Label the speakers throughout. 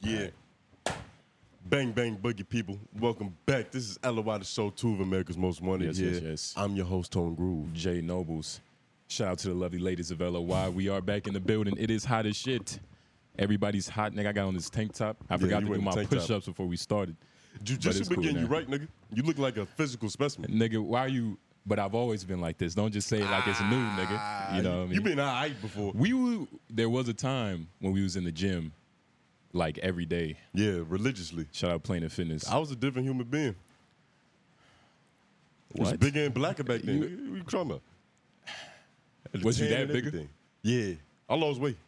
Speaker 1: Yeah. Bang bang boogie people. Welcome back. This is LOI the show two of America's Most Wanted.
Speaker 2: Yes,
Speaker 1: yeah.
Speaker 2: yes, yes.
Speaker 1: I'm your host, Tone Groove.
Speaker 2: Jay Nobles. Shout out to the lovely ladies of LOY. We are back in the building. It is hot as shit. Everybody's hot. Nigga, I got on this tank top. I forgot
Speaker 1: you
Speaker 2: to do
Speaker 1: went in
Speaker 2: my
Speaker 1: tank top.
Speaker 2: push ups before we started.
Speaker 1: Jujitsu
Speaker 2: it's cool
Speaker 1: begin
Speaker 2: now.
Speaker 1: you right, nigga. You look like a physical specimen.
Speaker 2: Nigga, why are you? But I've always been like this. Don't just say it like it's new, nigga. You know what I mean?
Speaker 1: You been alright before.
Speaker 2: we were, there was a time when we was in the gym like every day.
Speaker 1: Yeah, religiously.
Speaker 2: Shout out Planet Fitness.
Speaker 1: I was a different human being. It was
Speaker 2: What?
Speaker 1: bigger and blacker back then.
Speaker 2: You-
Speaker 1: Nigga, what you talking about? Had a
Speaker 2: Was you
Speaker 1: tan
Speaker 2: that
Speaker 1: and
Speaker 2: bigger?
Speaker 1: everything. Yeah. I lost weight.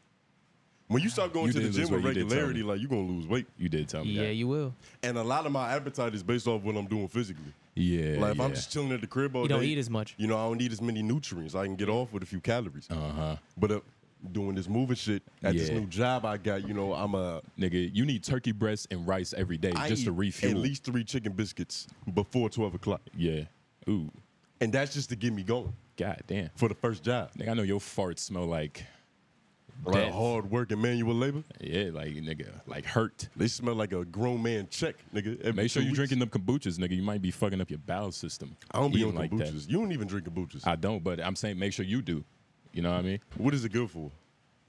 Speaker 1: When you start going
Speaker 2: You
Speaker 1: to the
Speaker 2: did lose
Speaker 1: gym with
Speaker 2: weight. You did tell
Speaker 1: regularity,
Speaker 2: me.
Speaker 1: like you're gonna lose weight.
Speaker 2: You did tell me
Speaker 3: Yeah,
Speaker 2: that.
Speaker 3: you will.
Speaker 1: And a lot of my appetite is based off what I'm doing physically.
Speaker 2: Yeah.
Speaker 1: Like if I'm
Speaker 2: yeah.
Speaker 1: just chilling at the
Speaker 2: Oh,
Speaker 1: crib all
Speaker 3: You
Speaker 1: day,
Speaker 3: don't eat as much.
Speaker 1: You know, I don't need as many nutrients. I can get off with a few calories.
Speaker 2: Uh-huh.
Speaker 1: But uh, doing this moving shit at this
Speaker 2: Yeah.
Speaker 1: new job I got, you know, I'm a
Speaker 2: Nigga, you need turkey breasts and rice every day
Speaker 1: I
Speaker 2: just to
Speaker 1: eat
Speaker 2: refuel.
Speaker 1: At least three chicken biscuits before twelve o'clock,
Speaker 2: yeah. Ooh.
Speaker 1: and that's just to get me going
Speaker 2: God damn.
Speaker 1: for the first job.
Speaker 2: Nigga, I know your farts smell like
Speaker 1: Like
Speaker 2: Death.
Speaker 1: hard work and manual labor,
Speaker 2: yeah, like nigga, like hurt.
Speaker 1: they smell like a grown man check, nigga. every
Speaker 2: Make sure
Speaker 1: two
Speaker 2: you
Speaker 1: weeks.
Speaker 2: drinking them kombuchas, nigga. You might be fucking up your bowel system.
Speaker 1: I don't be on
Speaker 2: eating like
Speaker 1: kombuchas.
Speaker 2: that.
Speaker 1: You don't even drink kombuchas.
Speaker 2: I don't, but I'm saying make sure you do. You know what I mean,
Speaker 1: what is it good for?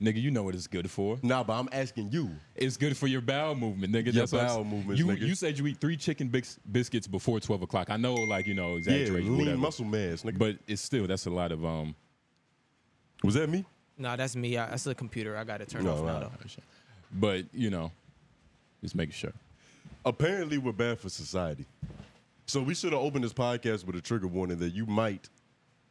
Speaker 2: nigga? You know what it's good for.
Speaker 1: Nah, but I'm asking you.
Speaker 2: It's good for your bowel movement, nigga.
Speaker 1: Your
Speaker 2: That's what I'm
Speaker 1: bowel
Speaker 2: s-
Speaker 1: movements,
Speaker 2: You
Speaker 1: nigga.
Speaker 2: you said you eat three chicken bis- biscuits before twelve o'clock. I know, like you know,
Speaker 1: Yeah,
Speaker 2: exaggeration,
Speaker 1: lean
Speaker 2: whatever.
Speaker 1: muscle mass, nigga.
Speaker 2: But it's still that's a lot of um.
Speaker 1: was that me?
Speaker 3: No, that's me. I, that's the computer. I got to turn
Speaker 1: No,
Speaker 3: off now,
Speaker 1: right.
Speaker 3: though.
Speaker 2: But you know, just making sure.
Speaker 1: apparently we're bad for society. So we should have opened this podcast with a trigger warning that you might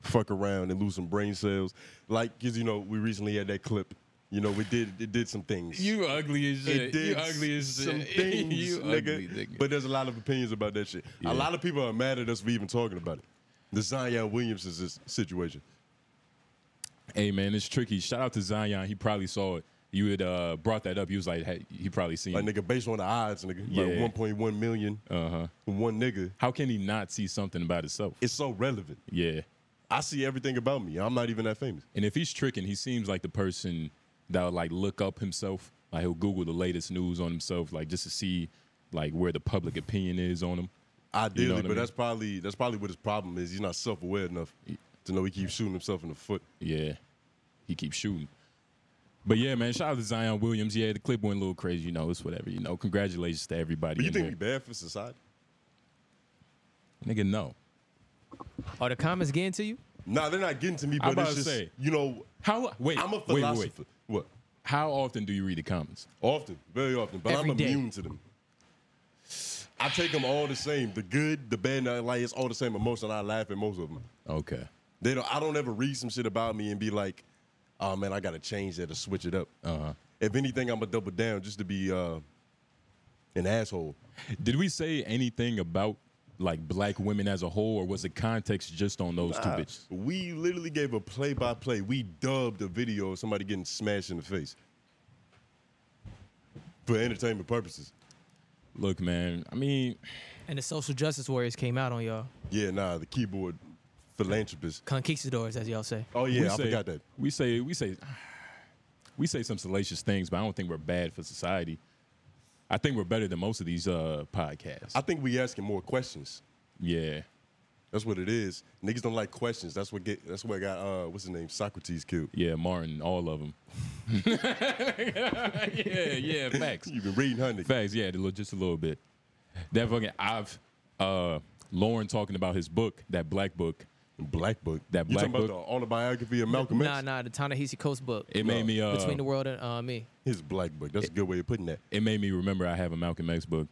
Speaker 1: fuck around and lose some brain cells. Like, cause you know, we recently had that clip. You know, we did it did some things.
Speaker 2: You ugly as shit.
Speaker 1: it did
Speaker 2: You ugly as shit.
Speaker 1: some things,
Speaker 2: you
Speaker 1: nigga.
Speaker 2: ugly, nigga.
Speaker 1: But there's a lot of opinions about that shit.
Speaker 2: Yeah.
Speaker 1: A lot of people are mad at us for even talking about it. The Zion Williams is this situation.
Speaker 2: Hey man, it's tricky. Shout out to Zion. He probably saw it. You had uh, brought that up. He was like, hey, he probably seen.
Speaker 1: Like,
Speaker 2: it.
Speaker 1: nigga, based on the odds, nigga,
Speaker 2: Yeah.
Speaker 1: like 1.1 million,
Speaker 2: Uh-huh.
Speaker 1: one nigga.
Speaker 2: How can he not see something about himself?
Speaker 1: It's so relevant.
Speaker 2: Yeah.
Speaker 1: I see everything about me. I'm not even that famous.
Speaker 2: And if he's tricking, he seems like the person that would like look up himself. Like he'll Google the latest news on himself, like just to see like where the public opinion is on him.
Speaker 1: Ideally,
Speaker 2: You know what I
Speaker 1: but
Speaker 2: mean?
Speaker 1: that's probably that's probably what his problem is. He's not self aware enough to know he keeps shooting himself in the foot.
Speaker 2: Yeah. He keeps shooting. But yeah, man, shout out to Zion Williams. Yeah, the clip went a little crazy, you know, it's whatever, you know. Congratulations to everybody.
Speaker 1: But you
Speaker 2: in
Speaker 1: think we bad for society?
Speaker 2: there. Nigga, no.
Speaker 3: Are the comments getting to you?
Speaker 1: Nah, they're not getting to me.
Speaker 2: I'm
Speaker 1: But
Speaker 2: about
Speaker 1: it's
Speaker 2: to
Speaker 1: just
Speaker 2: say.
Speaker 1: you know,
Speaker 2: How wait,
Speaker 1: I'm a
Speaker 2: wait,
Speaker 1: philosopher.
Speaker 2: wait, wait.
Speaker 1: What?
Speaker 2: How often do you read the comments?
Speaker 1: Often, very often, but
Speaker 3: Every
Speaker 1: I'm
Speaker 3: day.
Speaker 1: immune to them. I take them all the same. The good, the bad, and the like it's all the same emotion. I laugh at most of them.
Speaker 2: Okay.
Speaker 1: They don't. I don't ever read some shit about me and be like, "Oh man, I gotta change that or switch it up."
Speaker 2: Uh-huh.
Speaker 1: If anything, I'm gonna double down just to be uh, an asshole.
Speaker 2: Did we say anything about like black women as a whole, or was the context just on those two
Speaker 1: Ah,
Speaker 2: bitches?
Speaker 1: We literally gave a play by play. We dubbed a video of somebody getting smashed in the face for entertainment purposes.
Speaker 2: Look, man. I mean,
Speaker 3: And the social justice warriors came out on y'all.
Speaker 1: Yeah, nah, the keyboard philanthropist.
Speaker 3: Conquistadors, as y'all say.
Speaker 1: Oh yeah,
Speaker 2: we
Speaker 1: I
Speaker 2: say,
Speaker 1: forgot that.
Speaker 2: We say we say we say some salacious things, but I don't think we're bad for society. I think we're better than most of these uh, podcasts.
Speaker 1: I think we asking more questions.
Speaker 2: yeah,
Speaker 1: That's what it is. Niggas don't like questions. That's what get. That's what got. Uh, what's his name? Socrates killed.
Speaker 2: yeah, Martin, all of them. yeah, yeah, facts,
Speaker 1: You've been reading, honey.
Speaker 2: facts. Yeah, the- just a little bit. That fucking I've uh, Lauren talking about his book, that black book.
Speaker 1: Black book.
Speaker 2: That
Speaker 1: you
Speaker 2: Black
Speaker 1: talking about
Speaker 2: Book?
Speaker 1: the autobiography of Malcolm X?
Speaker 3: Nah, nah, the Ta-Nehisi Coates book.
Speaker 2: It made me uh,
Speaker 3: Between the World and uh, Me.
Speaker 1: His black book. That's a good way of putting that.
Speaker 2: it made me remember I have a Malcolm X book.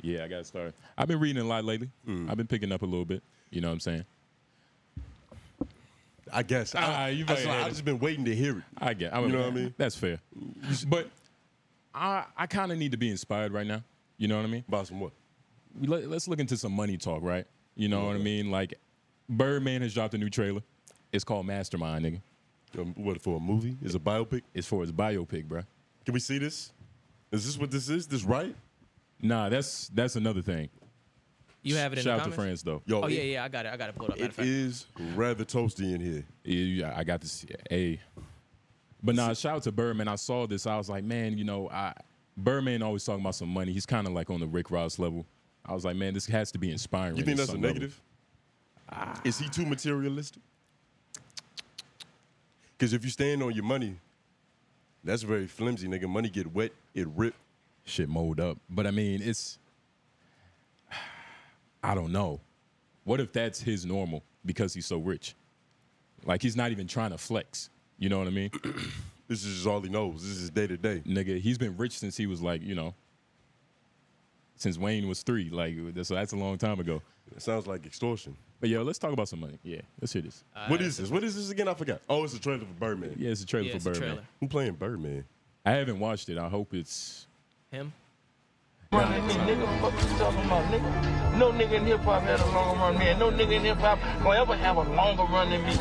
Speaker 2: Yeah, I got started. I've been reading a lot lately.
Speaker 1: Mm.
Speaker 2: I've been picking up a little bit. You know what I'm saying?
Speaker 1: I guess.
Speaker 2: Ah,
Speaker 1: I,
Speaker 2: you
Speaker 1: that's
Speaker 2: might
Speaker 1: why
Speaker 2: have
Speaker 1: I
Speaker 2: it.
Speaker 1: just been waiting to hear it.
Speaker 2: I get. I mean,
Speaker 1: know what I mean?
Speaker 2: That's fair. But I I kind of need to be inspired right now. You know what I mean?
Speaker 1: About some what?
Speaker 2: We let, let's look into some money talk, right? You know what I mean? Like Birdman has dropped a new trailer. It's called Mastermind, nigga.
Speaker 1: Um, what for a movie? Is a biopic?
Speaker 2: It's for his biopic, bruh.
Speaker 1: Can we see this? Is this what this is? This right?
Speaker 2: Nah, that's that's another thing.
Speaker 3: You have it in
Speaker 2: Shout
Speaker 3: the
Speaker 2: out to France
Speaker 3: comments?
Speaker 2: though.
Speaker 1: Yo,
Speaker 3: Oh,
Speaker 1: it-
Speaker 3: yeah, yeah, I got it. I got it pulled up. Matter of
Speaker 1: It
Speaker 3: fact.
Speaker 1: is rather toasty in here.
Speaker 2: Yeah, I got to see. Hey, But nah, shout out to Birdman. I saw this. I was like, man, you know, I Birdman always talking about some money. He's kind of like on the Rick Ross level. I was like, man, this has to be inspiring.
Speaker 1: You think
Speaker 2: at
Speaker 1: that's a
Speaker 2: some level.
Speaker 1: negative?
Speaker 2: Ah.
Speaker 1: Is he too materialistic? Because if you stand on your money, that's very flimsy, nigga. Money get wet, it rip.
Speaker 2: Shit mold up. But I mean, it's I don't know. What if that's his normal because he's so rich? Like he's not even trying to flex. You know what I mean?
Speaker 1: This is just all he knows. This is day to day.
Speaker 2: nigga, he's been rich since he was like, you know, since Wayne was three. Like, so that's a long time ago.
Speaker 1: It sounds like extortion.
Speaker 2: But yo, let's talk about some money. Ah, Yeah, let's hear this.
Speaker 3: Uh,
Speaker 1: what is this? What is this again? I forgot. Oh, it's a trailer for Birdman.
Speaker 2: Yeah, it's a trailer
Speaker 3: Yeah,
Speaker 2: for
Speaker 3: it's a
Speaker 2: Birdman.
Speaker 3: trailer.
Speaker 1: I'm playing Birdman.
Speaker 2: I haven't watched it. I hope it's.
Speaker 3: Him?
Speaker 4: Running me, nigga. Fuck you talking about, nigga. No nigga in hip hop had a longer run than me, and no nigga in hip hop gonna ever have a longer run than me.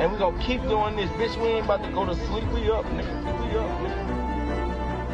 Speaker 4: And we gonna keep doing this, bitch. We ain't about to go to sleep. We up, nigga. We up, nigga.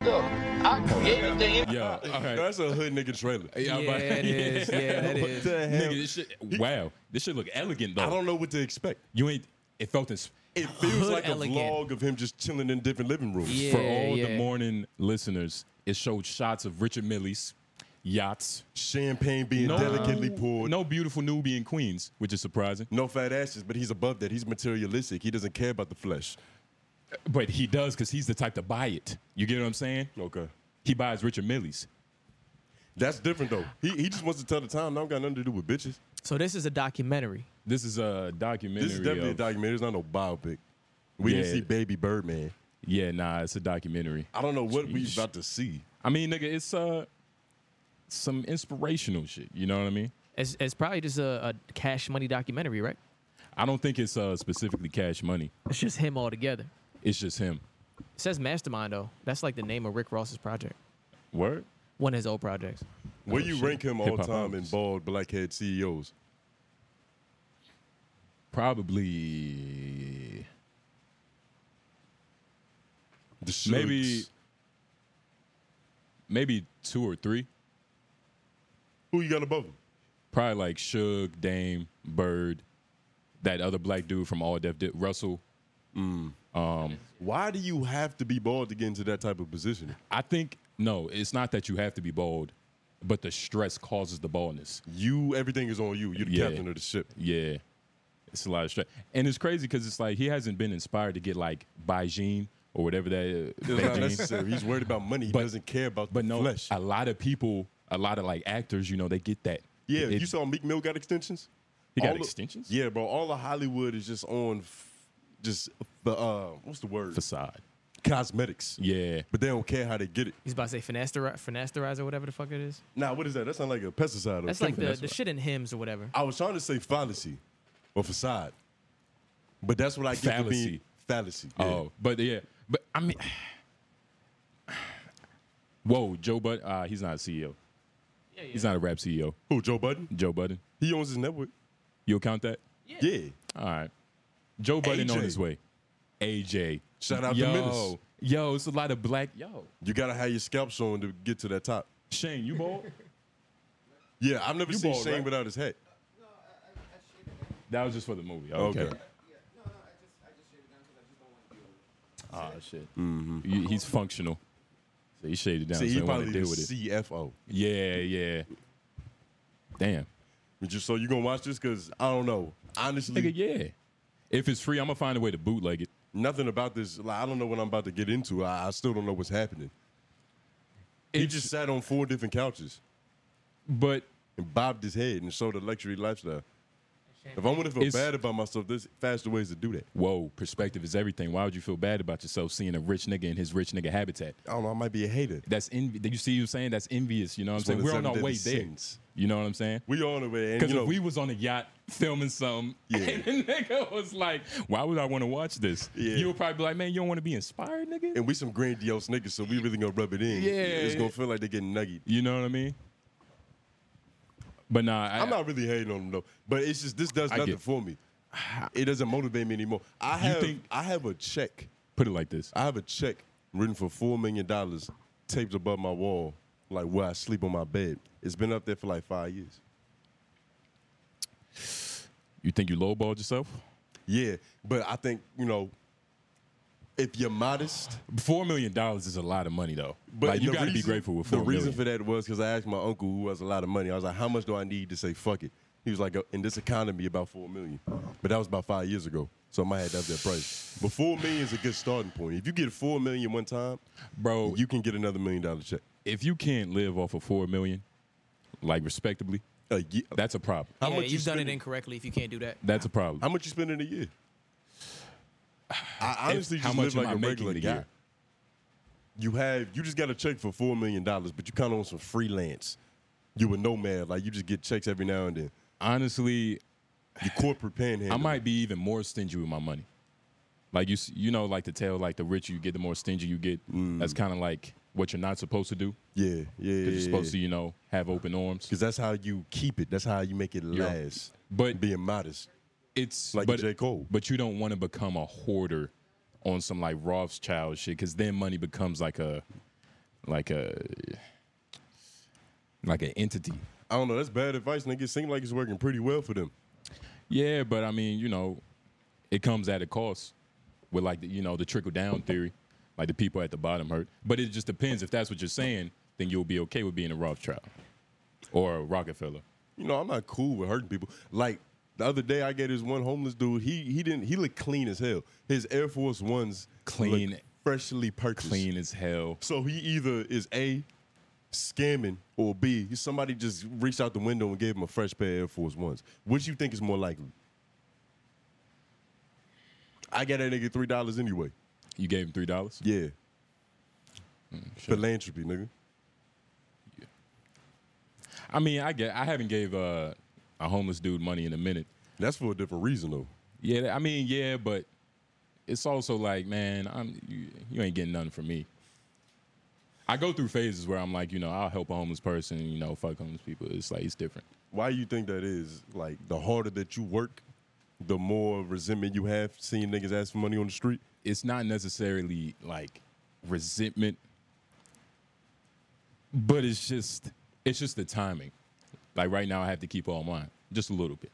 Speaker 4: We up. I created the hip
Speaker 1: Uh,
Speaker 2: Yo, all right.
Speaker 1: That's a hood nigga trailer.
Speaker 2: Yeah, I'm
Speaker 3: Yeah,
Speaker 2: about-
Speaker 3: it is. Yeah, that
Speaker 1: what
Speaker 3: is.
Speaker 1: the hell?
Speaker 2: Nigga, this shit, wow, this shit look elegant
Speaker 1: I
Speaker 2: though.
Speaker 1: don't know what to expect.
Speaker 2: You ain't. It felt this
Speaker 1: It feels
Speaker 3: Hood
Speaker 1: like
Speaker 3: elegant.
Speaker 1: a vlog of him just chilling in different living rooms.
Speaker 3: Yeah.
Speaker 2: for all the
Speaker 3: yeah.
Speaker 2: morning listeners. It showed shots of Richard Millie's yachts,
Speaker 1: Champagne being delicately poured.
Speaker 2: no beautiful newbie in Queens, which is surprising.
Speaker 1: No fat asses, but he's above that. He's materialistic. He doesn't care about the flesh.
Speaker 2: But he does because he's the type to buy it. You get what I'm saying?
Speaker 1: Okay.
Speaker 2: He buys Richard Millie's.
Speaker 1: That's different though. He, he just wants to tell the time. I don't got nothing to do with bitches.
Speaker 3: So this is a documentary.
Speaker 2: This is a documentary.
Speaker 1: This is definitely a
Speaker 2: of-
Speaker 1: documentary. It's not no biopic. We
Speaker 2: Yeah.
Speaker 1: didn't see Baby Birdman.
Speaker 2: Yeah, nah, it's a documentary.
Speaker 1: I don't know what we
Speaker 2: Sheesh.
Speaker 1: about to see.
Speaker 2: I mean, nigga, it's uh some inspirational shit. You know what I mean?
Speaker 3: It's, it's probably just a, a cash money documentary, right?
Speaker 2: I don't think it's uh specifically Cash Money.
Speaker 3: It's just him all together.
Speaker 2: It's just him.
Speaker 3: It says Mastermind though. That's like the name of Rick Ross's project.
Speaker 2: Word.
Speaker 3: One of his old projects.
Speaker 1: Where you
Speaker 2: Oh, shit.
Speaker 1: rank him all
Speaker 2: Hip-hop
Speaker 1: time in
Speaker 2: artists.
Speaker 1: bald blackhead E CEOs?
Speaker 2: Probably.
Speaker 1: The Shugs.
Speaker 2: Maybe. Maybe two or three.
Speaker 1: who you got above him?
Speaker 2: Probably like Suge, Dame, Bird, that other black dude from All Def, Dip, Russell.
Speaker 1: Why do you have to be bald to get into that type of position?
Speaker 2: I think no, it's not that you have to be bald, but the stress causes the baldness.
Speaker 1: You, everything is on you. You're the
Speaker 2: Yeah.
Speaker 1: captain of the ship.
Speaker 2: Yeah. It's a lot of stress. And it's crazy because it's like he hasn't been inspired to get like Beijing or whatever that uh,
Speaker 1: It's not
Speaker 2: Beijing.
Speaker 1: necessary. He's worried about money. He
Speaker 2: But-
Speaker 1: doesn't care about
Speaker 2: But
Speaker 1: the
Speaker 2: no,
Speaker 1: flesh.
Speaker 2: a lot of people, a lot of like actors, you know, they get that.
Speaker 1: Yeah,
Speaker 2: It-
Speaker 1: you saw Meek Mill got extensions.
Speaker 2: He got
Speaker 1: the-
Speaker 2: extensions?
Speaker 1: yeah, bro. All of Hollywood is just on, f- just the uh, what's the word?
Speaker 2: facade.
Speaker 1: Cosmetics.
Speaker 2: Yeah.
Speaker 1: But they don't care how they get it.
Speaker 3: He's about to say finasteri- finasterize or whatever the fuck it is.
Speaker 1: Nah, what is that? That sounds like a pesticide. Or
Speaker 3: That's like
Speaker 1: chemical.
Speaker 3: the, the shit in hymns or whatever.
Speaker 1: I was trying to say fallacy or facade, but that's what I get for being
Speaker 2: Fallacy.
Speaker 1: fallacy. yeah.
Speaker 2: Oh, but yeah, but I mean, whoa, Joe Bud, uh, he's not a CEO.
Speaker 3: Yeah,
Speaker 2: He's not a rap CEO.
Speaker 1: who? Joe Budden?
Speaker 2: Joe Budden,
Speaker 1: He owns his network.
Speaker 2: you'll count that.
Speaker 1: Yeah.
Speaker 2: All right. Joe Budden on
Speaker 1: AJ.
Speaker 2: his way. AJ.
Speaker 1: Shout out to
Speaker 2: yo,
Speaker 1: Menace.
Speaker 2: Yo, it's a lot of black. Yo.
Speaker 1: You gotta have your scalp showing to get to that top.
Speaker 2: Shane, you bald?
Speaker 1: Yeah, I've never
Speaker 2: You
Speaker 1: seen
Speaker 2: bald,
Speaker 1: Shane
Speaker 2: right?
Speaker 1: without his hat.
Speaker 2: that was just for the movie. Okay.
Speaker 1: Okay.
Speaker 2: Ah, shit. He- he's functional. So he shaved it down. so
Speaker 1: See, he
Speaker 2: he want
Speaker 1: probably
Speaker 2: to
Speaker 1: the
Speaker 2: deal with it.
Speaker 1: CFO.
Speaker 2: Yeah, yeah. Damn.
Speaker 1: But you, so you gonna watch this? Cause I don't know. Honestly,
Speaker 2: Nigga, yeah. If it's free, I'm going to find a way to bootleg it.
Speaker 1: nothing about this. Like, I don't know what I'm about to get into. I, I still don't know what's happening. He
Speaker 2: It's-
Speaker 1: just sat on four different couches
Speaker 2: But
Speaker 1: and bobbed his head and showed a luxury lifestyle. If I'm gonna feel
Speaker 2: It's-
Speaker 1: bad about myself, there's faster ways to do that.
Speaker 2: whoa, perspective is everything. Why would you feel bad about yourself seeing a rich nigga in his rich nigga habitat?
Speaker 1: I don't know. I might be a hater.
Speaker 2: That's envy. You see, what I'm saying that's envious. You know what I'm
Speaker 1: It's one
Speaker 2: saying?
Speaker 1: of
Speaker 2: We're
Speaker 1: the
Speaker 2: on our
Speaker 1: seven
Speaker 2: way
Speaker 1: deadly
Speaker 2: there.
Speaker 1: sins.
Speaker 2: You know what I'm saying?
Speaker 1: We on the way, and
Speaker 2: Because
Speaker 1: you know,
Speaker 2: if we was on a yacht filming some,
Speaker 1: Yeah.
Speaker 2: and the nigga was like, "Why would I want to watch this?"
Speaker 1: Yeah.
Speaker 2: You would probably be like, "Man, you don't want to be inspired, nigga."
Speaker 1: and we some grandiose niggas, so we really gonna rub it in.
Speaker 2: Yeah.
Speaker 1: it's gonna feel like they getting nuggied.
Speaker 2: You know what I mean? But nah, I,
Speaker 1: I'm not really hating on them though, but it's just this does
Speaker 2: I
Speaker 1: nothing
Speaker 2: get-
Speaker 1: for me. It doesn't motivate me anymore. I
Speaker 2: You
Speaker 1: have
Speaker 2: think-
Speaker 1: I have a check.
Speaker 2: put it like this.
Speaker 1: I have a check written for four million dollars taped above my wall, like where I sleep on my bed. It's been up there for like five years.
Speaker 2: You think you lowballed yourself?
Speaker 1: Yeah, but I think you know, if you're modest,
Speaker 2: Four million dollars is a lot of money, though.
Speaker 1: but
Speaker 2: like, you
Speaker 1: the
Speaker 2: got to be
Speaker 1: reason-
Speaker 2: grateful with
Speaker 1: The
Speaker 2: four million.
Speaker 1: reason for that was because I asked my uncle, who has a lot of money. I was like, "How much do I need to say fuck it?" He was like, "Uh, "In this economy, about four million. But that was about five years ago, so I might have to have that price. But four million is a good starting point. If you get four million one time,
Speaker 2: bro.
Speaker 1: you can get another million dollar check.
Speaker 2: if you can't live off of four million, like respectably,
Speaker 1: A ye-
Speaker 2: that's a problem.
Speaker 1: How
Speaker 3: yeah,
Speaker 1: much
Speaker 3: you've
Speaker 1: you
Speaker 3: done it
Speaker 1: spending?
Speaker 3: incorrectly if you can't do that.
Speaker 2: That's a problem.
Speaker 1: How much you spend in a year? I honestly
Speaker 2: how much
Speaker 1: just live
Speaker 2: am
Speaker 1: like
Speaker 2: I
Speaker 1: a
Speaker 2: making
Speaker 1: regular
Speaker 2: a
Speaker 1: guy.
Speaker 2: year?
Speaker 1: You have you just got a check for four million dollars, but you kind of on some freelance. You a nomad, like you just get checks every now and then.
Speaker 2: Honestly,
Speaker 1: You corporate panhandle.
Speaker 2: I might be even more stingy with my money. Like you, s- you know, like the tale, like the richer you get, the more stingy you get.
Speaker 1: Mm.
Speaker 2: That's kind of like what you're not supposed to do.
Speaker 1: yeah, yeah,
Speaker 2: Because you're supposed to, you know, have open arms.
Speaker 1: because that's how you keep it. That's how you make it
Speaker 2: Yeah.
Speaker 1: last.
Speaker 2: But
Speaker 1: Being modest,
Speaker 2: it's
Speaker 1: like
Speaker 2: but,
Speaker 1: J. Cole.
Speaker 2: But you don't want to become a hoarder on some like Rothschild shit, because then money becomes like a, like a, like an entity.
Speaker 1: I don't know. That's bad advice, nigga. It seems like it's working pretty well for them.
Speaker 2: Yeah, but I mean, you know, it comes at a cost with like the, you know the trickle down theory, like the people at the bottom hurt. But it just depends. If that's what you're saying, then you'll be okay with being a Rothschild or a Rockefeller.
Speaker 1: You know, I'm not cool with hurting people. Like the other day, I gave this one homeless dude. He he didn't. He looked clean as hell. His Air Force Ones
Speaker 2: Clean.
Speaker 1: looked freshly purchased.
Speaker 2: Clean as hell.
Speaker 1: So he either is a scamming or b somebody just reached out the window and gave him a fresh pair of Air Force Ones. Which you think is more likely? I got that nigga three dollars anyway.
Speaker 2: You gave him three dollars.
Speaker 1: Yeah. Philanthropy, nigga.
Speaker 2: I mean, I get. I haven't gave uh, a homeless dude money in a minute.
Speaker 1: That's for a different reason though.
Speaker 2: Yeah, I mean, yeah, but it's also like, man, I'm you, you ain't getting nothing from me. I go through phases where I'm like, you know, I'll help a homeless person, you know, fuck homeless people. It's like it's different.
Speaker 1: Why you think that is? Like the harder that you work, the more resentment you have seeing niggas ask for money on the street.
Speaker 2: it's not necessarily like resentment, but it's just it's just the timing. Like right now, I have to keep all mine, just a little bit.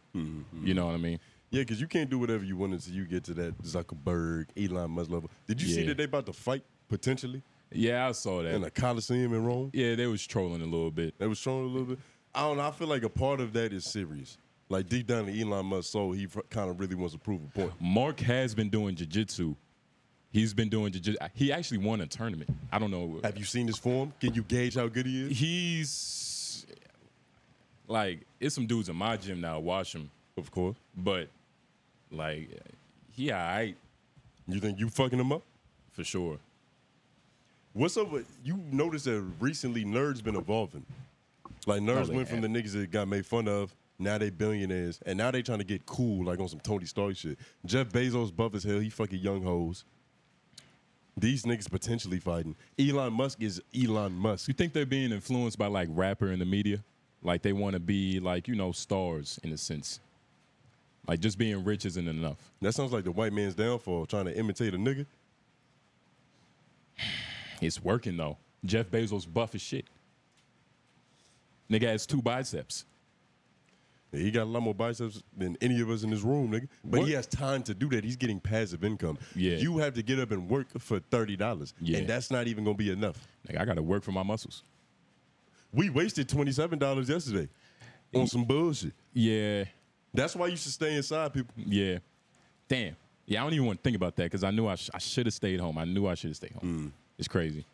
Speaker 2: You know what I mean?
Speaker 1: Yeah, because you can't do whatever you want until you get to that Zuckerberg, Elon Musk level. Did you see
Speaker 2: Yeah.
Speaker 1: that they about to fight potentially
Speaker 2: Yeah, I saw that.
Speaker 1: in a coliseum in Rome?
Speaker 2: yeah, they was trolling a little bit.
Speaker 1: That was showing a little bit. I don't know. I feel like a part of that is serious. Like deep down in Elon Musk, soul, he kind of really wants to prove a point.
Speaker 2: Mark has been doing jujitsu. He's been doing jiu-jitsu. He actually won a tournament. I don't know.
Speaker 1: Have you seen his form? Can you gauge how good he is?
Speaker 2: He's like it's some dudes in my gym now. Watch him,
Speaker 1: Of course.
Speaker 2: but like he alright
Speaker 1: You think you fucking him up?
Speaker 2: for sure.
Speaker 1: What's up with you notice that recently nerds been evolving. Like nerds
Speaker 2: they
Speaker 1: went from the niggas that got made fun of, now they billionaires, and now they trying to get cool like on some Tony Stark shit. Jeff Bezos buff as hell, he fucking young hoes. These niggas potentially fighting. Elon Musk is Elon Musk.
Speaker 2: You think they're being influenced by like rapper in the media? Like they want to be like you know stars in a sense. Like just being rich isn't enough.
Speaker 1: That sounds like the white man's downfall, trying to imitate a nigga.
Speaker 2: It's working though. Jeff Bezos buff as shit. Nigga has two biceps.
Speaker 1: Yeah, he got a lot more biceps than any of us in this room, nigga. But
Speaker 2: What?
Speaker 1: he has time to do that. He's getting passive income.
Speaker 2: Yeah.
Speaker 1: You have to get up and work for thirty dollars.
Speaker 2: Yeah.
Speaker 1: And that's not even gonna be enough.
Speaker 2: Like I gotta work for my muscles.
Speaker 1: We wasted twenty seven dollars yesterday on some bullshit.
Speaker 2: Yeah,
Speaker 1: That's why you should stay inside, people.
Speaker 2: yeah. Damn. Yeah, I don't even want to think about that because I knew I, sh- I should have stayed home. I knew I should have stayed home. It's crazy.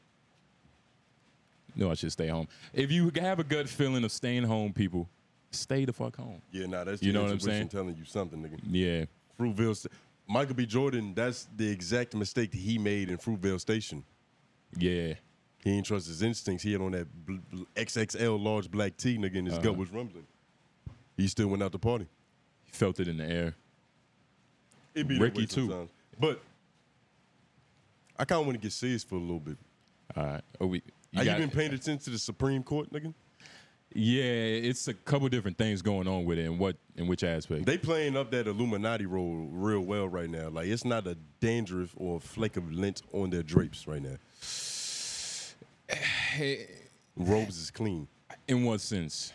Speaker 2: Knew I should stay home. If you have a gut feeling of staying home, people, stay the fuck home.
Speaker 1: Yeah, nah, that's
Speaker 2: You
Speaker 1: your
Speaker 2: know what I'm
Speaker 1: intuition
Speaker 2: saying?
Speaker 1: telling you something, nigga.
Speaker 2: Yeah.
Speaker 1: Fruitvale, Sta- Michael B. Jordan. That's the exact mistake that he made in Fruitvale Station.
Speaker 2: Yeah.
Speaker 1: He didn't trust his instincts. He had on that bl- bl- XXL large black tee, nigga, and his
Speaker 2: Uh-huh.
Speaker 1: gut was rumbling. He still went out to party.
Speaker 2: He felt it in the air.
Speaker 1: It be
Speaker 2: Ricky,
Speaker 1: Ricky
Speaker 2: too.
Speaker 1: too. But I kind of want to get serious for a little bit.
Speaker 2: All right. Are we, you
Speaker 1: Have you
Speaker 2: got-
Speaker 1: been paying attention to the Supreme Court, nigga?
Speaker 2: Yeah, it's a couple different things going on with it, and what in which aspect?
Speaker 1: They playing up that Illuminati role real well right now. Like it's not a dandruff or a flake of lint on their drapes right now. Robes is clean.
Speaker 2: in what sense?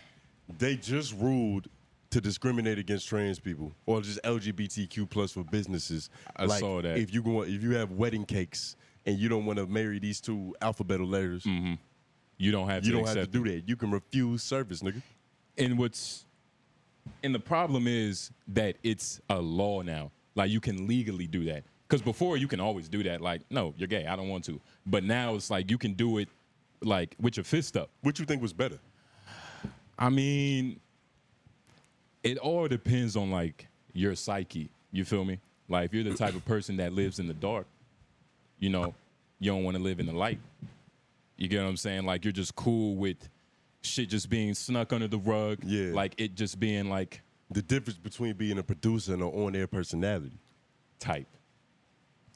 Speaker 1: They just ruled to discriminate against trans people or just LGBTQ plus for businesses.
Speaker 2: I
Speaker 1: like
Speaker 2: saw that.
Speaker 1: If you go, if you have wedding cakes and you don't want to marry these two alphabetical letters,
Speaker 2: You don't have
Speaker 1: you
Speaker 2: Mm-hmm. to
Speaker 1: don't have to
Speaker 2: accept
Speaker 1: do that. You can refuse service, nigga.
Speaker 2: and what's and the problem is that it's a law now. Like you can legally do that. Because before you can always do that. Like, no, you're gay. I don't want to. But now it's like you can do it like with your fist up.
Speaker 1: What you think was better?
Speaker 2: I mean, it all depends on like your psyche. You feel me? Like if you're the type of person that lives in the dark, you know, you don't want to live in the light. You get what I'm saying? Like you're just cool with shit just being snuck under the rug.
Speaker 1: Yeah.
Speaker 2: Like it just being like
Speaker 1: The difference between being a producer and an on-air personality.
Speaker 2: type.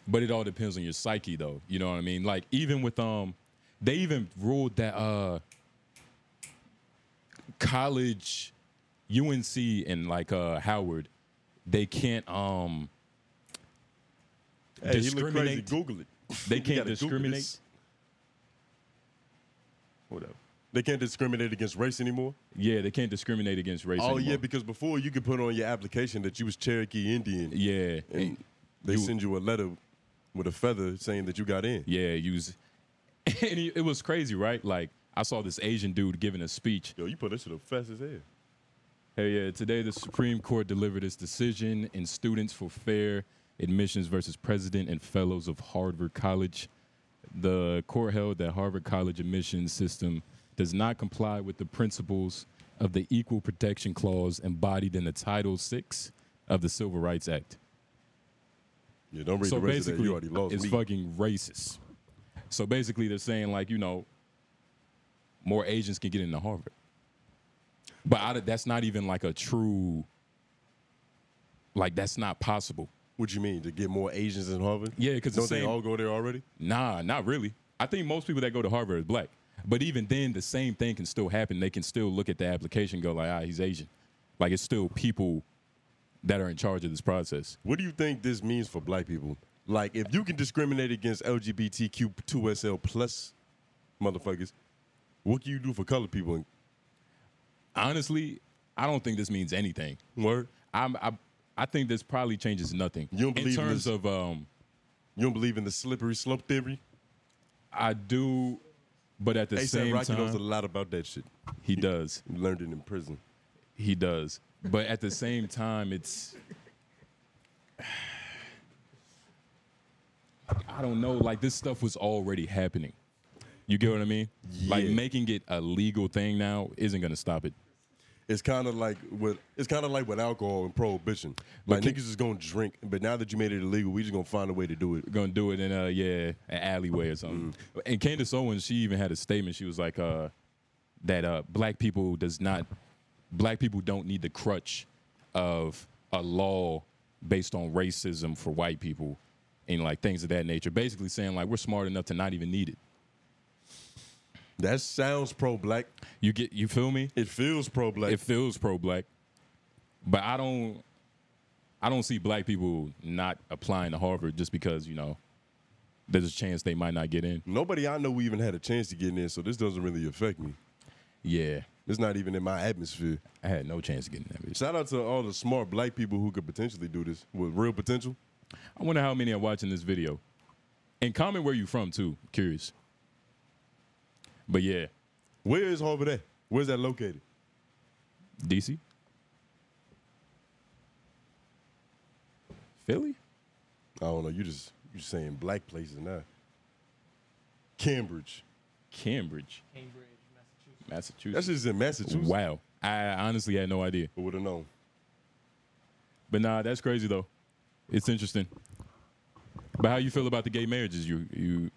Speaker 2: But it all depends on your psyche though. You know what I mean? Like even with um they even ruled that uh college UNC and like uh Howard, they can't um
Speaker 1: Hey, he look crazy.
Speaker 2: Discriminate.
Speaker 1: Google it.
Speaker 2: They
Speaker 1: You
Speaker 2: can't
Speaker 1: gotta Google
Speaker 2: discriminate?
Speaker 1: this. Hold up. They can't discriminate against race anymore.
Speaker 2: yeah, they can't discriminate against race.
Speaker 1: Oh yeah,
Speaker 2: anymore.
Speaker 1: because before you could put on your application that you was Cherokee Indian.
Speaker 2: yeah.
Speaker 1: And they
Speaker 2: you-
Speaker 1: send you a letter with a feather saying that you got in.
Speaker 2: Yeah, use and it it was crazy, right? Like I saw this Asian dude giving a speech
Speaker 1: Yo, you put that shit up fast as hell.
Speaker 2: Hey, yeah. Today, the Supreme Court delivered its decision in Students for Fair Admissions versus President and Fellows of Harvard College. The court held that Harvard College admissions system does not comply with the principles of the Equal Protection Clause embodied in the Title VI of the Civil Rights Act.
Speaker 1: Yeah, don't read
Speaker 2: So
Speaker 1: the rest of that.
Speaker 2: basically,
Speaker 1: You already lost
Speaker 2: it's
Speaker 1: me.
Speaker 2: fucking racist. So basically, they're saying like you know, more Asians can get into Harvard, but I, that's not even like a true. Like that's not possible.
Speaker 1: what you mean to get more Asians in Harvard?
Speaker 2: Yeah, 'cause the
Speaker 1: don't they
Speaker 2: same-
Speaker 1: all go there already?
Speaker 2: Nah, not really. I think most people that go to Harvard are black. But even then, the same thing can still happen. They can still look at the application and go like, ah, he's Asian. Like it's still people that are in charge of this process.
Speaker 1: What do you think this means for black people? Like, if you can discriminate against LGBTQ2SL plus motherfuckers, what can you do for color people?
Speaker 2: Honestly, I don't think this means anything.
Speaker 1: Word?
Speaker 2: I'm, I I think this probably changes nothing.
Speaker 1: You don't
Speaker 2: in
Speaker 1: believe in
Speaker 2: terms
Speaker 1: this-
Speaker 2: of um,
Speaker 1: You don't believe in the slippery slope theory?
Speaker 2: I do, but at the
Speaker 1: ASAP
Speaker 2: same
Speaker 1: Rocky knows a
Speaker 2: time,
Speaker 1: lot about that shit.
Speaker 2: he does,
Speaker 1: He learned it in prison.
Speaker 2: he does. But at the same time, it's I don't know. Like this stuff was already happening. You get what I mean? Like
Speaker 1: Yeah.
Speaker 2: making it a legal thing now isn't gonna stop it.
Speaker 1: It's kind of like with it's kind of like with alcohol and prohibition.
Speaker 2: But
Speaker 1: Like
Speaker 2: can-
Speaker 1: niggas is gonna drink, but now that you made it illegal, we just gonna find a way to do it.
Speaker 2: gonna do it in a yeah an alleyway or something. And Candace Owens, she even had a statement. She was like, uh, that uh, black people does not, black people don't need the crutch of a law based on racism for white people and like things of that nature. Basically saying like we're smart enough to not even need it.
Speaker 1: That sounds pro-black.
Speaker 2: You get you feel me?
Speaker 1: It feels pro-black.
Speaker 2: It feels pro black, but I don't. I don't see black people not applying to Harvard just because you know there's a chance they might not get in.
Speaker 1: Nobody I know even had a chance to get in, so this doesn't really affect me.
Speaker 2: Yeah,
Speaker 1: It's not even in my atmosphere.
Speaker 2: I had no chance of getting that. bitch.
Speaker 1: Shout out to all the smart black people who could potentially do this with real potential.
Speaker 2: I wonder how many are watching this video. And comment where you from too. Curious. But yeah,
Speaker 1: Where is Harvard at? Where's that located?
Speaker 2: DC, Philly,
Speaker 1: I don't know. You just you saying black places now. Cambridge.
Speaker 2: Cambridge,
Speaker 3: Cambridge, Massachusetts.
Speaker 1: That's
Speaker 2: Massachusetts.
Speaker 1: just in Massachusetts.
Speaker 2: wow. I honestly had no idea.
Speaker 1: I would have known.
Speaker 2: But nah, that's crazy though. It's interesting. But how you feel about the gay marriages? You you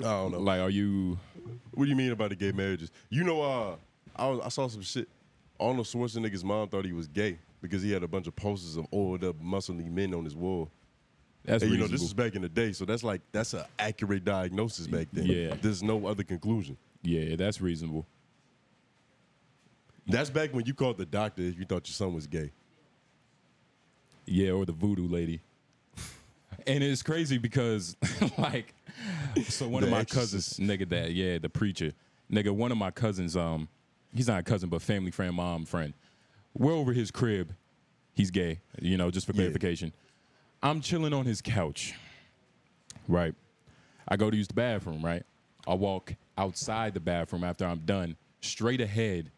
Speaker 1: I don't know.
Speaker 2: Like, are you?
Speaker 1: What do you mean about the gay marriages? You know, uh, I, was, I saw some shit. Arnold Schwarzenegger's mom thought he was gay because he had a bunch of posters of oiled up, muscly men on his wall.
Speaker 2: That's
Speaker 1: And you know,
Speaker 2: reasonable.
Speaker 1: this is back in the day, so that's like that's an accurate diagnosis back then.
Speaker 2: Yeah.
Speaker 1: there's no other conclusion.
Speaker 2: yeah, that's reasonable.
Speaker 1: That's back when you called the doctor if you thought your son was gay.
Speaker 2: Yeah, or the voodoo lady. And it's crazy because, like, so one of
Speaker 1: The
Speaker 2: my
Speaker 1: Exorcist.
Speaker 2: cousins, nigga, that yeah, the preacher, nigga, one of my cousins, um, he's not a cousin, but family friend, mom friend. We're over his crib. He's gay, you know, just for
Speaker 1: Yeah.
Speaker 2: clarification. I'm chilling on his couch, right? I go to use the bathroom, right? I walk outside the bathroom after I'm done, straight ahead.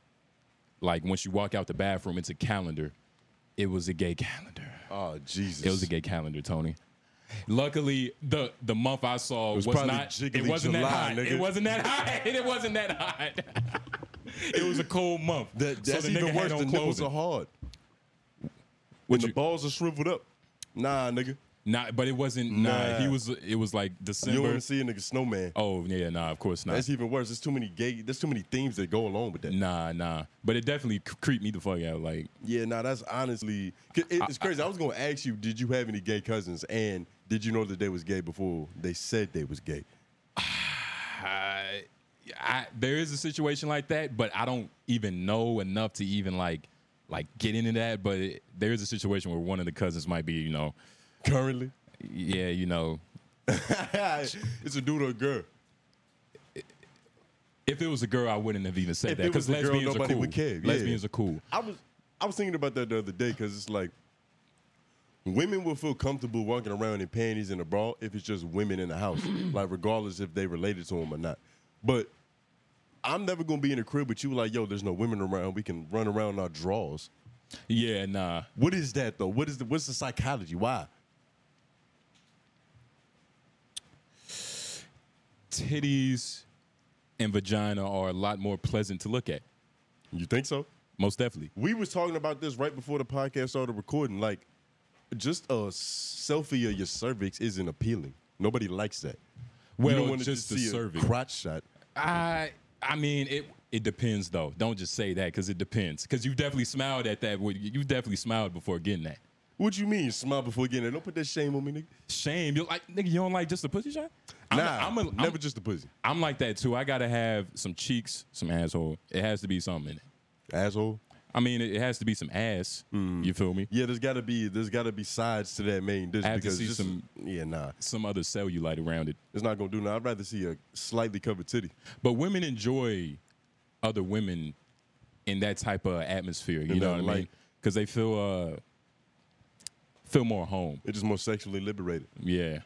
Speaker 2: Like once you walk out the bathroom, it's a calendar. It was a gay calendar.
Speaker 1: Oh Jesus!
Speaker 2: It was a gay calendar, Tony. Luckily, the the month I saw was,
Speaker 1: was probably
Speaker 2: not. It
Speaker 1: jiggly
Speaker 2: wasn't that
Speaker 1: July,
Speaker 2: hot.
Speaker 1: nigga.
Speaker 2: It wasn't that hot. It wasn't that hot. it was a cold month.
Speaker 1: That,
Speaker 2: so
Speaker 1: that's
Speaker 2: the nigga
Speaker 1: even
Speaker 2: had
Speaker 1: worse. The
Speaker 2: on
Speaker 1: nipples
Speaker 2: clothing.
Speaker 1: are hard. When
Speaker 2: Would
Speaker 1: the
Speaker 2: you-
Speaker 1: balls are shriveled up, nah, nigga.
Speaker 2: Nah, but it wasn't. Nah.
Speaker 1: Nah.
Speaker 2: he was. It was like
Speaker 1: You don't
Speaker 2: December.
Speaker 1: want to see a nigga snowman.
Speaker 2: Oh yeah, nah. Of course not.
Speaker 1: That's even worse. There's too many gay. There's too many themes that go along with that.
Speaker 2: Nah, nah. But it definitely c- creeped me the fuck out. Like,
Speaker 1: Yeah, now that's honestly, 'cause it- it's crazy. I, was gonna ask you, did you have any gay cousins, and did you know that they was gay before they said they was gay?
Speaker 2: I, I there is a situation like that, but I don't even know enough to even like like get into that. But it, there is a situation where one of the cousins might be, you know,
Speaker 1: Currently,
Speaker 2: yeah, you know,
Speaker 1: it's a dude or a girl.
Speaker 2: If it was a girl, I wouldn't have even said
Speaker 1: If
Speaker 2: that
Speaker 1: it was
Speaker 2: because
Speaker 1: a girl,
Speaker 2: lesbians are
Speaker 1: nobody
Speaker 2: cool.
Speaker 1: would care, yeah.
Speaker 2: Lesbians are cool.
Speaker 1: I was I was thinking about that the other day because it's like women will feel comfortable walking around in panties and a bra if it's just women in the house, like regardless if they related to them or not. But I'm never gonna be in a crib with you like, yo, there's no women around. We can run around in our drawers.
Speaker 2: Yeah, nah.
Speaker 1: What is that though? What is the what's the psychology? Why?
Speaker 2: Titties and vagina are a lot more pleasant to look at.
Speaker 1: You think so?
Speaker 2: Most definitely.
Speaker 1: We was talking about this right before the podcast started recording. Like, just a selfie of your cervix isn't appealing. Nobody likes that. You
Speaker 2: Well,
Speaker 1: don't wanna
Speaker 2: just the
Speaker 1: see a
Speaker 2: cervix.
Speaker 1: crotch shot.
Speaker 2: I I mean it. It depends though. Don't just say that because it depends. Because you definitely smiled at that. when- You definitely smiled before getting that.
Speaker 1: What you mean? Smile before getting it. Don't put that shame on me, nigga.
Speaker 2: Shame. You're like nigga. You don't like just a pussy shot. I'm,
Speaker 1: nah,
Speaker 2: I'm, a, I'm,
Speaker 1: never just a pussy.
Speaker 2: I'm like that too. I gotta have some cheeks, some asshole. It has to be something in it.
Speaker 1: Asshole.
Speaker 2: I mean, it, it has to be some ass.
Speaker 1: Hmm.
Speaker 2: You feel me?
Speaker 1: Yeah, there's gotta be there's gotta be sides to that main dish
Speaker 2: I have to
Speaker 1: because
Speaker 2: see
Speaker 1: just-
Speaker 2: some-
Speaker 1: yeah, nah,
Speaker 2: Some other cellulite around it.
Speaker 1: it's not gonna do nothing. I'd rather see a slightly covered titty.
Speaker 2: But women enjoy other women in that type of atmosphere. You
Speaker 1: In
Speaker 2: know
Speaker 1: that
Speaker 2: what I mean?
Speaker 1: light.
Speaker 2: Because they feel uh, feel more home.
Speaker 1: It's just more sexually liberated.
Speaker 2: Yeah.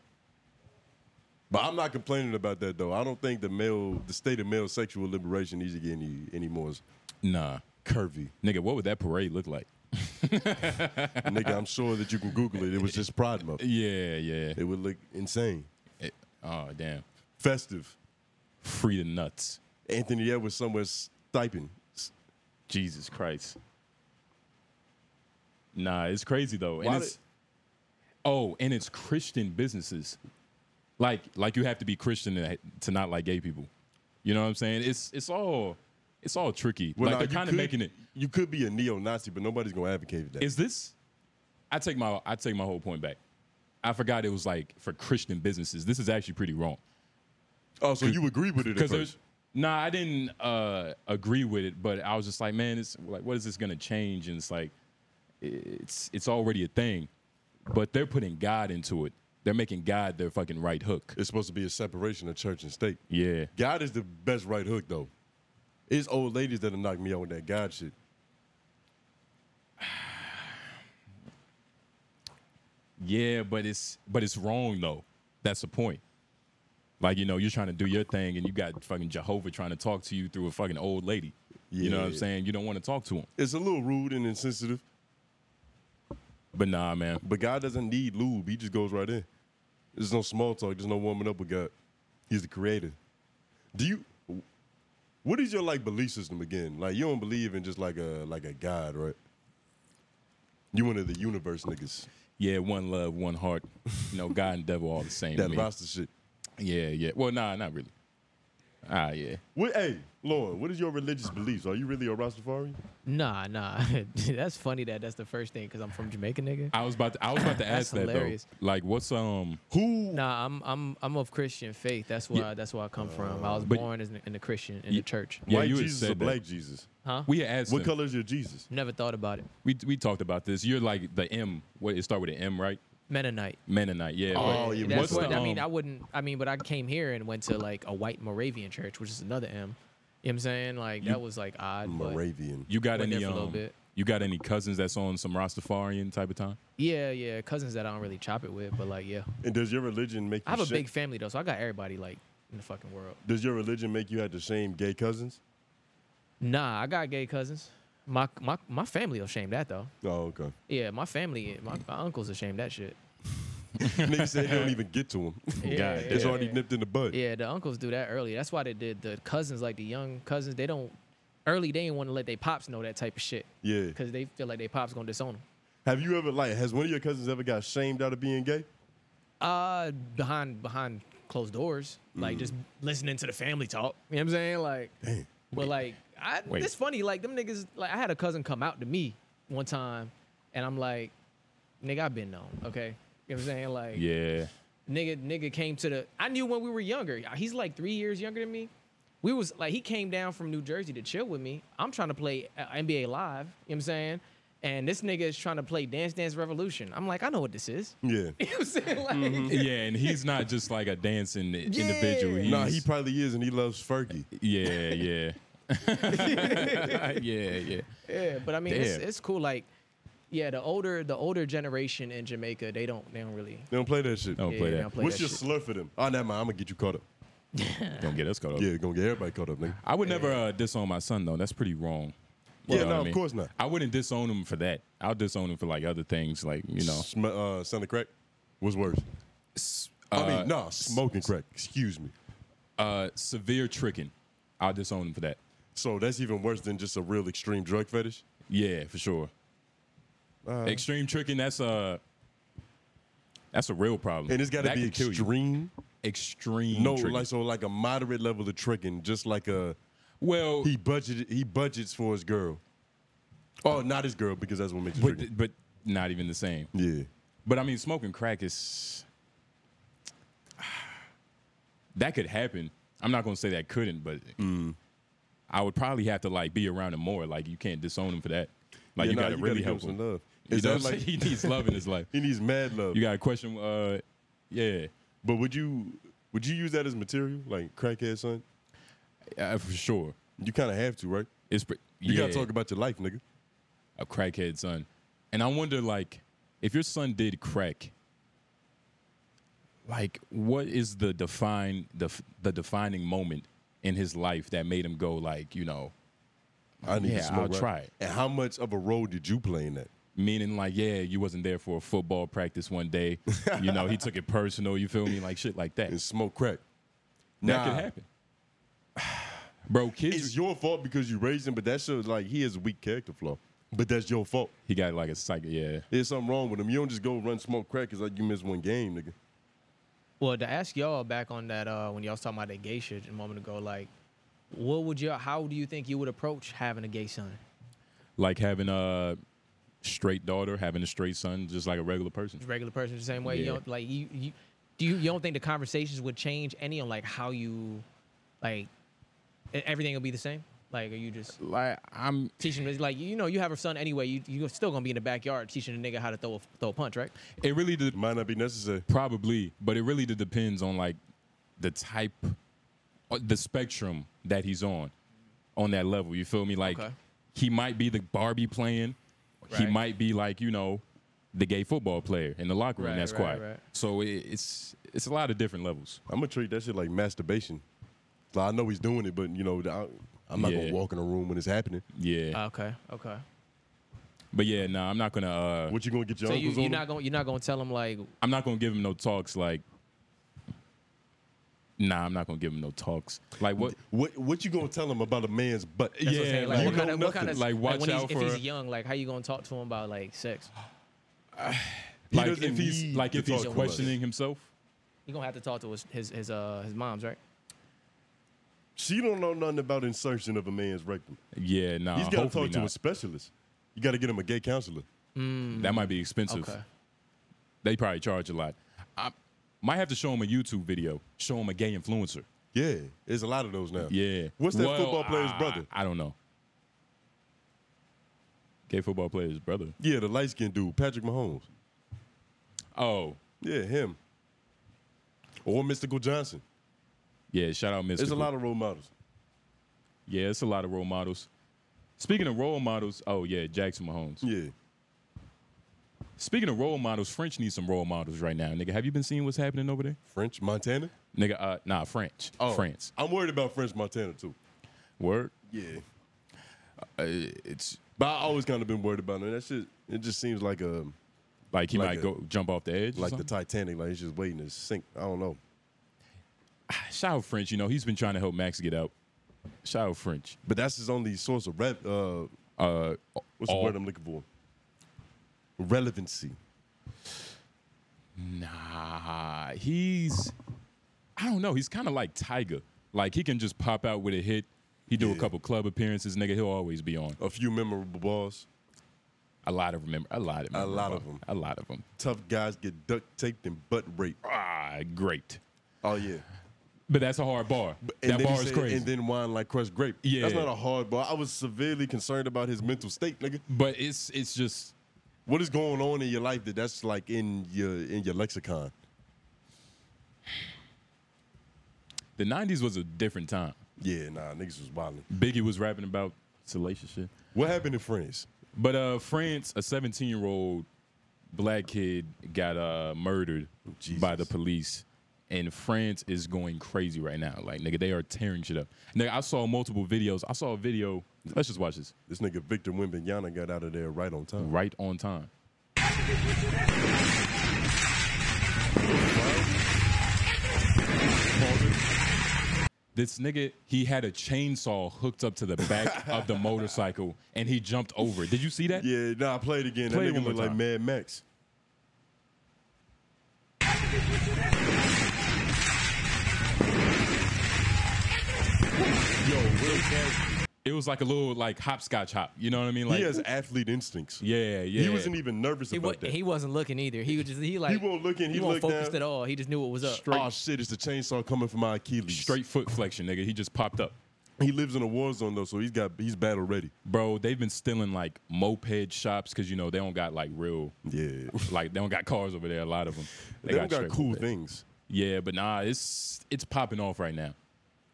Speaker 1: But I'm not complaining about that though. I don't think the male, the state of male sexual liberation needs to get any any more
Speaker 2: Nah,
Speaker 1: curvy.
Speaker 2: nigga, what would that parade look like?
Speaker 1: Nigga, I'm sure that you can Google it. It was just Pride Month.
Speaker 2: Yeah, yeah.
Speaker 1: It would look insane,
Speaker 2: It- oh damn,
Speaker 1: festive.
Speaker 2: free the nuts.
Speaker 1: Anthony Edwards somewhere stipend.
Speaker 2: Jesus Christ. Nah, it's crazy though, and
Speaker 1: Why
Speaker 2: it's oh, and it's Christian businesses. Like, like you have to be Christian to, to not like gay people. You know what I'm saying? It's it's all it's all tricky.
Speaker 1: Well,
Speaker 2: like
Speaker 1: nah,
Speaker 2: they're
Speaker 1: you
Speaker 2: kind of
Speaker 1: could-
Speaker 2: making it.
Speaker 1: You could be a neo-Nazi, but nobody's gonna advocate for that.
Speaker 2: Is this? I take my I take my whole point back. I forgot it was like for Christian businesses. This is actually pretty wrong.
Speaker 1: Oh, so you agree with it at
Speaker 2: because
Speaker 1: first?
Speaker 2: there's nah i didn't uh agree with it but i was just like man it's like what is this gonna change and it's like it's it's already a thing but they're putting god into it they're making god their fucking right hook
Speaker 1: It's supposed to be a separation of church and state.
Speaker 2: yeah
Speaker 1: God is the best right hook, though. It's old ladies that'll knock me out with that God shit.
Speaker 2: yeah but it's but it's wrong though that's the point like you know you're trying to do your thing and you got fucking jehovah trying to talk to you through a fucking old lady you know what i'm
Speaker 1: Yeah.
Speaker 2: saying you don't want to talk to him
Speaker 1: It's a little rude and insensitive,
Speaker 2: but nah man
Speaker 1: but God doesn't need lube. He just goes right in. There's no small talk. There's no warming up with God. He's the creator. Do you? What is your like belief system again? Like you don't believe in just like a like a God, right? You one of the universe niggas.
Speaker 2: yeah one love one heart you know god and devil all the same to
Speaker 1: That
Speaker 2: me.
Speaker 1: roster shit.
Speaker 2: Yeah, yeah. Well, nah, not really. Ah, yeah.
Speaker 1: What, hey, Lauren, what is your religious beliefs? Are you really a Rastafari?
Speaker 3: Nah, nah. that's funny that that's the first thing because I'm from Jamaica, nigga.
Speaker 2: I was about to, I was about to
Speaker 3: That's
Speaker 2: ask that
Speaker 3: hilarious.
Speaker 2: though. Like, what's um?
Speaker 1: Who?
Speaker 3: Nah, I'm I'm I'm of Christian faith. That's where
Speaker 2: Yeah.
Speaker 3: I, that's where I come from. I was
Speaker 2: but-
Speaker 3: born as, in the Christian in
Speaker 2: Ye-
Speaker 3: the church.
Speaker 2: yeah,
Speaker 1: white
Speaker 2: you had
Speaker 1: Jesus
Speaker 2: said
Speaker 1: or
Speaker 2: that.
Speaker 1: black Jesus?
Speaker 3: Huh?
Speaker 2: We had asked
Speaker 1: What
Speaker 2: them.
Speaker 1: color is your Jesus?
Speaker 3: Never thought about it.
Speaker 2: We we talked about this. You're like the M. What it start with an M, right?
Speaker 3: Mennonite.
Speaker 2: Mennonite. Yeah.
Speaker 1: Oh,
Speaker 2: but
Speaker 1: you
Speaker 3: That's
Speaker 2: what's
Speaker 1: must
Speaker 3: what
Speaker 1: have.
Speaker 2: the,
Speaker 3: I mean.
Speaker 2: um,
Speaker 3: I wouldn't. I mean, but I came here and went to like a white Moravian church, which is another M. You know what I'm saying? Like that was like odd. but-
Speaker 1: Moravian.
Speaker 2: You got
Speaker 3: Went there
Speaker 2: any
Speaker 3: for a little
Speaker 2: um?
Speaker 3: bit.
Speaker 2: You got any cousins that's on some Rastafarian type of time?
Speaker 3: yeah, yeah. Cousins that I don't really chop it with, but like yeah.
Speaker 1: And does your religion make you
Speaker 3: I have a
Speaker 1: shame-
Speaker 3: big family though, so I got everybody like in the fucking world.
Speaker 1: Does your religion make you have to shame gay cousins?
Speaker 3: Nah, I got gay cousins. My my my family will shame that though.
Speaker 1: Oh, okay.
Speaker 3: Yeah, my family, my, my uncles will shame that shit.
Speaker 1: Niggas say they don't even get to them.
Speaker 3: Yeah,
Speaker 1: it's
Speaker 3: yeah,
Speaker 1: already
Speaker 3: yeah.
Speaker 1: nipped in the bud.
Speaker 3: Yeah, the uncles do that early. That's why they did the cousins, like the young cousins. They don't early. They didn't want to let their pops know that type of shit
Speaker 1: Yeah.
Speaker 3: because they feel like their pops gonna disown them.
Speaker 1: Have you ever like? Has one of your cousins ever got shamed out of being gay?
Speaker 3: Uh, behind behind closed doors,
Speaker 2: Mm.
Speaker 3: like just listening to the family talk. You know what I'm saying? Like, but like, I,
Speaker 2: Wait.
Speaker 3: it's funny. Like them niggas. Like I had a cousin come out to me one time, and I'm like, nigga, I've been known. Okay, you know what I'm saying? Like,
Speaker 2: Yeah.
Speaker 3: nigga nigga came to the I knew when we were younger. He's like three years younger than me. We was like he came down from New Jersey to chill with me. I'm trying to play uh, NBA Live, you know what I'm saying? And this nigga is trying to play Dance Dance Revolution. I'm like, I know what this is.
Speaker 1: Yeah.
Speaker 3: You know what I'm saying? Like,
Speaker 2: Yeah, and he's not just like a dancing individual. He's,
Speaker 1: Nah, he probably is, and he loves Fergie.
Speaker 2: yeah, yeah. yeah, yeah.
Speaker 3: Yeah, but I mean, it's,
Speaker 2: Damn.
Speaker 3: it's cool. Like, yeah, the older the older generation in Jamaica, they don't they don't really.
Speaker 1: They don't play that shit.
Speaker 2: Don't
Speaker 3: Yeah,
Speaker 2: play
Speaker 3: they
Speaker 2: that.
Speaker 3: don't play
Speaker 1: What's
Speaker 3: that
Speaker 1: your
Speaker 3: shit.
Speaker 1: slur for them? Oh, never mind. I'm gonna get you caught up.
Speaker 2: Don't get us caught up.
Speaker 1: Yeah, gonna get everybody caught up, nigga.
Speaker 2: I would never uh, disown my son though. That's pretty wrong.
Speaker 1: Yeah,
Speaker 2: know
Speaker 1: no,
Speaker 2: what I
Speaker 1: of
Speaker 2: mean?
Speaker 1: course not.
Speaker 2: I wouldn't disown him for that. I'll disown him for like other things, like you know.
Speaker 1: Sm- uh, son of crack was worse. I
Speaker 2: uh,
Speaker 1: mean, nah, smoking crack. Excuse me.
Speaker 2: uh, severe tricking. I'll disown him for that.
Speaker 1: So that's even worse than just a real extreme drug fetish.
Speaker 2: Yeah, for sure.
Speaker 1: Uh.
Speaker 2: Extreme tricking. That's a that's a real problem.
Speaker 1: And it's got to
Speaker 2: That
Speaker 1: be
Speaker 2: could kill you.
Speaker 1: extreme.
Speaker 2: Extreme.
Speaker 1: No,
Speaker 2: tricking.
Speaker 1: like so, like a moderate level of tricking, just like a
Speaker 2: well,
Speaker 1: he budgeted. He budgets for his girl. Oh, not his girl because that's what makes it.
Speaker 2: but
Speaker 1: tricking.
Speaker 2: but not even the same.
Speaker 1: yeah,
Speaker 2: But I mean, smoking crack is that could happen. I'm not gonna say that couldn't, but
Speaker 1: Mm.
Speaker 2: I would probably have to like be around him more. Like you can't disown him for that. Like Oh,
Speaker 1: Yeah,
Speaker 2: you
Speaker 1: nah,
Speaker 2: gotta really
Speaker 1: give
Speaker 2: help
Speaker 1: some
Speaker 2: him.
Speaker 1: love.
Speaker 2: You
Speaker 1: Is
Speaker 2: know what
Speaker 1: that
Speaker 2: I'm saying?
Speaker 1: like
Speaker 2: he needs love in his life.
Speaker 1: he needs mad love?
Speaker 2: You gotta question. Uh, yeah,
Speaker 1: but would you would you use that as material, like crackhead son?
Speaker 2: uh, for sure.
Speaker 1: You kind of have to, right?
Speaker 2: It's pre-
Speaker 1: You
Speaker 2: yeah,
Speaker 1: gotta talk about your life, nigga.
Speaker 2: a crackhead son, and I wonder like if your son did crack. Like, what is the define the f- the defining moment in his life that made him go like you know
Speaker 1: I need
Speaker 2: Yeah,
Speaker 1: to smoke.
Speaker 2: I'll
Speaker 1: right?
Speaker 2: try it.
Speaker 1: And how much of a role did you play in that?
Speaker 2: meaning like yeah you wasn't there for a football practice one day you know he took it personal you feel me like shit like that
Speaker 1: And smoke crack.
Speaker 2: that could
Speaker 1: Nah.
Speaker 2: happen bro
Speaker 1: It's
Speaker 2: kids
Speaker 1: your fault because you raised him, but that shows like he has a weak character flaw. But that's your fault.
Speaker 2: he got like a psycho yeah
Speaker 1: There's something wrong with him. You don't just go run smoke crack. It's like you missed one game, nigga.
Speaker 3: Well, to ask y'all back on that uh, when y'all was talking about that gay shit a moment ago, like, what would you? How do you think you would approach having a gay son?
Speaker 2: like having a straight daughter having a straight son just like a regular person
Speaker 3: regular person the same way. You
Speaker 2: Yeah.
Speaker 3: don't like you, you do you, you don't think the conversations would change any on like how you like e- everything will be the same? Like are you just
Speaker 2: like i'm
Speaker 3: teaching them- like you know you have a son anyway, you you're still gonna be in the backyard teaching a nigga how to throw a, throw a punch, right?
Speaker 2: it really did
Speaker 1: Might not be necessary.
Speaker 2: Probably, but it really d- depends on like the type, uh, the spectrum that he's on, on that level. You feel me? Like
Speaker 3: Okay.
Speaker 2: he might be the Barbie playing, he
Speaker 3: Right.
Speaker 2: might be like you know, the gay football player in the locker room.
Speaker 3: Right,
Speaker 2: that's
Speaker 3: right,
Speaker 2: quiet.
Speaker 3: right.
Speaker 2: So it, it's it's a lot of different levels.
Speaker 1: I'm gonna treat that shit like masturbation. So I know he's doing it, but you know, I, I'm not
Speaker 2: Yeah.
Speaker 1: gonna walk in a room when it's happening.
Speaker 2: Yeah,
Speaker 1: Uh,
Speaker 3: Okay, okay.
Speaker 2: but yeah, no, nah, I'm not gonna. Uh,
Speaker 1: What you gonna get your
Speaker 3: So you,
Speaker 1: uncles
Speaker 3: you're
Speaker 1: on?
Speaker 3: not gonna you're not gonna tell him like
Speaker 2: I'm not gonna give him no talks like. Nah, I'm not gonna give him no talks. Like what?
Speaker 1: what what you gonna tell him about a man's butt?
Speaker 3: that's
Speaker 2: Yeah,
Speaker 3: what I'm saying, like,
Speaker 2: like,
Speaker 3: what
Speaker 2: you
Speaker 3: kind
Speaker 1: know
Speaker 3: of what kind of
Speaker 1: nothing.
Speaker 2: Like, watch
Speaker 3: when he's,
Speaker 2: out
Speaker 3: if
Speaker 2: for-
Speaker 3: he's young, like how you gonna talk to him about like sex?
Speaker 1: He
Speaker 2: Like
Speaker 1: doesn't
Speaker 2: if he's
Speaker 1: need
Speaker 2: like
Speaker 1: to
Speaker 2: if he's
Speaker 1: talk to us.
Speaker 2: questioning himself,
Speaker 3: He gonna have to talk to his his his, uh, his moms, right?
Speaker 1: She don't know nothing about insertion of a man's rectum.
Speaker 2: Yeah, no.
Speaker 1: He's got to
Speaker 2: hopefully
Speaker 1: talk to a
Speaker 2: not.
Speaker 1: specialist. You got to get him a gay counselor.
Speaker 2: That might be expensive.
Speaker 3: Okay.
Speaker 2: They probably charge a lot. I might have to show him a YouTube video. Show him a gay influencer.
Speaker 1: Yeah, there's a lot of those now.
Speaker 2: Yeah.
Speaker 1: What's that
Speaker 2: Well,
Speaker 1: football player's
Speaker 2: I-
Speaker 1: brother?
Speaker 2: I don't know. Gay football player's brother.
Speaker 1: Yeah, the light skinned dude, Patrick Mahomes.
Speaker 2: Oh,
Speaker 1: Yeah, him. Or Mystical Johnson.
Speaker 2: yeah. Shout out, Mr.
Speaker 1: There's a lot of role models.
Speaker 2: yeah, it's a lot of role models. Speaking of role models, oh yeah, Jackson Mahomes.
Speaker 1: Yeah.
Speaker 2: Speaking of role models, French needs some role models right now, nigga. Have you been seeing what's happening over there,
Speaker 1: French Montana?
Speaker 2: nigga? Uh, nah, French,
Speaker 1: Oh.
Speaker 2: France.
Speaker 1: I'm worried about French Montana too.
Speaker 2: Word.
Speaker 1: Yeah.
Speaker 2: Uh, it's
Speaker 1: But I always kind of been worried about it. That shit, it just seems like a
Speaker 2: like he
Speaker 1: Like
Speaker 2: might
Speaker 1: a-
Speaker 2: go jump off the edge. or
Speaker 1: like the
Speaker 2: something.
Speaker 1: Titanic, like it's just waiting to sink. I don't know.
Speaker 2: shout out French. You know he's been trying to help Max get out. Shout out French.
Speaker 1: But that's his only source of rep. Uh,
Speaker 2: Uh,
Speaker 1: what's
Speaker 2: all-
Speaker 1: the word I'm looking for? Relevancy.
Speaker 2: Nah, he's I don't know. He's kind of like Tiger. Like he can just pop out with a hit. He do a
Speaker 1: Yeah.
Speaker 2: couple club appearances, nigga. He'll always be on.
Speaker 1: A few memorable balls.
Speaker 2: A lot of remember, a lot of
Speaker 1: A lot
Speaker 2: memorable.
Speaker 1: of 'em.
Speaker 2: a lot of them.
Speaker 1: Tough guys get duct taped and butt raped.
Speaker 2: Ah, great.
Speaker 1: Oh yeah.
Speaker 2: But that's a hard bar.
Speaker 1: And
Speaker 2: that
Speaker 1: then he
Speaker 2: bar is
Speaker 1: said,
Speaker 2: crazy.
Speaker 1: And then wine like crushed grape.
Speaker 2: Yeah.
Speaker 1: That's not a hard bar. I was severely concerned about his mental state, nigga.
Speaker 2: but it's it's just
Speaker 1: What is going on in your life that that's like in your in your lexicon?
Speaker 2: the '90s was a different time.
Speaker 1: Yeah, nah, niggas was wilding.
Speaker 2: Biggie was rapping about salacious shit.
Speaker 1: What happened in France?
Speaker 2: But uh, France, a 17 year old black kid got uh, murdered
Speaker 1: Jesus.
Speaker 2: by the police. And France is going crazy right now. Like, nigga, they are tearing shit up. Nigga, I saw multiple videos. I saw a video. Let's just watch this
Speaker 1: This nigga Victor Wembanyama got out of there right on time.
Speaker 2: right on time. This nigga, he had a chainsaw hooked up to the back of the motorcycle and he jumped over it. Did you see that?
Speaker 1: Yeah, nah, I played again.
Speaker 2: Play it
Speaker 1: that
Speaker 2: one
Speaker 1: nigga
Speaker 2: more
Speaker 1: look like
Speaker 2: time.
Speaker 1: Mad Max. Yo, Will Cass-
Speaker 2: It was like a little like hopscotch hop. You know what I mean? Like
Speaker 1: he has athlete instincts.
Speaker 2: Yeah, yeah.
Speaker 1: He wasn't even nervous
Speaker 3: He,
Speaker 1: about
Speaker 3: wa-
Speaker 1: that.
Speaker 3: he wasn't looking either. He was just he like
Speaker 1: won't look in, he
Speaker 3: wasn't
Speaker 1: looked
Speaker 3: focused
Speaker 1: down.
Speaker 3: at all. He just knew what was up.
Speaker 1: Oh shit! It's the chainsaw coming from my Achilles.
Speaker 2: straight foot flexion, nigga. He just popped up.
Speaker 1: He lives in a war zone though, so he's got he's battle ready.
Speaker 2: Bro, they've been stealing like moped shops because you know they don't got like real
Speaker 1: Yeah.
Speaker 2: like they don't got cars over there, a lot of them.
Speaker 1: They don't got
Speaker 2: straight
Speaker 1: cool
Speaker 2: moped.
Speaker 1: things.
Speaker 2: Yeah, but nah, it's it's popping off right now.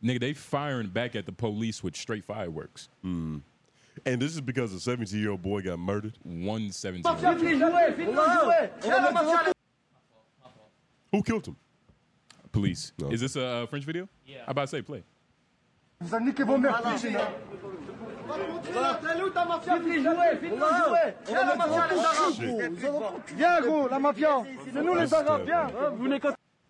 Speaker 2: Nigga, they firing back at the police with straight fireworks.
Speaker 1: And this is because a 17 year old boy got murdered.
Speaker 2: 117.
Speaker 1: Who killed him?
Speaker 2: Police.
Speaker 1: No.
Speaker 2: Is this a uh, French video? Yeah. I about to say play.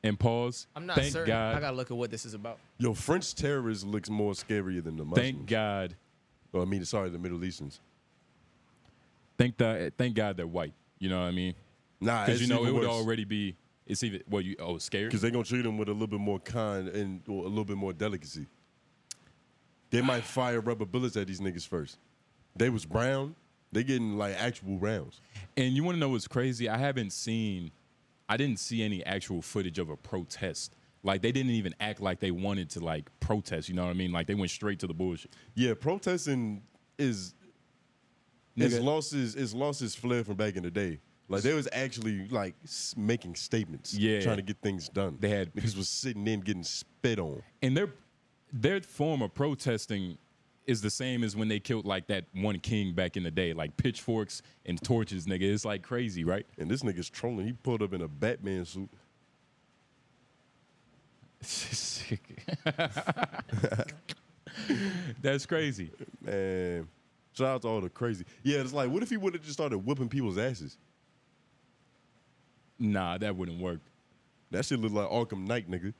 Speaker 2: And pause.
Speaker 3: I'm not
Speaker 2: Thank
Speaker 3: certain.
Speaker 2: God.
Speaker 3: I gotta look at what this is about.
Speaker 1: Yo, French terrorists looks more scarier than the Muslims.
Speaker 2: thank God.
Speaker 1: Oh, I mean, sorry, the Middle Easterns.
Speaker 2: Thank that. Thank God they're white. You know what I mean?
Speaker 1: Nah,
Speaker 2: Because you know it would already be. It's even well, you oh scared.
Speaker 1: because they're gonna treat him with a little bit more kind and or a little bit more delicacy. They might fire rubber bullets at these niggas first. They was brown. They getting like actual rounds.
Speaker 2: And you want to know what's crazy? I haven't seen, I didn't see any actual footage of a protest. Like they didn't even act like they wanted to like protest. You know what I mean? Like they went straight to the bullshit.
Speaker 1: Yeah, protesting is it's
Speaker 2: Nigga.
Speaker 1: lost its, it's lost its flair from back in the day. Like they was actually like s- making statements,
Speaker 2: Yeah.
Speaker 1: trying to get things done.
Speaker 2: They had-
Speaker 1: niggas was sitting in getting spit on.
Speaker 2: And their their form of protesting is the same as when they killed like that one king back in the day, like pitchforks and torches, nigga. It's like crazy, right?
Speaker 1: And this nigga's trolling. He pulled up in a Batman suit.
Speaker 2: That's crazy.
Speaker 1: Man, shout out to all the crazy. Yeah, it's like, what if he would have just started whipping people's asses?
Speaker 2: Nah, that wouldn't work.
Speaker 1: That shit look like Arkham Knight, nigga.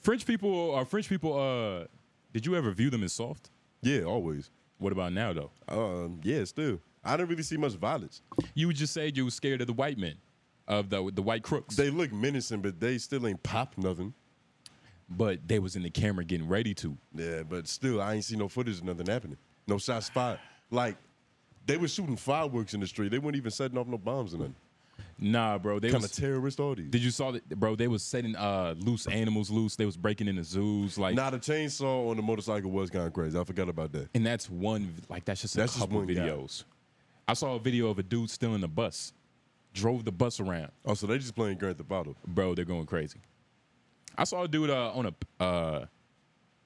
Speaker 2: French people are French people. Uh, did you ever view them as soft?
Speaker 1: Yeah, always.
Speaker 2: What about now though?
Speaker 1: Um, yeah, still. I didn't really see much violence.
Speaker 2: You just said you were scared of the white men. of the the white crooks.
Speaker 1: They look menacing, but they still ain't pop nothing.
Speaker 2: but they was in the camera getting ready to.
Speaker 1: Yeah, but still, I ain't seen no footage of nothing happening. No shots fired. Like, they were shooting fireworks in the street. They weren't even setting off no bombs or nothing.
Speaker 2: Nah, bro. They
Speaker 1: Kind
Speaker 2: was-
Speaker 1: of terrorist audience.
Speaker 2: Did you saw that, bro? They was setting uh, loose animals loose. They was breaking into zoos, like,
Speaker 1: Now, the chainsaw on the motorcycle was kind of crazy. I forgot about that.
Speaker 2: and that's one, like, that's just a
Speaker 1: That's just
Speaker 2: couple
Speaker 1: one guy.
Speaker 2: videos. I saw a video of a dude stealing a bus, drove the bus around,
Speaker 1: Oh, so they just playing Grand Theft Auto.
Speaker 2: bro. They're going crazy. I saw a dude uh, on a uh,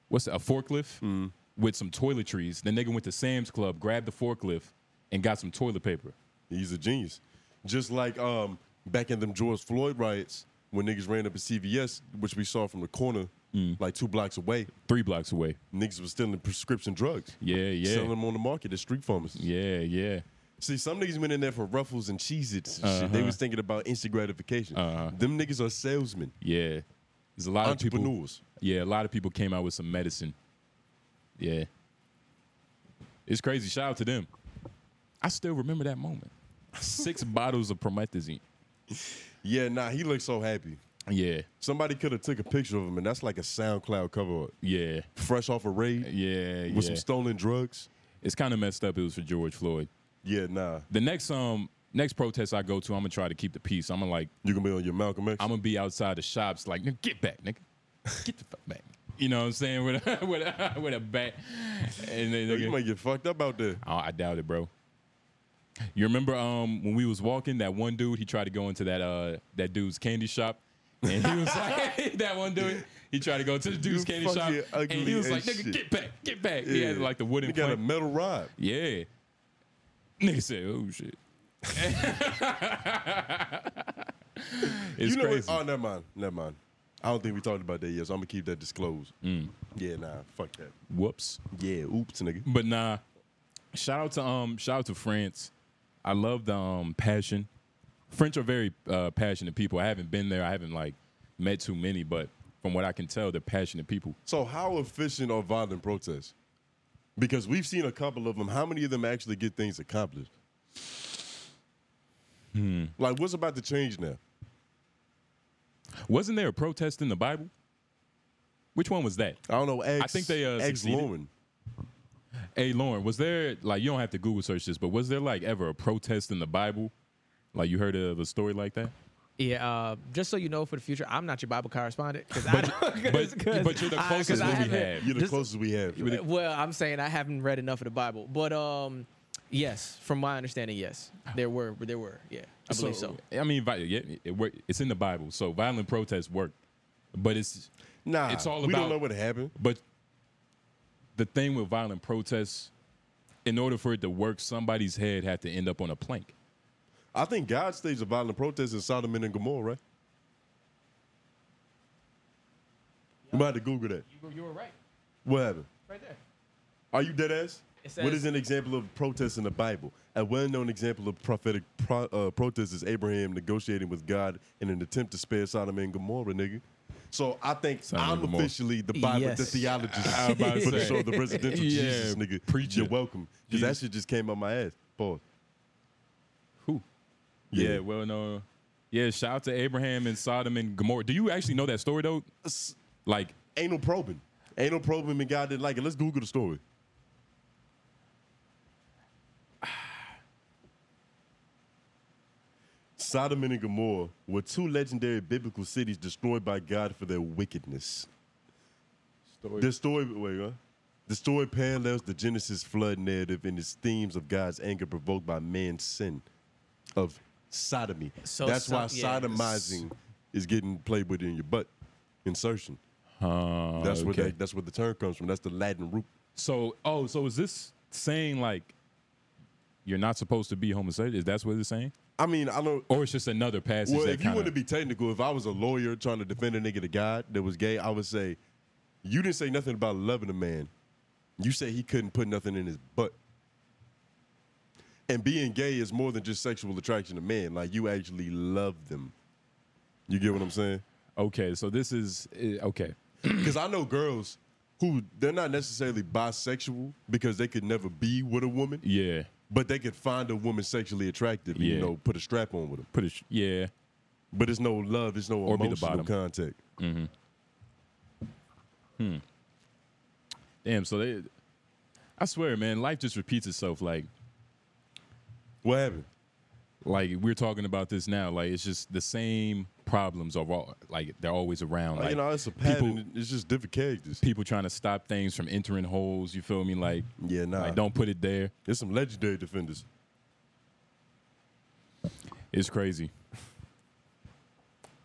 Speaker 2: what's that, a forklift
Speaker 1: Mm-hmm.
Speaker 2: with some toiletries. The nigga went to Sam's Club, grabbed the forklift, and got some toilet paper.
Speaker 1: He's a genius. Just like um, back in them George Floyd riots when niggas ran up at CVS, which we saw from the corner,
Speaker 2: Mm.
Speaker 1: like two blocks away,
Speaker 2: Three blocks away.
Speaker 1: niggas was stealing prescription drugs.
Speaker 2: Yeah, yeah,
Speaker 1: Selling them on the market at street pharmacies.
Speaker 2: yeah, yeah.
Speaker 1: See, some niggas went in there for ruffles and Cheez-Its and shit. They
Speaker 2: Uh-huh.
Speaker 1: was thinking about instant gratification. Them niggas are salesmen,
Speaker 2: Yeah. There's a lot of Uh-huh. people.
Speaker 1: entrepreneurs.
Speaker 2: Yeah, a lot of people came out with some medicine. Yeah. It's crazy. Shout out to them. I still remember that moment. Six bottles of promethazine.
Speaker 1: Yeah, nah, he looked so happy.
Speaker 2: Yeah.
Speaker 1: Somebody could have took a picture of him, and that's like a SoundCloud cover art.
Speaker 2: Yeah.
Speaker 1: Fresh off a raid
Speaker 2: Yeah.
Speaker 1: with
Speaker 2: yeah.
Speaker 1: some stolen drugs.
Speaker 2: it's kind of messed up. It was for George Floyd.
Speaker 1: Yeah, nah.
Speaker 2: The next um next protest I go to, I'm gonna try to keep the peace. I'm gonna like
Speaker 1: You can be on your Malcolm X.
Speaker 2: I'm gonna be outside the shops like nigga, get back, nigga. Get the fuck back. You know what I'm saying? With a with a, with a bat. And then
Speaker 1: Yo, Oh, you might get fucked up out there.
Speaker 2: I, I doubt it, bro. You remember um, when we was walking, that one dude he tried to go into that uh, that dude's candy shop, and he was like, that one dude he tried to go to the dude's candy shop,
Speaker 1: fucking
Speaker 2: and he
Speaker 1: ugly
Speaker 2: was like,
Speaker 1: as
Speaker 2: nigga,
Speaker 1: shit.
Speaker 2: get back, get back. He had like the wooden
Speaker 1: He got a
Speaker 2: plank.
Speaker 1: metal rod.
Speaker 2: Yeah, nigga said, oh shit. it's
Speaker 1: you know
Speaker 2: crazy.
Speaker 1: what? Oh, never mind. Never mind. I don't think we talked about that yet, so I'm gonna keep that disclosed.
Speaker 2: Mm.
Speaker 1: Yeah, nah, fuck that.
Speaker 2: Whoops.
Speaker 1: Yeah, oops, nigga.
Speaker 2: But nah, shout out to um, shout out to France. I love the um, passion. French are very uh, passionate people. I haven't been there. I haven't like met too many, but from what I can tell, they're passionate people.
Speaker 1: So, how efficient are violent protests? Because we've seen a couple of them. How many of them actually get things accomplished?
Speaker 2: Hmm.
Speaker 1: Like, what's about to change now?
Speaker 2: Wasn't there a protest in the Bible? Which one was that?
Speaker 1: I don't know. Ex,
Speaker 2: think they, uh,
Speaker 1: ex
Speaker 2: succeeded.
Speaker 1: Lauren.
Speaker 2: Hey, Lauren, was there like you don't have to Google search this, but was there like ever a protest in the Bible? Like you heard of a story like that?
Speaker 3: Yeah, uh, just so you know for the future, I'm not your Bible correspondent. Cause I don't-
Speaker 2: But, but you're the
Speaker 3: I- 'cause
Speaker 2: closest
Speaker 3: I
Speaker 2: that we
Speaker 3: haven't-
Speaker 2: have.
Speaker 1: You're the
Speaker 3: Just-
Speaker 1: closest we have.
Speaker 3: well, I'm saying I haven't read enough of the Bible, but um, yes, from my understanding, yes, there were, there were, yeah, I believe so.
Speaker 2: I mean, vi- yeah, it, wor- it's in the Bible, so violent protests work, but it's
Speaker 1: Nah,
Speaker 2: it's all
Speaker 1: we
Speaker 2: about-
Speaker 1: don't know what happened.
Speaker 2: But the thing with violent protests, in order for it to work, somebody's head had to end up on a plank.
Speaker 1: I think God staged a violent protest in Sodom and Gomorrah, right? You might have to Google that.
Speaker 3: You were, you were right,
Speaker 1: What happened?
Speaker 3: right there.
Speaker 1: Are you dead ass?
Speaker 3: It
Speaker 1: what
Speaker 3: says-
Speaker 1: is an example of protest in the Bible? A well-known example of prophetic pro- uh, protest is Abraham negotiating with God in an attempt to spare Sodom and Gomorrah, nigga. So I think
Speaker 2: Sodom and
Speaker 1: I'm
Speaker 2: Gomorrah.
Speaker 1: officially the Bible, the
Speaker 3: Yes.
Speaker 1: theologist
Speaker 2: I was about to
Speaker 1: for the
Speaker 2: say.
Speaker 1: show, the presidential
Speaker 2: Yeah,
Speaker 1: Jesus, nigga.
Speaker 2: preach
Speaker 1: You're
Speaker 2: it.
Speaker 1: welcome, because that
Speaker 2: Jesus.
Speaker 1: shit just came out my ass. Pause.
Speaker 2: Who? Yeah.
Speaker 1: Yeah.
Speaker 2: well, no. Yeah, shout out to Abraham and Sodom and Gomorrah. Do you actually know that story though?
Speaker 1: S-
Speaker 2: Like,
Speaker 1: Ain't no probing. Ain't no probing, and God didn't like it. Let's Google the story. Sodom and Gomorrah were two legendary biblical cities destroyed by God for their wickedness.
Speaker 2: Story-
Speaker 1: The story, wait, huh? The story parallels the Genesis flood narrative in its themes of God's anger provoked by man's sin of sodomy.
Speaker 3: So
Speaker 1: That's why
Speaker 3: so- yeah.
Speaker 1: sodomizing is getting played with in your butt insertion.
Speaker 2: uh,
Speaker 1: That's where
Speaker 2: okay.
Speaker 1: that, that's where the term comes from. That's the Latin root.
Speaker 2: So, oh, so is this saying like you're not supposed to be homosexual? Is that what it's saying,
Speaker 1: I mean, I don't.
Speaker 2: or it's just another passage?
Speaker 1: Well,
Speaker 2: that
Speaker 1: if you want
Speaker 2: kinda-
Speaker 1: to be technical, if I was a lawyer trying to defend a nigga to God that was gay, I would say, you didn't say nothing about loving a man. You said he couldn't put nothing in his butt. And being gay is more than just sexual attraction to men. Like you actually love them. You get what I'm saying?
Speaker 2: okay, so this is eh, okay.
Speaker 1: Because I know girls who they're not necessarily bisexual because they could never be with a woman,
Speaker 2: Yeah,
Speaker 1: but they could find a woman sexually attractive. and, You
Speaker 2: Yeah.
Speaker 1: know, put a strap on with them.
Speaker 2: put a sh- yeah.
Speaker 1: but it's no love, it's no
Speaker 2: Or be the
Speaker 1: emotional
Speaker 2: bottom.
Speaker 1: contact.
Speaker 2: Damn, so they I swear, man, life just repeats itself like
Speaker 1: What happened?
Speaker 2: like we're talking about this now. Like it's just the same problems are all, like they're always around. Like
Speaker 1: you know, it's a pattern.
Speaker 2: people
Speaker 1: it's just different characters.
Speaker 2: people trying to stop things from entering holes, you feel me? Like
Speaker 1: Yeah, nah.
Speaker 2: like don't put it there.
Speaker 1: There's some legendary defenders.
Speaker 2: It's crazy.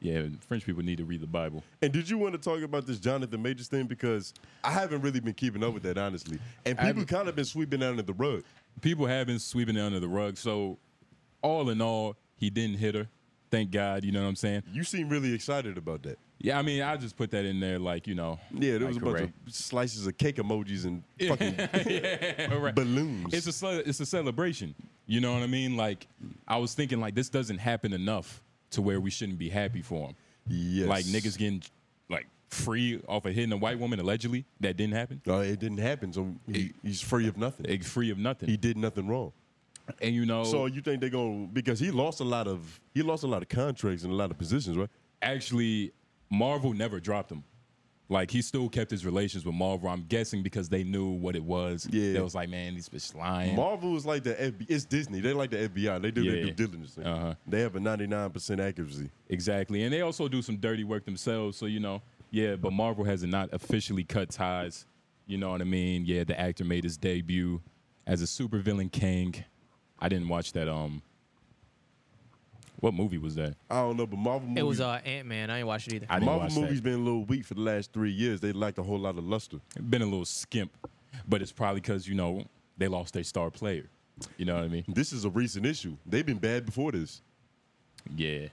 Speaker 2: Yeah, French people need to read the Bible.
Speaker 1: And did you want to talk about this Jonathan Majors thing? Because I haven't really been keeping up with that, honestly. And people kind of been sweeping that under the rug.
Speaker 2: People have been sweeping it under the rug. So all in all, he didn't hit her. Thank God, you know what I'm saying?
Speaker 1: You seem really excited about that.
Speaker 2: Yeah, I mean, I just put that in there like, you know.
Speaker 1: Yeah, there was a
Speaker 2: like,
Speaker 1: bunch
Speaker 2: hooray.
Speaker 1: of slices of cake emojis and fucking
Speaker 2: yeah, right.
Speaker 1: balloons.
Speaker 2: It's a cele- it's a celebration. You know what I mean? Like I was thinking, like this doesn't happen enough to where we shouldn't be happy for him.
Speaker 1: yes.
Speaker 2: Like niggas getting like free off of hitting a white woman allegedly that didn't happen.
Speaker 1: No, Uh, it didn't happen. So he, he's free of nothing.
Speaker 2: Like, free of nothing.
Speaker 1: he did nothing wrong.
Speaker 2: and you know,
Speaker 1: So you think they're gonna because he lost a lot of he lost a lot of contracts and a lot of positions, right?
Speaker 2: actually, Marvel never dropped him. Like he still kept his relations with Marvel. I'm guessing because they knew what it was.
Speaker 1: Yeah.
Speaker 2: they was like, man, these bitch lying.
Speaker 1: Marvel is like the FBI. It's Disney. They like the FBI. They do their
Speaker 2: Yeah.
Speaker 1: due diligence. thing.
Speaker 2: Uh-huh.
Speaker 1: They have a ninety nine percent accuracy.
Speaker 2: Exactly. And they also do some dirty work themselves. So, you know, yeah, but Marvel has not officially cut ties. You know what I mean? Yeah, the actor made his debut as a supervillain king. I didn't watch that. Um, What movie was that?
Speaker 1: I don't know, but Marvel movies,
Speaker 3: It was uh, Ant Man. I ain't watched it either.
Speaker 2: I didn't
Speaker 1: Marvel
Speaker 2: watch
Speaker 1: movies
Speaker 2: that.
Speaker 1: been a little weak for the last three years. They lacked a whole lot of luster.
Speaker 2: Been a little skimp, but it's probably because, you know, they lost their star player. You know what I mean?
Speaker 1: This is a recent issue. They've been bad before this.
Speaker 2: Yeah.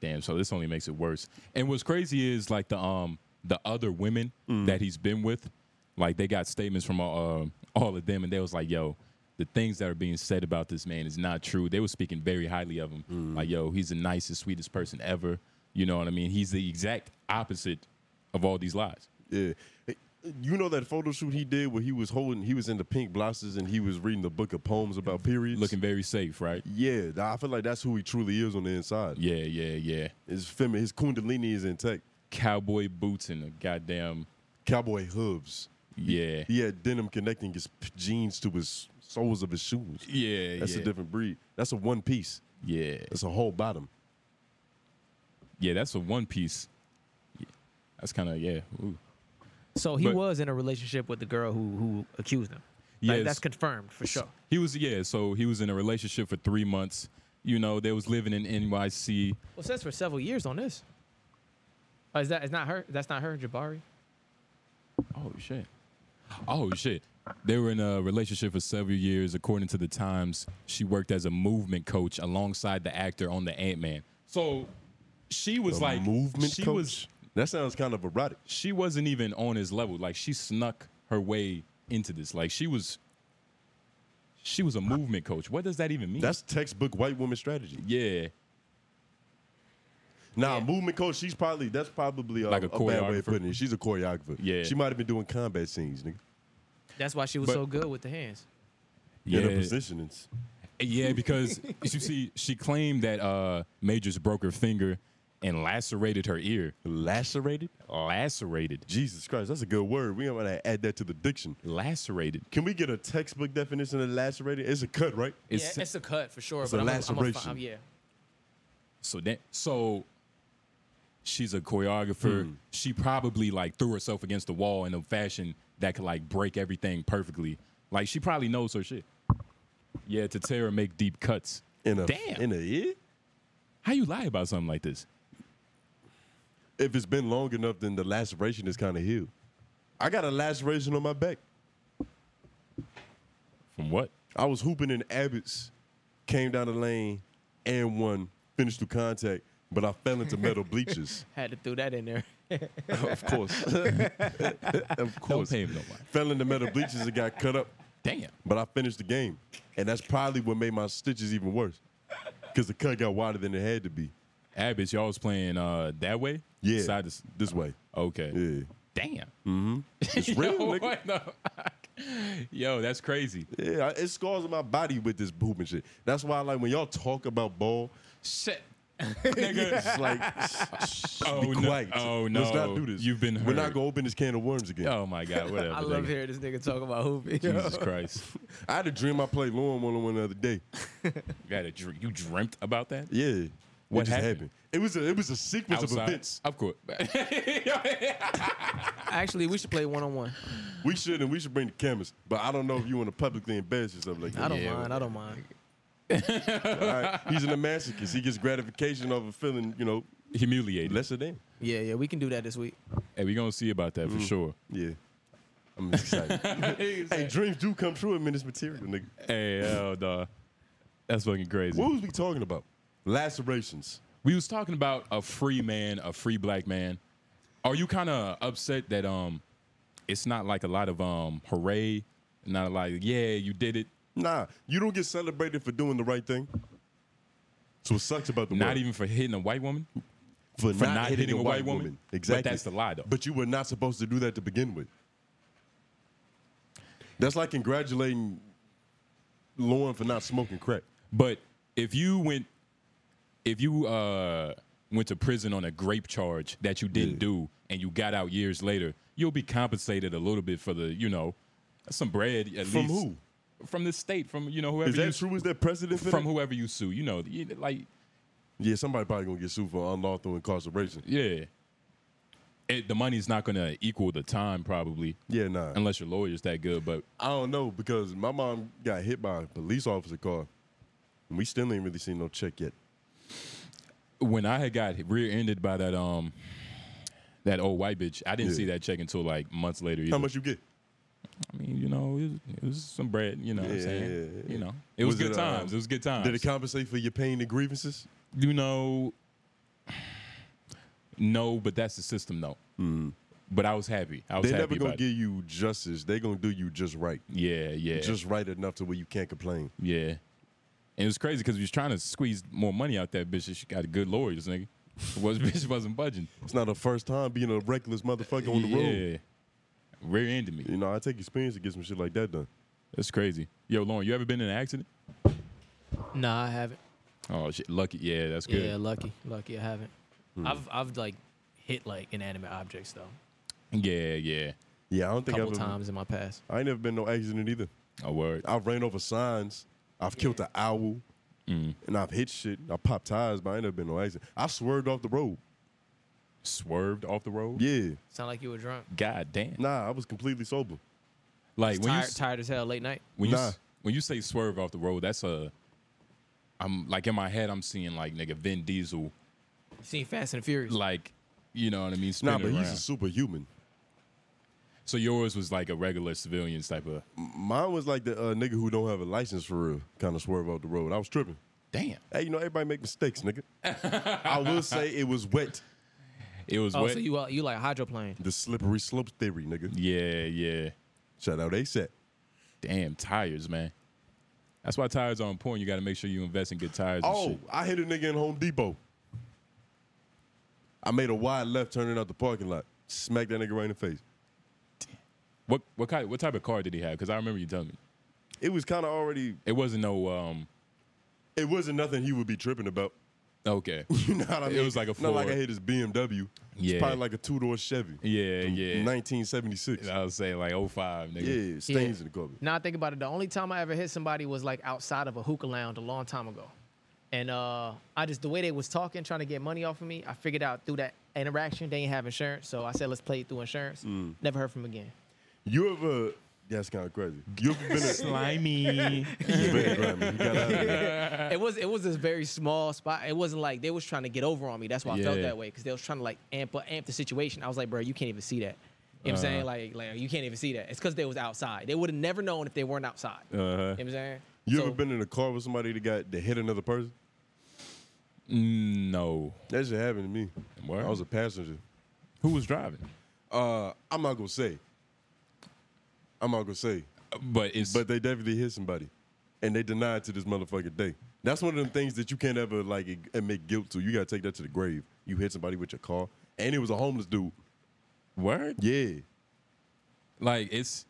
Speaker 2: Damn, so this only makes it worse. And what's crazy is like the um the other women that he's been with, like they got statements from all, uh, all of them and they was like, "Yo, the things that are being said about this man is not true." They were speaking very highly of him. Like, "Yo, he's the nicest, sweetest person ever." You know what I mean? He's the exact opposite of all these lies.
Speaker 1: Yeah. Hey, You know that photo shoot he did where he was holding, he was in the pink blossoms and he was reading the book of poems about periods.
Speaker 2: Looking very safe, right?
Speaker 1: yeah, I feel like that's who he truly is on the inside.
Speaker 2: Yeah, yeah, yeah.
Speaker 1: His femi- his kundalini is intact.
Speaker 2: Cowboy boots and a goddamn
Speaker 1: Cowboy hooves.
Speaker 2: yeah.
Speaker 1: He had denim connecting his p- jeans to his soles of his shoes.
Speaker 2: Yeah,
Speaker 1: That's
Speaker 2: yeah.
Speaker 1: a different breed. That's a one piece.
Speaker 2: Yeah.
Speaker 1: That's a whole bottom.
Speaker 2: Yeah, that's a one piece. That's kind of yeah. Ooh.
Speaker 3: So he
Speaker 2: But-
Speaker 3: was in a relationship with the girl who who accused him. Like,
Speaker 2: Yes.
Speaker 3: that's confirmed for sure.
Speaker 2: He was yeah. So he was in a relationship for three months. You know, they was living in NYC.
Speaker 3: Well, since for several years on this. Oh, is that is not her? That's not her, Jabari.
Speaker 2: Oh shit. Oh shit. They were in a relationship for several years. According to the Times, she worked as a movement coach alongside the actor on the Ant Man. So she was
Speaker 1: A
Speaker 2: like
Speaker 1: movement
Speaker 2: She
Speaker 1: coach.
Speaker 2: was
Speaker 1: that sounds kind of erotic.
Speaker 2: she wasn't even on his level. Like she snuck her way into this. Like she was she was a movement coach. What does that even mean?
Speaker 1: That's textbook white woman strategy.
Speaker 2: yeah.
Speaker 1: Nah,
Speaker 3: Yeah.
Speaker 1: movement coach. She's probably that's probably a,
Speaker 2: Like a
Speaker 1: a bad way of
Speaker 2: choreographer.
Speaker 1: putting it. She's a choreographer.
Speaker 2: Yeah.
Speaker 1: she might have been doing combat scenes, nigga.
Speaker 3: That's why she was
Speaker 2: But-
Speaker 3: so good with the hands.
Speaker 1: Yeah, the
Speaker 2: Yeah.
Speaker 1: positionings.
Speaker 2: Yeah, because as you see, she claimed that uh, Majors broke her finger and lacerated her ear.
Speaker 1: Lacerated.
Speaker 2: Lacerated.
Speaker 1: Jesus Christ, that's a good word. We gonna add that to the diction.
Speaker 2: Lacerated.
Speaker 1: Can we get a textbook definition of lacerated? It's a cut, right?
Speaker 2: It's,
Speaker 3: yeah, it's a cut for sure.
Speaker 1: It's
Speaker 3: but
Speaker 1: a
Speaker 3: I'm gonna- I'm gonna fi-
Speaker 1: laceration.
Speaker 3: I'm- yeah.
Speaker 2: so that so she's a choreographer.
Speaker 1: Hmm.
Speaker 2: She probably like threw herself against the wall in a fashion that could like break everything perfectly. Like she probably knows her shit. Yeah, to tear and make deep cuts.
Speaker 1: In a
Speaker 2: Damn.
Speaker 1: in a ear.
Speaker 2: How you lie about something like this?
Speaker 1: If it's been long enough, then the laceration is kind of healed. I got a laceration on my back.
Speaker 2: From what?
Speaker 1: I was hooping in Abbott's, came down the lane, and one finished through contact, but I fell into metal bleachers.
Speaker 3: Had to throw that in there.
Speaker 1: of course, of
Speaker 2: Don't
Speaker 1: course.
Speaker 2: pay him no mind.
Speaker 1: fell into metal bleachers and got cut up,
Speaker 2: Damn.
Speaker 1: but I finished the game. And that's probably what made my stitches even worse. Because the cut got wider than it had to be.
Speaker 2: Abbots, y'all was playing uh, that way?
Speaker 1: Yeah.
Speaker 2: Side to, s-
Speaker 1: This way.
Speaker 2: okay.
Speaker 1: Yeah.
Speaker 2: Damn.
Speaker 1: It's real,
Speaker 2: Yo,
Speaker 1: nigga.
Speaker 2: what the fuck? Yo, that's crazy.
Speaker 1: Yeah, I- it scars my body with this hooping shit. That's why I like when y'all talk about ball,
Speaker 2: Shit. nigga.
Speaker 1: It's like,
Speaker 2: Oh,
Speaker 1: be
Speaker 2: no.
Speaker 1: quiet.
Speaker 2: Oh,
Speaker 1: Let's
Speaker 2: no.
Speaker 1: not do this.
Speaker 2: You've been
Speaker 1: We're not
Speaker 2: hurt.
Speaker 1: gonna open this can of worms again.
Speaker 2: Oh my god, whatever.
Speaker 3: I love
Speaker 2: nigga.
Speaker 3: hearing this nigga talk about hooping.
Speaker 2: Jesus Christ,
Speaker 1: I had a dream I played lawn one on one the other day.
Speaker 2: you had a dr- you dreamt about that?
Speaker 1: Yeah.
Speaker 2: What
Speaker 1: it just
Speaker 2: happened?
Speaker 1: It was a it was a sequence of events.
Speaker 2: of course.
Speaker 3: Actually, we should play one on one.
Speaker 1: We should and we should bring the cameras, but I don't know if you want to publicly embarrass yourself like
Speaker 3: I
Speaker 1: that.
Speaker 3: don't
Speaker 2: Yeah,
Speaker 3: mind. I don't mind.
Speaker 1: All right. He's an masochist. He gets gratification of a feeling, you know,
Speaker 2: Humiliated.
Speaker 1: lesser than.
Speaker 3: Yeah, yeah, we can do that this week.
Speaker 2: hey, we gonna see about that for sure.
Speaker 1: Yeah. I'm excited. Mm-hmm. hey, dreams do come true in this material, nigga.
Speaker 2: Hey, hell, dawg. That's fucking crazy.
Speaker 1: What was we talking about? Lacerations.
Speaker 2: We was talking about a free man, a free black man. Are you kind of upset that um, it's not like a lot of um, hooray, not like yeah, you did it.
Speaker 1: Nah, you don't get celebrated for doing the right thing. So what sucks about the
Speaker 2: Not
Speaker 1: world.
Speaker 2: even for hitting a white woman.
Speaker 1: for,
Speaker 2: not hitting a white woman? But
Speaker 1: Exactly.
Speaker 2: that's the lie, though.
Speaker 1: But you were not supposed to do that to begin with. That's like congratulating Lauren for not smoking crack.
Speaker 2: But if you went, if you uh, went to prison on a grape charge that you didn't do, and you got out years later, you'll be compensated a little bit for the, you know, some bread at
Speaker 1: From
Speaker 2: least.
Speaker 1: who?
Speaker 2: From the state, from you know whoever.
Speaker 1: Is that
Speaker 2: you,
Speaker 1: true? Is that precedent for
Speaker 2: From
Speaker 1: that?
Speaker 2: whoever you sue, you know, you- like
Speaker 1: Yeah, somebody probably gonna get sued for unlawful incarceration.
Speaker 2: yeah. It, the money's not going to equal the time probably,
Speaker 1: Yeah, nah.
Speaker 2: unless your lawyer's that good. But
Speaker 1: I don't know because my mom got hit by a police officer car, and we still ain't really seen no check yet.
Speaker 2: when I had got rear-ended by that um, that old white bitch, I didn't
Speaker 1: Yeah.
Speaker 2: see that check until like months later. Either.
Speaker 1: How much you get?
Speaker 2: I mean, you know, it was, it was some bread, you know what I'm
Speaker 1: Yeah,
Speaker 2: saying?
Speaker 1: yeah, yeah.
Speaker 2: You know, it was,
Speaker 1: Was
Speaker 2: good
Speaker 1: it, uh,
Speaker 2: times. it was good times.
Speaker 1: Did it compensate for your pain and grievances?
Speaker 2: you know, no, but that's the system, though. But I was happy. I was
Speaker 1: They're
Speaker 2: happy
Speaker 1: Mm. never gonna
Speaker 2: about it.
Speaker 1: give you justice. They're gonna do you just right,
Speaker 2: Yeah, yeah,
Speaker 1: just right enough to where you can't complain.
Speaker 2: yeah. And it was crazy because we was trying to squeeze more money out that bitch. and She got good lawyers, nigga. Was bitch wasn't budging.
Speaker 1: It's not the first time being a reckless motherfucker on the road.
Speaker 2: yeah, rear-ended me.
Speaker 1: You know, I take experience to get some shit like that done.
Speaker 2: That's crazy. Yo, Lauren, you ever been in an accident?
Speaker 3: Nah, I haven't.
Speaker 2: Oh shit, lucky. Yeah, that's good. Hmm.
Speaker 3: Yeah, lucky, lucky, I haven't. I've I've like hit like inanimate objects though,
Speaker 2: yeah, yeah.
Speaker 1: Yeah, I don't
Speaker 3: a
Speaker 1: think I've
Speaker 3: couple
Speaker 1: ever,
Speaker 3: times in my past.
Speaker 1: I ain't never been no accident either.
Speaker 2: A word.
Speaker 1: I've ran over signs. I've killed an owl.
Speaker 2: Mm.
Speaker 1: And I've hit shit. I popped tires, but I ain't never been no accident. I swerved off the road.
Speaker 2: Swerved off the road.
Speaker 1: Yeah.
Speaker 3: Sound like you were drunk.
Speaker 2: God damn.
Speaker 1: Nah, I was completely sober.
Speaker 2: Like when you
Speaker 3: tired,
Speaker 2: s-
Speaker 3: tired as hell, late night.
Speaker 2: when you
Speaker 1: Nah.
Speaker 2: s- when you say swerve off the road, that's a I'm like in my head I'm seeing like nigga Vin Diesel
Speaker 3: You seen Fast and Furious?
Speaker 2: like you know what I mean
Speaker 1: Nah,
Speaker 2: spinning
Speaker 1: but he's
Speaker 2: around.
Speaker 1: a superhuman.
Speaker 2: so yours was like a regular civilians type of
Speaker 1: Mine was like the uh, nigga who don't have a license for real, kind of swerve off the road. I was tripping.
Speaker 2: damn.
Speaker 1: Hey, you know everybody make mistakes, nigga. I will say it was wet.
Speaker 2: It was
Speaker 3: oh,
Speaker 2: wet.
Speaker 3: so you uh, you like hydroplaned?
Speaker 1: The slippery slope theory, nigga.
Speaker 2: yeah, yeah.
Speaker 1: Shout out ASAP.
Speaker 2: Damn tires, man. That's why tires are important. You got to make sure you invest in good tires. and
Speaker 1: Oh,
Speaker 2: shit.
Speaker 1: I hit a nigga in Home Depot. I made a wide left turning out the parking lot. Smacked that nigga right in the face.
Speaker 2: what what kind what type of car did he have? Because I remember you telling me
Speaker 1: It was kind of already.
Speaker 2: it wasn't no um.
Speaker 1: It wasn't nothing he would be tripping about.
Speaker 2: Okay.
Speaker 1: You know what I
Speaker 2: It
Speaker 1: mean?
Speaker 2: was like a
Speaker 1: Not like I
Speaker 2: Ford.
Speaker 1: hit his BMW.
Speaker 2: Yeah.
Speaker 1: It's probably like a two door Chevy.
Speaker 2: Yeah, yeah.
Speaker 1: 1976.
Speaker 2: I would say like 05, nigga.
Speaker 1: Yeah, stains
Speaker 3: Yeah.
Speaker 1: in the carpet.
Speaker 3: Now I think about it, the only time I ever hit somebody was like outside of a hookah lounge a long time ago. And uh, I just the way they was talking, trying to get money off of me, I figured out through that interaction they ain't have insurance, so I said let's play it through insurance.
Speaker 2: Mm.
Speaker 3: Never heard from 'em again.
Speaker 1: You ever? That's kind of crazy. You ever been? A,
Speaker 2: Slimy.
Speaker 1: you been grimy. You got out of there.
Speaker 3: it was it was this very small spot. It wasn't like they was trying to get over on me. That's why I felt
Speaker 2: Yeah.
Speaker 3: that way because they was trying to like amp up amp the situation. I was like, bro, you can't even see that. You know what I'm
Speaker 1: Uh-huh.
Speaker 3: saying? Like, like you can't even see that. It's because they was outside. They would have never known if they weren't outside. You know
Speaker 2: Uh-huh.
Speaker 3: what I'm saying?
Speaker 1: You
Speaker 3: So-
Speaker 1: ever been in a car with somebody that got that hit another person?
Speaker 2: No.
Speaker 1: That shit happened to me.
Speaker 2: Word?
Speaker 1: I was a passenger.
Speaker 2: Who was driving?
Speaker 1: Uh, I'm not gonna say. I'm not gonna say.
Speaker 2: But it's
Speaker 1: But they definitely hit somebody, and they deny it to this motherfucking day. That's one of them things that you can't ever like ig- admit guilt to. You gotta take that to the grave. You hit somebody with your car, and it was a homeless dude.
Speaker 2: word.
Speaker 1: Yeah,
Speaker 2: Like it's.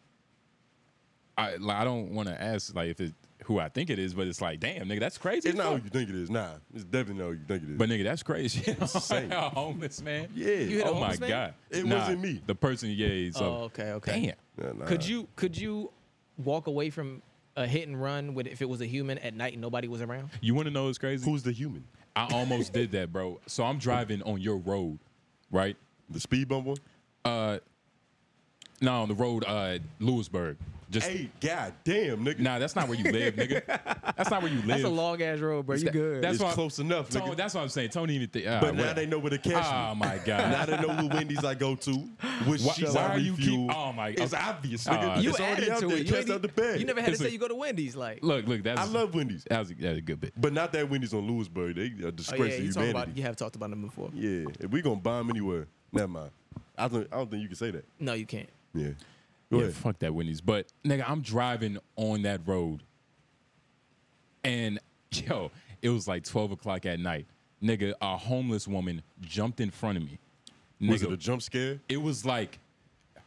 Speaker 2: I like, I don't want to ask like if it who who I think it is, but it's like, damn, nigga, that's crazy. as
Speaker 1: It's not
Speaker 2: fuck.
Speaker 1: who you think it is. Nah, it's definitely not who you think it is.
Speaker 2: But nigga, that's crazy.
Speaker 1: insane.
Speaker 2: a homeless man.
Speaker 1: yeah,
Speaker 3: You hit a
Speaker 2: oh my
Speaker 3: homeless man?
Speaker 2: god.
Speaker 1: It
Speaker 2: Nah,
Speaker 1: wasn't me.
Speaker 2: The person, yeah. he's, uh,
Speaker 3: Oh, okay, okay.
Speaker 2: Damn.
Speaker 1: Nah, nah.
Speaker 3: Could you could you walk away from a hit and run with if it was a human at night and nobody was around?
Speaker 2: You want to know what's crazy?
Speaker 1: Who's the human?
Speaker 2: I almost did that, bro. So I'm driving on your road, right?
Speaker 1: The speed bump one?
Speaker 2: No, on the road, uh, Lewisburg. Just
Speaker 1: Hey, god damn, nigga.
Speaker 2: nah, that's not where you live, nigga. That's not where you live.
Speaker 3: That's a long ass road, bro. You good?
Speaker 2: That's
Speaker 1: It's
Speaker 2: why-
Speaker 1: close enough,
Speaker 2: Tony-
Speaker 1: nigga.
Speaker 2: That's what I'm saying. Tony even think. ah,
Speaker 1: but now
Speaker 2: whatever.
Speaker 1: they know where to catch
Speaker 2: Oh
Speaker 1: me.
Speaker 2: my
Speaker 1: Now
Speaker 2: god.
Speaker 1: they know what Wendy's I go to. Which
Speaker 2: Why-
Speaker 1: she's
Speaker 2: why
Speaker 1: I
Speaker 2: are you keep-
Speaker 1: refuel.
Speaker 2: oh my-
Speaker 1: It's
Speaker 2: okay.
Speaker 1: obvious,
Speaker 2: Ah,
Speaker 1: nigga.
Speaker 2: You
Speaker 1: it's already out there.
Speaker 3: You,
Speaker 1: Cast
Speaker 3: ain't- e-,
Speaker 1: out the bag.
Speaker 3: you never had to
Speaker 2: It's
Speaker 3: say
Speaker 2: a-
Speaker 3: you go to Wendy's. Like,
Speaker 2: Look, look. That's
Speaker 1: I love Wendy's,
Speaker 2: That was, a, that was a good bit.
Speaker 1: but not that Wendy's on Lewisburg. They a
Speaker 3: oh
Speaker 1: disgrace
Speaker 3: yeah,
Speaker 1: to
Speaker 3: you talking
Speaker 1: humanity.
Speaker 3: about you have talked about them before.
Speaker 1: Yeah, if we gonna bomb anywhere, never mind. I don't, I don't think you can say that.
Speaker 3: No, you can't.
Speaker 1: Yeah. Go
Speaker 2: Yeah,
Speaker 1: ahead.
Speaker 2: fuck that Wendy's. But nigga, I'm driving on that road, and yo, it was like 12 o'clock at night. Nigga, a homeless woman jumped in front of me. Nigga,
Speaker 1: Was it a jump scare?
Speaker 2: it was like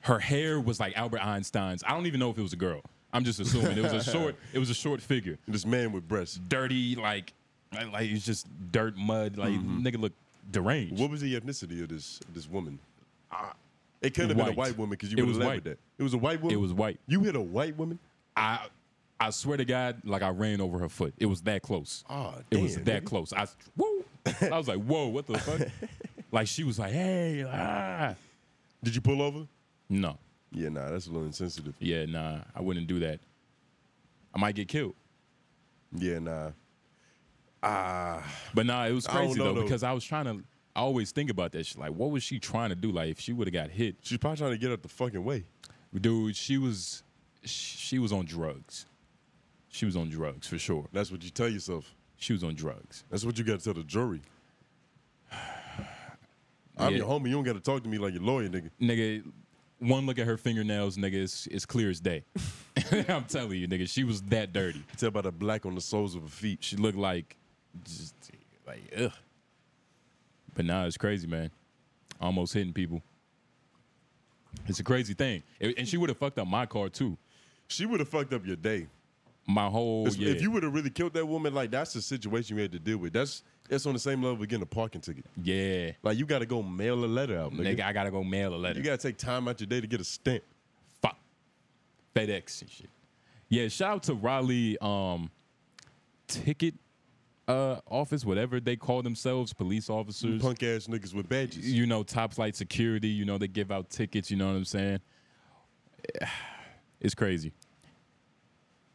Speaker 2: her hair was like Albert Einstein's. I don't even know if it was a girl. I'm just assuming it was a short. It was a short figure,
Speaker 1: This man with breasts.
Speaker 2: dirty like like like, it's just dirt mud. Like nigga look deranged.
Speaker 1: Mm-hmm. What was the ethnicity of this this woman? It could have been a
Speaker 2: Ah. White.
Speaker 1: white woman because you
Speaker 2: It
Speaker 1: would
Speaker 2: was
Speaker 1: have led
Speaker 2: white.
Speaker 1: with that. It was a white woman.
Speaker 2: It was white.
Speaker 1: You hit a white woman.
Speaker 2: I I swear to God, like I ran over her foot. It was that close.
Speaker 1: Aw,
Speaker 2: it was
Speaker 1: damn,
Speaker 2: that
Speaker 1: nigga.
Speaker 2: close. I whoa. I was like, whoa, what the fuck? like she was like, hey, ah.
Speaker 1: Did you pull over?
Speaker 2: no,
Speaker 1: Yeah, nah, that's a little insensitive.
Speaker 2: yeah, nah, I wouldn't do that. I might get killed.
Speaker 1: Yeah, nah.
Speaker 2: But nah, it was
Speaker 1: I don't
Speaker 2: crazy
Speaker 1: know,
Speaker 2: though,
Speaker 1: though.
Speaker 2: because I was trying to. I always think about that shit. Like, what was she trying to do? Like, if she would have got hit,
Speaker 1: She's probably trying to get out the fucking way.
Speaker 2: dude, she was, she was on drugs. She was on drugs for sure.
Speaker 1: That's what you tell yourself.
Speaker 2: She was on drugs.
Speaker 1: That's what you got to tell the jury. I'm
Speaker 2: Yeah.
Speaker 1: your homie. You don't got to talk to me like your lawyer, nigga.
Speaker 2: nigga, one look at her fingernails, nigga, it's, it's clear as day. I'm telling you, nigga, she was that dirty.
Speaker 1: Tell by the black on the soles of her feet.
Speaker 2: She looked like, just like, ugh. But nah, it's crazy, man. Almost hitting people. It's a crazy thing, A- and she would have fucked up my car too.
Speaker 1: She would have fucked up your day.
Speaker 2: My whole
Speaker 1: It's-
Speaker 2: Oh, yeah.
Speaker 1: If you would have really killed that woman, like that's the situation you had to deal with. That's that's on the same level as getting a parking ticket.
Speaker 2: yeah,
Speaker 1: Like you got to go mail a letter out, nigga.
Speaker 2: nigga, I gotta go mail a letter.
Speaker 1: You got to take time out your day to get a stamp.
Speaker 2: Fuck. FedEx and shit. Yeah, shout out to Raleigh um ticket uh office, whatever they call themselves, police officers.
Speaker 1: Punk ass niggas with badges.
Speaker 2: You know, top flight security, you know, they give out tickets, you know what I'm saying? It's crazy.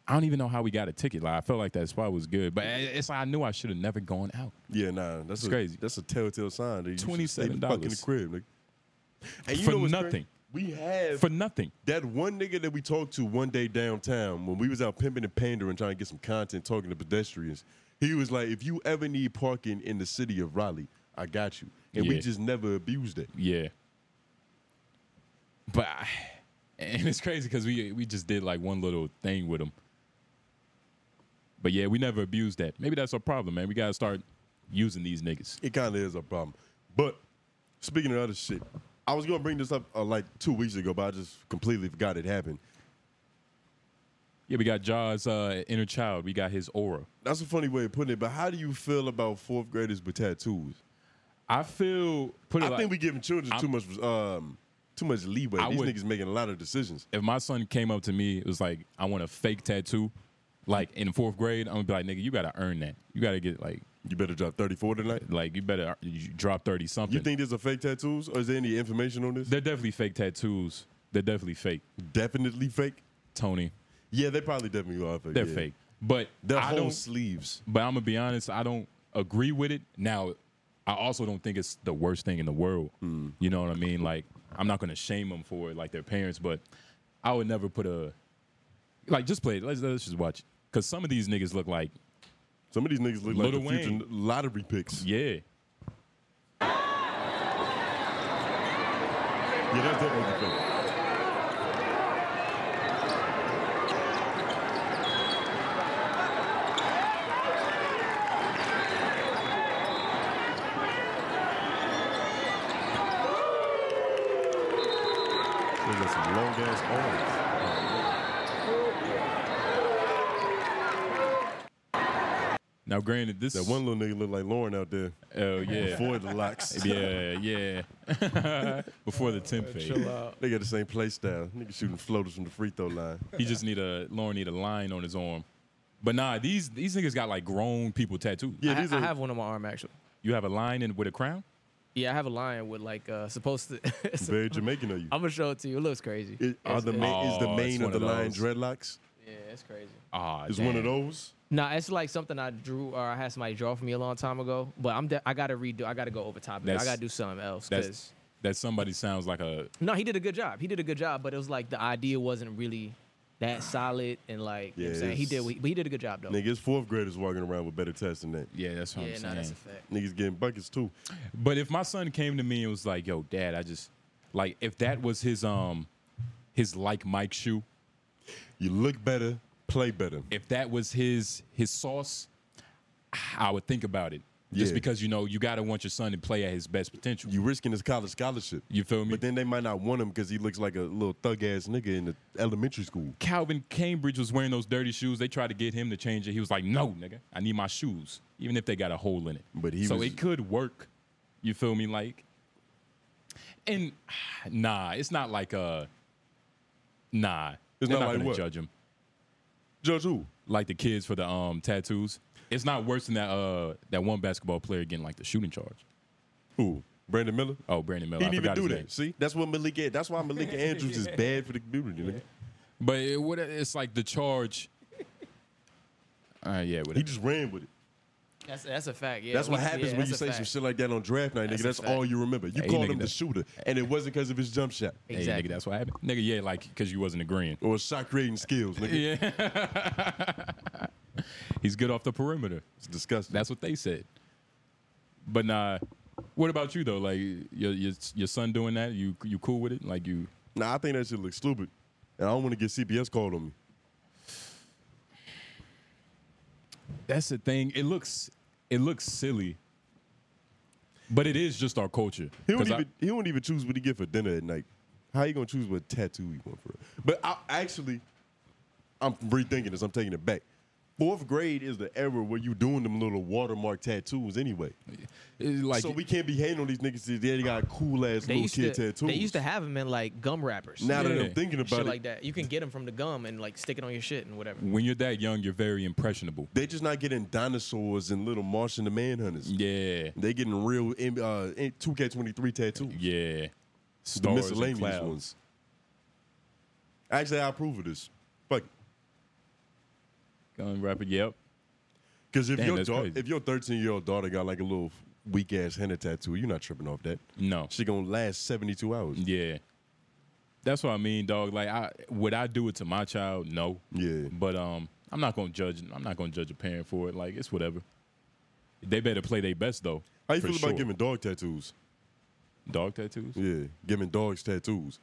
Speaker 2: I don't even know how we got a ticket. Like I felt like that spot was good, but it's like I knew I should have never gone out.
Speaker 1: yeah, nah, that's a,
Speaker 2: crazy.
Speaker 1: That's a telltale sign. That you should stay the fuck in the
Speaker 2: $27.
Speaker 1: crib, nigga. And
Speaker 2: For
Speaker 1: what's crazy?
Speaker 2: nothing.
Speaker 1: We have
Speaker 2: For nothing.
Speaker 1: that one nigga that we talked to one day downtown when we was out pimping and pandering trying to get some content talking to pedestrians he was like if you ever need parking in the city of raleigh i got you and we
Speaker 2: Yeah.
Speaker 1: just never abused it
Speaker 2: Yeah. But I, and it's crazy because we we just did like one little thing with him. But yeah, we never abused that. Maybe that's our problem, man. We gotta start using these niggas.
Speaker 1: it kind of is a problem but speaking of other shit i was gonna bring this up uh, like two weeks ago but i just completely forgot it happened
Speaker 2: Yeah, we got Jaws' uh, inner child. We got his aura.
Speaker 1: that's a funny way of putting it but how do you feel about fourth graders with tattoos
Speaker 2: I feel. Put it
Speaker 1: i
Speaker 2: like,
Speaker 1: think we giving children too much um too much leeway
Speaker 2: I
Speaker 1: these
Speaker 2: would-
Speaker 1: niggas making a lot of decisions
Speaker 2: if my son came up to me, it was like, "I want a fake tattoo," like in fourth grade, I'm gonna be like, "Nigga, you gotta earn that. You gotta get like,
Speaker 1: you better drop 34 tonight
Speaker 2: like you better you drop thirty something."
Speaker 1: You think there's a fake tattoos, or is there any information on this?
Speaker 2: they're definitely fake tattoos? They're definitely fake,
Speaker 1: definitely fake.
Speaker 2: Tony.
Speaker 1: Yeah, they probably definitely are fake.
Speaker 2: They're
Speaker 1: yeah.
Speaker 2: fake. But
Speaker 1: Their
Speaker 2: I
Speaker 1: whole
Speaker 2: don't.
Speaker 1: sleeves.
Speaker 2: but I'm gonna be honest. I don't agree with it. Now, I also don't think it's the worst thing in the world.
Speaker 1: Hmm.
Speaker 2: You know what I mean? Like, I'm not gonna shame them for it, like their parents. But I would never put a like. Just play it. Let's, let's just watch it. Cause some of these niggas look like
Speaker 1: Some of these niggas look
Speaker 2: Lil
Speaker 1: like the future
Speaker 2: Wayne.
Speaker 1: lottery picks. Yeah,
Speaker 2: yeah.
Speaker 1: that's definitely fake. They got some long ass arms.
Speaker 2: Now, granted, this
Speaker 1: That one little nigga look like Lauren out there
Speaker 2: Oh yeah,
Speaker 1: before the locks.
Speaker 2: yeah, yeah. before the temp fade,
Speaker 3: Chill out.
Speaker 1: They got the same play style. Nigga shooting floaters from the free throw line.
Speaker 2: he just need a Lauren need a line on his arm. But nah, these these niggas got like grown people tattoos.
Speaker 1: Yeah,
Speaker 3: I,
Speaker 1: these
Speaker 3: I
Speaker 1: are
Speaker 3: have one on my arm actually.
Speaker 2: You have a line in with a crown.
Speaker 3: Yeah, I have a lion with like uh supposed to.
Speaker 1: very Jamaican of you.
Speaker 3: I'm gonna show it to you. It looks crazy.
Speaker 1: It- are
Speaker 3: It's-
Speaker 1: the
Speaker 3: it's-
Speaker 1: main, is
Speaker 2: Oh,
Speaker 1: the
Speaker 2: it's
Speaker 1: mane of
Speaker 2: one
Speaker 1: the
Speaker 2: of
Speaker 1: lion
Speaker 2: those.
Speaker 1: dreadlocks?
Speaker 3: yeah, it's crazy.
Speaker 2: Ah,
Speaker 1: Is one of those?
Speaker 3: Nah, it's like something I drew or I had somebody draw for me a long time ago. But I'm de- I gotta redo. I gotta go over top of it. I
Speaker 2: That's-
Speaker 3: gotta do something else.
Speaker 2: That's
Speaker 3: 'cause-
Speaker 2: that somebody sounds like a
Speaker 3: no, he did a good job. He did a good job, but it was like the idea wasn't really that solid and like you know what I'm
Speaker 1: Yeah,
Speaker 3: saying he
Speaker 1: it's-
Speaker 3: did. what he- But he did a good job though.
Speaker 1: Niggas, fourth graders walking around with better tests than that.
Speaker 2: yeah. That's what
Speaker 3: yeah,
Speaker 2: I'm
Speaker 3: nah,
Speaker 2: saying.
Speaker 3: that's a fact.
Speaker 1: Niggas getting buckets too.
Speaker 2: But if my son came to me and was like, "Yo, dad, I just like if that was his um his like Mike shoe,
Speaker 1: You look better, play better.
Speaker 2: if that was his his sauce, I would think about it. Just
Speaker 1: Yeah.
Speaker 2: because you know you gotta want your son to play at his best potential.
Speaker 1: You risking his college scholarship.
Speaker 2: You feel me?
Speaker 1: But then they might not want him because he looks like a little thug ass nigga in the elementary school.
Speaker 2: Calvin Cambridge was wearing those dirty shoes. They tried to get him to change it. He was like, "No, nigga, I need my shoes, even if they got a hole in it."
Speaker 1: But he
Speaker 2: so
Speaker 1: was-
Speaker 2: it could work. You feel me? Like, and nah, it's not like uh, nah,
Speaker 1: It's
Speaker 2: they're
Speaker 1: not like
Speaker 2: gonna
Speaker 1: what?
Speaker 2: judge him.
Speaker 1: Judge who?
Speaker 2: Like the kids for the um tattoos. It's not worse than that uh that one basketball player getting like the shooting charge.
Speaker 1: Who? Brandon Miller?
Speaker 2: Oh, Brandon Miller.
Speaker 1: He
Speaker 2: I
Speaker 1: didn't even
Speaker 2: forgot
Speaker 1: do
Speaker 2: his
Speaker 1: that.
Speaker 2: name.
Speaker 1: See, that's what Malika. That's why Malika Andrews is bad for the community. Nigga.
Speaker 2: But it, what it's like the charge. Uh, yeah,
Speaker 1: He
Speaker 2: whatever.
Speaker 1: just ran with it.
Speaker 3: That's that's a fact. Yeah,
Speaker 1: That's what
Speaker 3: we- yeah,
Speaker 1: happens when you
Speaker 3: that's a
Speaker 1: say some
Speaker 3: fact.
Speaker 1: shit like that on draft night, nigga.
Speaker 3: That's a
Speaker 1: That's,
Speaker 3: fact.
Speaker 1: all you remember. You
Speaker 2: Hey,
Speaker 1: called
Speaker 2: nigga,
Speaker 1: him the
Speaker 2: that-
Speaker 1: shooter, and it wasn't because of his jump shot
Speaker 2: Hey,
Speaker 3: Exactly.
Speaker 2: nigga, that's what happened. Nigga, yeah, like because you wasn't agreeing.
Speaker 1: or his shot creating skills, nigga.
Speaker 2: Yeah. He's good off the perimeter.
Speaker 1: It's disgusting.
Speaker 2: That's what they said. But nah, what about you though? Like your your, your son doing that? You you cool with it? Like you
Speaker 1: nah, I think that shit looks stupid, and I don't want to get CPS called on me.
Speaker 2: That's the thing. It looks it looks silly. But it is just our culture.
Speaker 1: He don't
Speaker 2: 'Cause I-
Speaker 1: even he don't even choose what he get for dinner at night. How you gonna choose what tattoo he want for? But I actually, I'm rethinking this. I'm taking it back. Fourth grade is the era where you doing them little watermark tattoos anyway.
Speaker 2: it's like
Speaker 1: so we can't be hating on these niggas. 'cause They got cool ass
Speaker 3: They
Speaker 1: little
Speaker 3: used, to,
Speaker 1: kid tattoos.
Speaker 3: they used to have them in like gum wrappers.
Speaker 1: Now that
Speaker 2: Yeah.
Speaker 1: I'm thinking about
Speaker 3: shit
Speaker 1: it,
Speaker 3: like that. You can get them from the gum and like stick it on your shit and whatever.
Speaker 2: when you're that young, you're very impressionable.
Speaker 1: they just not getting dinosaurs and little Martian the Manhunters.
Speaker 2: Yeah.
Speaker 1: They getting real M- uh, 2K23 tattoos,
Speaker 2: Yeah.
Speaker 1: the
Speaker 2: Stars and
Speaker 1: miscellaneous
Speaker 2: clouds.
Speaker 1: ones. Actually, I approve of this. Fuck it.
Speaker 2: Gun rapper, yep.
Speaker 1: Because if
Speaker 2: Damn,
Speaker 1: your
Speaker 2: that's
Speaker 1: dau-
Speaker 2: crazy.
Speaker 1: if your thirteen year old daughter got like a little weak ass henna tattoo, you're not tripping off that.
Speaker 2: No.
Speaker 1: She gonna last seventy two hours.
Speaker 2: Yeah. That's what I mean, dog. Like I would I do it to my child? No.
Speaker 1: Yeah.
Speaker 2: But um I'm not gonna judge I'm not gonna judge a parent for it. Like it's whatever. They better play their best though.
Speaker 1: How you
Speaker 2: for
Speaker 1: feel
Speaker 2: sure.
Speaker 1: about giving dog tattoos?
Speaker 2: dog tattoos?
Speaker 1: Yeah, giving dogs tattoos.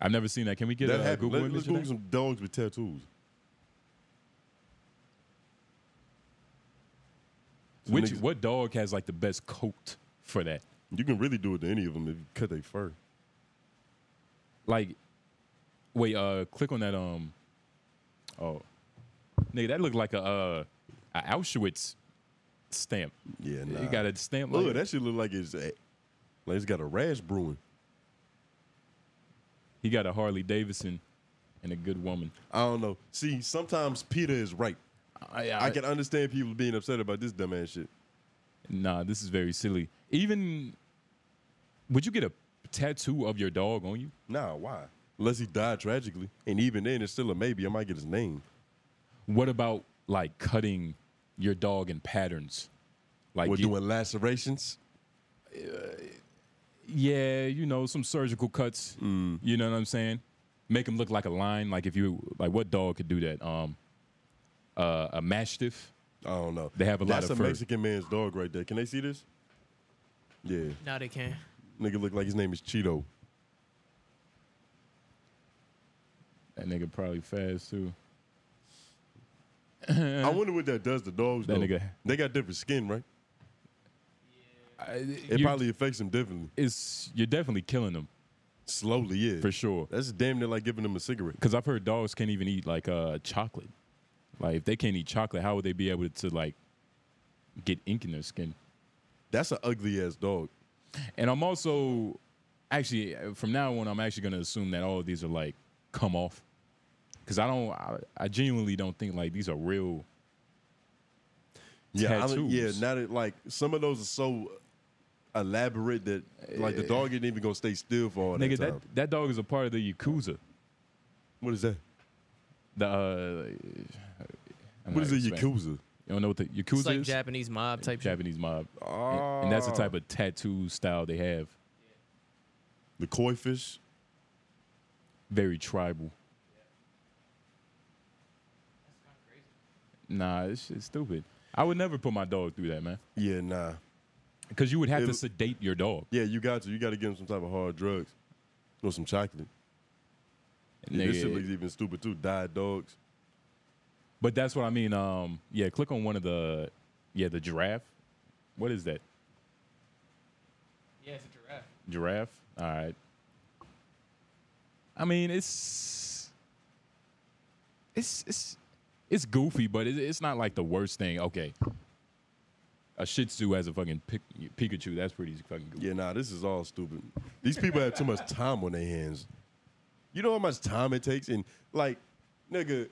Speaker 2: I've never seen that. Can we get
Speaker 1: that
Speaker 2: a,
Speaker 1: happened.
Speaker 2: Google
Speaker 1: Let,
Speaker 2: image?
Speaker 1: us
Speaker 2: of
Speaker 1: Google
Speaker 2: that?
Speaker 1: some dogs with tattoos. Some
Speaker 2: Which
Speaker 1: niggas-
Speaker 2: what dog has like the best coat for that?
Speaker 1: you can really do it to any of them if you cut their fur.
Speaker 2: Like wait, uh click on that um oh nigga, that looked like a uh a Auschwitz stamp.
Speaker 1: Yeah, nah.
Speaker 2: You got a stamp like
Speaker 1: Look, that shit look like it's eh, like it's got a rash brewing.
Speaker 2: He got a Harley Davidson and a good woman.
Speaker 1: I don't know. See, sometimes Peter is right.
Speaker 2: I,
Speaker 1: I can understand people being upset about this dumbass shit.
Speaker 2: Nah, this is very silly. Even would you get a tattoo of your dog on you?
Speaker 1: Nah, why? Unless he died tragically. And even then, it's still a maybe. I might get his name.
Speaker 2: What about like cutting your dog in patterns? Like
Speaker 1: We're
Speaker 2: you-
Speaker 1: doing lacerations.
Speaker 2: yeah, you know, some surgical cuts.
Speaker 1: Mm.
Speaker 2: You know what I'm saying? Make him look like a line. Like if you like, what dog could do that? Um, uh, a mastiff.
Speaker 1: I don't know.
Speaker 2: They have a lot
Speaker 1: That's
Speaker 2: of
Speaker 1: a
Speaker 2: fur.
Speaker 1: Mexican man's dog right there. Can they see this? Yeah.
Speaker 3: Now they can.
Speaker 1: Nigga look like his name is Cheeto.
Speaker 2: That nigga probably fast too.
Speaker 1: I wonder what that does to dogs,
Speaker 2: That
Speaker 1: though.
Speaker 2: nigga-
Speaker 1: They got different skin, right?
Speaker 2: I-
Speaker 1: It
Speaker 2: you-
Speaker 1: probably affects them differently.
Speaker 2: it's you're definitely killing them
Speaker 1: Slowly, yeah.
Speaker 2: for sure.
Speaker 1: That's damn near like giving them a cigarette.
Speaker 2: Because I've heard dogs can't even eat like uh, chocolate. Like if they can't eat chocolate, how would they be able to like get ink in their skin.
Speaker 1: That's an ugly ass dog.
Speaker 2: And I'm also actually uh, from now on, I'm actually going to assume that all of these are like come off because I don't, I, I genuinely don't think like these are real.
Speaker 1: Yeah, I don't-
Speaker 2: Tattoos.
Speaker 1: yeah. Now that like some of those are so elaborate that like the dog ain't even gonna stay still for all
Speaker 2: Nigga,
Speaker 1: that
Speaker 2: that,
Speaker 1: time.
Speaker 2: that dog is a part of the yakuza.
Speaker 1: what is that?
Speaker 2: The uh, I'm
Speaker 1: What
Speaker 2: not
Speaker 1: is a
Speaker 2: expanding.
Speaker 1: yakuza?
Speaker 2: You don't know what the yakuza
Speaker 3: It's like
Speaker 2: is?
Speaker 3: Japanese mob type shit.
Speaker 2: Japanese mob, and, and that's
Speaker 1: Ah.
Speaker 2: the type of tattoo style they have.
Speaker 1: The koi fish.
Speaker 2: Very tribal. Nah, it's, it's stupid. I would never put my dog through that, man.
Speaker 1: Yeah, nah.
Speaker 2: Because you would have to
Speaker 1: It-
Speaker 2: sedate your dog.
Speaker 1: Yeah, you got to. You got to give him some type of hard drugs or some chocolate. Yeah, this
Speaker 2: Nigga,
Speaker 1: shit looks even stupid too. Died dogs.
Speaker 2: But that's what I mean. Um, yeah, click on one of the, yeah, the giraffe. What is that?
Speaker 3: Yeah, it's a giraffe.
Speaker 2: Giraffe. All right. I mean, it's it's it's it's goofy, but it, it's not like the worst thing. Okay. A Shih Tzu has a fucking pic, Pikachu. That's pretty fucking goofy.
Speaker 1: Yeah, nah. This is all stupid. These people have too much time on their hands. You know how much time it takes, and like, nigga,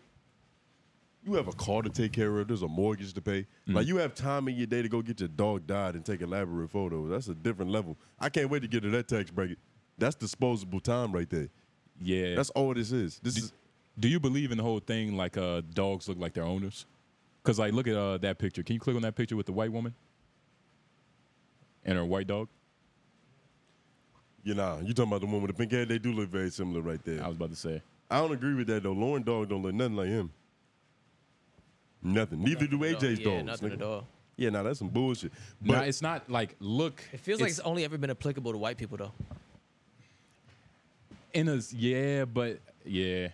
Speaker 1: you have a car to take care of. There's a mortgage to pay. Like, you have time in your day to go get your dog dyed and take elaborate photos. That's a different level. I can't wait to get to that tax bracket. That's disposable time right there.
Speaker 2: Yeah.
Speaker 1: That's all this is. This is
Speaker 2: Do you believe in the whole thing like uh, dogs look like their owners? Because like, look at uh, that picture. Can you click on that picture with the white woman and her white dog?
Speaker 1: you know. You talking about the one with the pink hair? They do look very similar right there.
Speaker 2: I was about to say.
Speaker 1: I don't agree with that though. Lauren dog don't look nothing like him. Nothing. Neither do AJ's
Speaker 3: yeah,
Speaker 1: dogs.
Speaker 3: nothing
Speaker 1: nigga.
Speaker 3: at all.
Speaker 1: Yeah, now that's some bullshit. But
Speaker 2: nah, it's not like look.
Speaker 3: It feels like it's only ever been applicable to white people though.
Speaker 2: in us yeah but yeah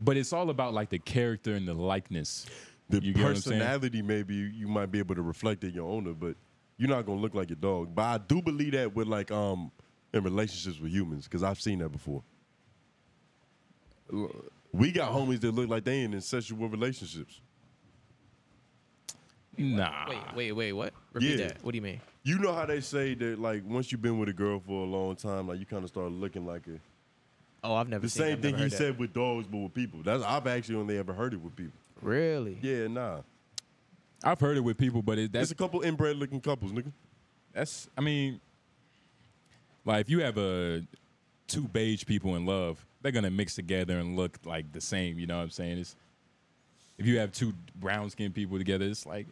Speaker 2: but it's all about like the character and the likeness
Speaker 1: the
Speaker 2: you get what I'm saying?
Speaker 1: personality, maybe you, you might be able to reflect in your owner, but you're not gonna look like your dog. But I do believe that with like um in relationships with humans, because I've seen that before. We got homies that look like they in incestual relationships.
Speaker 2: nah
Speaker 3: Wait, wait, wait, what? Repeat
Speaker 1: Yeah.
Speaker 3: that. What do you mean?
Speaker 1: You know how they say that like once you've been with a girl for a long time, like you kind of start looking like a
Speaker 3: Oh, I've never
Speaker 1: the
Speaker 3: seen
Speaker 1: same
Speaker 3: I've
Speaker 1: thing
Speaker 3: never
Speaker 1: he
Speaker 3: heard that.
Speaker 1: said with dogs, but with people. That's I've actually only ever heard it with people.
Speaker 3: Really?
Speaker 1: Yeah, nah.
Speaker 2: i've heard it with people but it, that's
Speaker 1: There's a couple inbred looking couples, nigga.
Speaker 2: that's i mean like if you have a two beige people in love they're gonna mix together and look like the same you know what i'm saying it's if you have two brown skinned people together it's like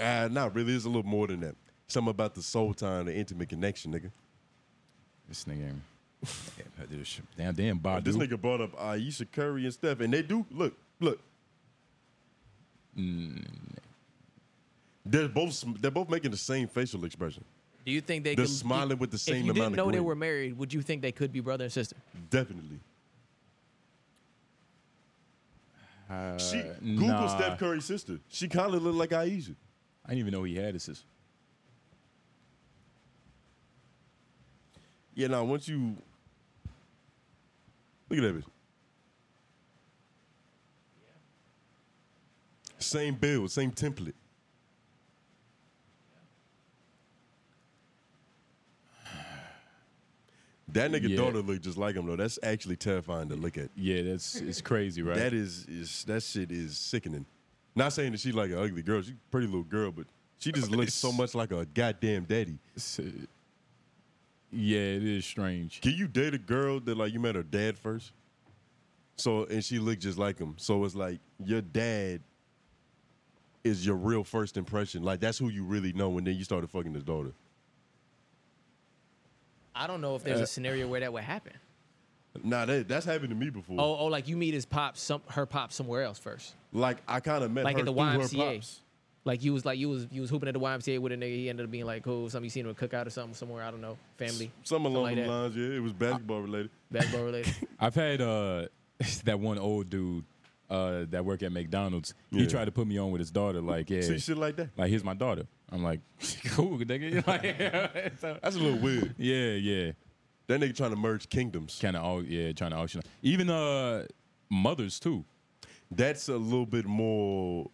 Speaker 1: Ah, not really. It's a little more than that. Something about the soul time, the intimate connection, nigga.
Speaker 2: this nigga yeah, this shit- damn damn Badu.
Speaker 1: This nigga brought up Aisha Curry and stuff, and they do look, look. They're both sm- they're both making the same facial expression.
Speaker 3: Do you think they
Speaker 1: They're
Speaker 3: could
Speaker 1: smiling with the
Speaker 3: If
Speaker 1: same
Speaker 3: you
Speaker 1: amount
Speaker 3: didn't
Speaker 1: of
Speaker 3: know they
Speaker 1: grin.
Speaker 3: were married, would you think they could be brother and sister?
Speaker 1: Definitely. She Google
Speaker 2: nah.
Speaker 1: Steph Curry's sister. She kind of looked like Aisha.
Speaker 2: i didn't even know he had this is
Speaker 1: Yeah, now once you look at that bitch. Same build, same template. That nigga
Speaker 2: Yeah.
Speaker 1: daughter look just like him though. That's actually terrifying to look at.
Speaker 2: yeah that's it's crazy right
Speaker 1: That is is that shit is sickening. Not saying that she's like an ugly girl. She's a pretty little girl, but she just looks so much like a goddamn daddy.
Speaker 2: It's, uh, yeah, it is strange.
Speaker 1: Can you date a girl that like you met her dad first? So and she looked just like him. So it's like your dad is your real first impression. Like that's who you really know, and then you started fucking his daughter.
Speaker 3: I don't know if
Speaker 1: Uh.
Speaker 3: there's a scenario where that would happen.
Speaker 1: Nah, that, that's happened to me before.
Speaker 3: Oh, oh, like you meet his pop, some her pop somewhere else first.
Speaker 1: Like I kind of met
Speaker 3: Like
Speaker 1: her
Speaker 3: at the
Speaker 1: through her
Speaker 3: YMCA.
Speaker 1: pops.
Speaker 3: Like you was like you was you was hooping at the YMCA with a nigga. He ended up being like cool. Something you seen him at a cookout or something somewhere. I don't know. Family.
Speaker 1: Something along
Speaker 3: like
Speaker 1: the
Speaker 3: that.
Speaker 1: lines, yeah. It was basketball related.
Speaker 3: Basketball related.
Speaker 2: I've had uh, that one old dude uh, that worked at McDonald's. He
Speaker 1: Yeah.
Speaker 2: tried to put me on with his daughter. Like, yeah,
Speaker 1: See shit like that.
Speaker 2: like here's my daughter. I'm like, cool, nigga. Like, so-
Speaker 1: That's a little weird.
Speaker 2: yeah, yeah.
Speaker 1: That nigga trying to merge kingdoms.
Speaker 2: Kind of, au- yeah, trying to auction. Even uh, mothers too.
Speaker 1: That's a little bit more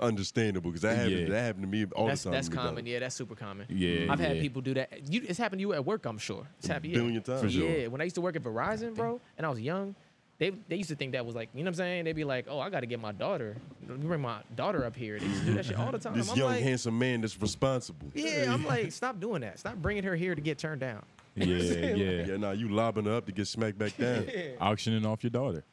Speaker 1: understandable because that happened.
Speaker 2: Yeah.
Speaker 1: That happened to me all
Speaker 3: That's
Speaker 1: the time.
Speaker 3: that's
Speaker 1: in the
Speaker 3: common.
Speaker 1: ghetto.
Speaker 3: Yeah, that's super common.
Speaker 2: Yeah,
Speaker 3: I've had
Speaker 2: yeah.
Speaker 3: people do that. You, it's happened to you at work, I'm sure. It's happened. yeah.
Speaker 1: billion times. For
Speaker 2: sure.
Speaker 3: Yeah, when I used to work at Verizon, bro, and I was young, they they used to think that was like, you know what I'm saying? They'd be like, oh, I got to get my daughter, bring my daughter up here. They used to do that shit all the time.
Speaker 1: This
Speaker 3: I'm
Speaker 1: young
Speaker 3: like,
Speaker 1: handsome man that's responsible.
Speaker 3: yeah, I'm like, stop doing that. Stop bringing her here to get turned down.
Speaker 2: Yeah, yeah.
Speaker 1: Yeah, nah, you lobbing her up to get smacked back down.
Speaker 2: Auctioning off your daughter.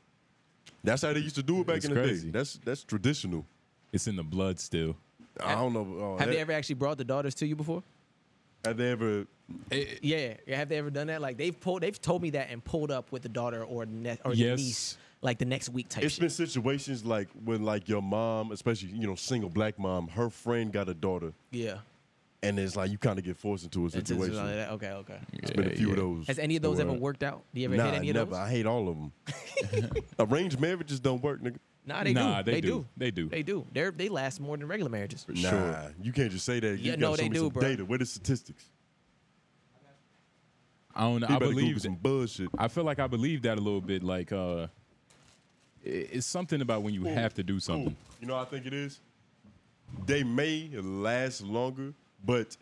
Speaker 1: That's how they used to do it back
Speaker 2: It's
Speaker 1: in
Speaker 2: crazy.
Speaker 1: the day. That's that's traditional.
Speaker 2: It's in the blood still.
Speaker 1: I don't know. Oh,
Speaker 3: Have
Speaker 1: that-
Speaker 3: they ever actually brought the daughters to you before?
Speaker 1: Have they ever?
Speaker 3: Yeah, yeah, have they ever done that? Like they've pulled, they've told me that and pulled up with the daughter or ne- or the
Speaker 2: Yes.
Speaker 3: niece like the next week type.
Speaker 1: It's
Speaker 3: shit.
Speaker 1: been situations like when like your mom, especially you know single black mom, her friend got a daughter,
Speaker 3: yeah,
Speaker 1: and it's like you kind of get forced into a
Speaker 3: It's- it's like
Speaker 1: situation.
Speaker 3: that. Okay, okay.
Speaker 1: It's been a few of those.
Speaker 3: Has any of those ever
Speaker 1: Word.
Speaker 3: worked out? Do you ever
Speaker 1: Nah,
Speaker 3: hit any of
Speaker 1: never.
Speaker 3: those?
Speaker 1: I hate all of them. Arranged marriages don't work, nigga.
Speaker 3: Nah, they
Speaker 2: Nah,
Speaker 3: do.
Speaker 2: they
Speaker 3: They,
Speaker 2: do.
Speaker 3: do.
Speaker 2: They do.
Speaker 3: They do. They're, they last more than regular marriages.
Speaker 1: Nah, you can't just say that. You
Speaker 3: Yeah,
Speaker 1: gotta
Speaker 3: no,
Speaker 1: show
Speaker 3: they
Speaker 1: me
Speaker 3: do,
Speaker 1: some
Speaker 3: bro.
Speaker 1: data. Where the statistics?
Speaker 2: I don't. know.
Speaker 1: You
Speaker 2: I
Speaker 1: better
Speaker 2: believe
Speaker 1: Google some
Speaker 2: that.
Speaker 1: bullshit.
Speaker 2: I feel like I believe that a little bit. Like uh, i- it's something about when you
Speaker 1: Mm.
Speaker 2: have to do something.
Speaker 1: Ooh, You know, what I think it is. They may last longer, but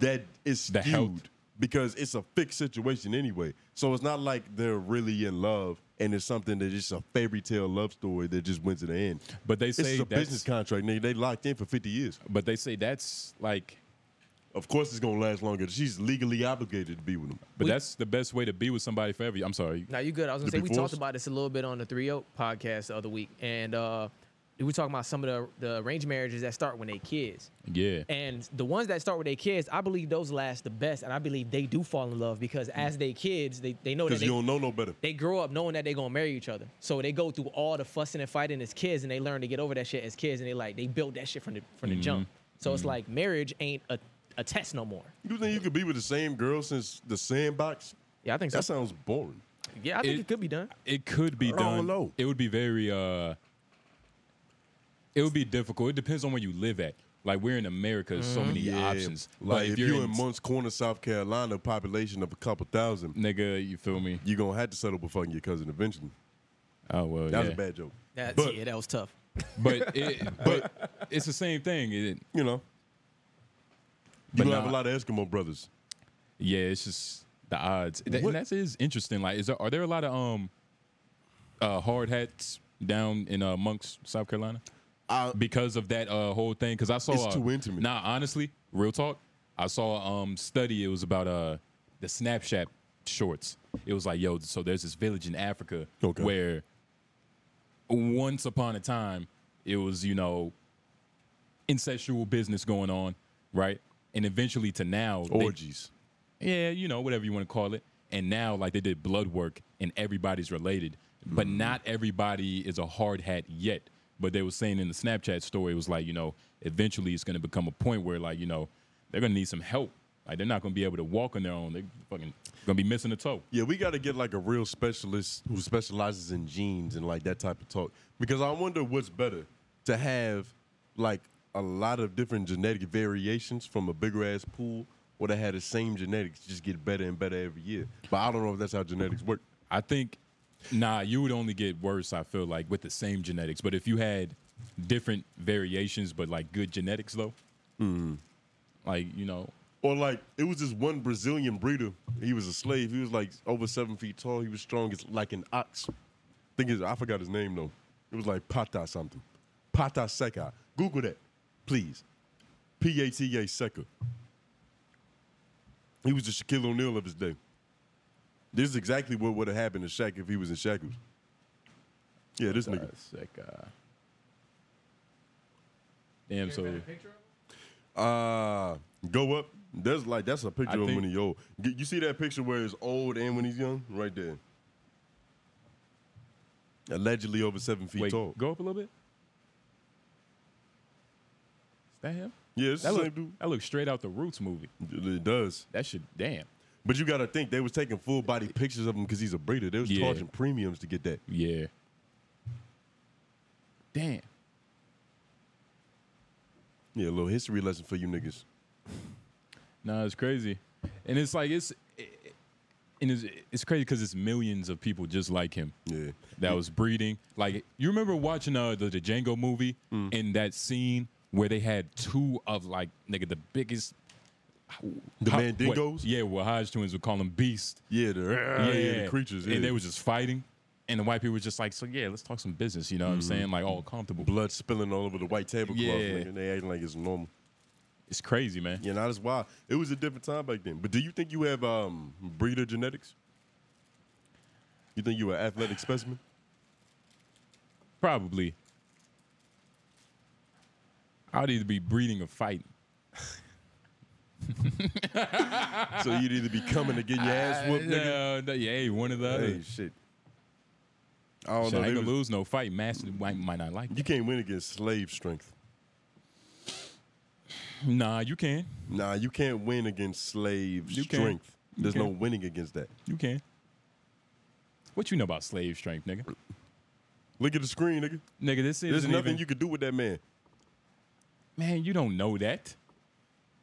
Speaker 1: that is
Speaker 2: The
Speaker 1: skewed
Speaker 2: health.
Speaker 1: because it's a fixed situation anyway. So it's not like they're really in love and it's something that is a fairy tale love story that just went to the end.
Speaker 2: But they
Speaker 1: This
Speaker 2: say
Speaker 1: is a
Speaker 2: that's.
Speaker 1: business contract, nigga. They locked in for fifty years.
Speaker 2: But they say that's like.
Speaker 1: Of course, it's gonna last longer. She's legally obligated to be with him.
Speaker 2: But
Speaker 3: We-
Speaker 2: that's the best way to be with somebody forever. I'm sorry.
Speaker 3: Now you good. I was gonna
Speaker 1: The
Speaker 3: say we
Speaker 1: divorce?
Speaker 3: talked about this a little bit on the three O podcast the other week, and uh, we were talking about some of the the arranged marriages that start when they kids,
Speaker 2: Yeah.
Speaker 3: and the ones that start with their kids, I believe those last the best, and I believe they do fall in love because as they kids, they they know that
Speaker 1: Because
Speaker 3: they,
Speaker 1: you don't know no better.
Speaker 3: they grow up knowing that they're gonna marry each other. So they go through all the fussing and fighting as kids, and they learn to get over that shit as kids, and they like they build that shit from the from the
Speaker 1: Mm-hmm.
Speaker 3: jump. So it's like marriage ain't a, a test no more.
Speaker 1: You think you could be with the same girl since the sandbox?
Speaker 3: Yeah, I think so.
Speaker 1: That sounds boring.
Speaker 3: yeah, I think
Speaker 2: it-
Speaker 3: it, could be done.
Speaker 2: It could be
Speaker 1: I
Speaker 2: done.
Speaker 1: don't know.
Speaker 2: It would be very uh it would be difficult. It depends on where you live at. Like we're in America, there's so many options.
Speaker 1: Mm, Like, if you're, in Munts Corner, South Carolina, population of a couple thousand,
Speaker 2: nigga, you feel me?
Speaker 1: you're gonna have to settle with fucking your cousin eventually.
Speaker 2: Oh well,
Speaker 1: That was
Speaker 2: yeah.
Speaker 1: a bad joke.
Speaker 3: That's,
Speaker 1: but
Speaker 3: yeah, that was tough.
Speaker 2: But it, but it's the same thing. It,
Speaker 1: you know,
Speaker 2: But
Speaker 1: you gonna have
Speaker 2: nah.
Speaker 1: a lot of Eskimo brothers.
Speaker 2: yeah, it's just the odds. That,
Speaker 1: What-
Speaker 2: and that is interesting. Like, is there, are there a lot of um uh hard hats down in uh Monks, South Carolina?
Speaker 1: I,
Speaker 2: because of that uh, whole thing. Because I saw
Speaker 1: It's
Speaker 2: uh,
Speaker 1: too intimate.
Speaker 2: Nah, honestly, real talk. I saw um study. It was about uh the Snapchat shorts. It was like, yo, so there's this village in Africa
Speaker 1: Okay.
Speaker 2: where once upon a time it was you know incestual business going on, right? And eventually to now, they-
Speaker 1: orgies.
Speaker 2: yeah, you know, whatever you want to call it. And now, like, they did blood work and everybody's related, but not everybody is a hard hat yet. But they were saying in the Snapchat story, it was like, you know, eventually it's going to become a point where, like, you know, they're going to need some help. Like, they're not going to be able to walk on their own. They're fucking going to be missing a toe.
Speaker 1: Yeah, we got to get like a real specialist who specializes in genes and like that type of talk. Because I wonder what's better to have like a lot of different genetic variations from a bigger ass pool or to have the same genetics just get better and better every year. But I don't know if that's how genetics work.
Speaker 2: I think, nah, you would only get worse, I feel like, with the same genetics. But if you had different variations, but like good genetics, though, like, you know,
Speaker 1: Or like it was this one Brazilian breeder. He was a slave. He was like over seven feet tall. He was strong as like an ox. Thing is, I forgot his name though. It was like Pata something. Pata Seca. Google that, please. P A T A Seca. He was the Shaquille O'Neal of his day. This is exactly what would have happened to Shaq if he was in shackles. Yeah, this nigga.
Speaker 2: That's like, uh, damn, so
Speaker 1: Uh, go up. There's like that's a picture
Speaker 2: I
Speaker 1: of
Speaker 2: think-
Speaker 1: when he's old. G- You see that picture where he's old and when he's young, right there. Allegedly over seven feet
Speaker 2: wait,
Speaker 1: tall.
Speaker 2: go up a little bit. Is that him?
Speaker 1: Yeah, it's
Speaker 2: That
Speaker 1: the
Speaker 2: look,
Speaker 1: same dude.
Speaker 2: that look straight out the Roots movie.
Speaker 1: It does.
Speaker 2: That should damn.
Speaker 1: But you gotta think they was taking full body pictures of him because he's a breeder. They was
Speaker 2: Yeah.
Speaker 1: charging premiums to get that.
Speaker 2: Yeah. Damn.
Speaker 1: Yeah, a little history lesson for you niggas.
Speaker 2: Nah, it's crazy, and it's like it's. It, and it's, it's crazy because it's millions of people just like him.
Speaker 1: Yeah.
Speaker 2: that was breeding. Like you remember watching uh, the, the Django movie
Speaker 1: Mm.
Speaker 2: and that scene where they had two of like nigga the biggest
Speaker 1: The
Speaker 2: Ho-
Speaker 1: mandingos?
Speaker 2: what- yeah, what Hodge twins would call them beast.
Speaker 1: Yeah, the, ah, Oh, yeah, the creatures. Yeah.
Speaker 2: and they were just fighting. And the white people were just like, so yeah, let's talk some business. You know what
Speaker 1: Mm-hmm.
Speaker 2: I'm saying? Like all comfortable.
Speaker 1: blood spilling all over the white tablecloth,
Speaker 2: Yeah.
Speaker 1: nigga, and they acting like it's normal.
Speaker 2: It's crazy, man.
Speaker 1: Yeah, now that's why it was a different time back then. But do you think you have um, breeder genetics? You think you were an athletic specimen?
Speaker 2: Probably. I'd either be breeding or fighting.
Speaker 1: so you'd either be coming to get your ass whooped, nigga.
Speaker 2: No, no, yeah, hey, one of the
Speaker 1: Hey,
Speaker 2: other.
Speaker 1: shit. I don't
Speaker 2: Shit, I ain't
Speaker 1: know.
Speaker 2: gonna
Speaker 1: they was-
Speaker 2: lose no fight. Master might, might not like
Speaker 1: You
Speaker 2: it.
Speaker 1: can't win against slave strength.
Speaker 2: Nah, you can.
Speaker 1: Nah, you can't win against slave
Speaker 2: You can.
Speaker 1: strength.
Speaker 2: You
Speaker 1: There's no
Speaker 2: can.
Speaker 1: winning against that.
Speaker 2: You can. What you know about slave strength, nigga?
Speaker 1: Look at the screen, nigga.
Speaker 2: Nigga, this is
Speaker 1: There's nothing you could do with that man.
Speaker 2: Man, you don't know that.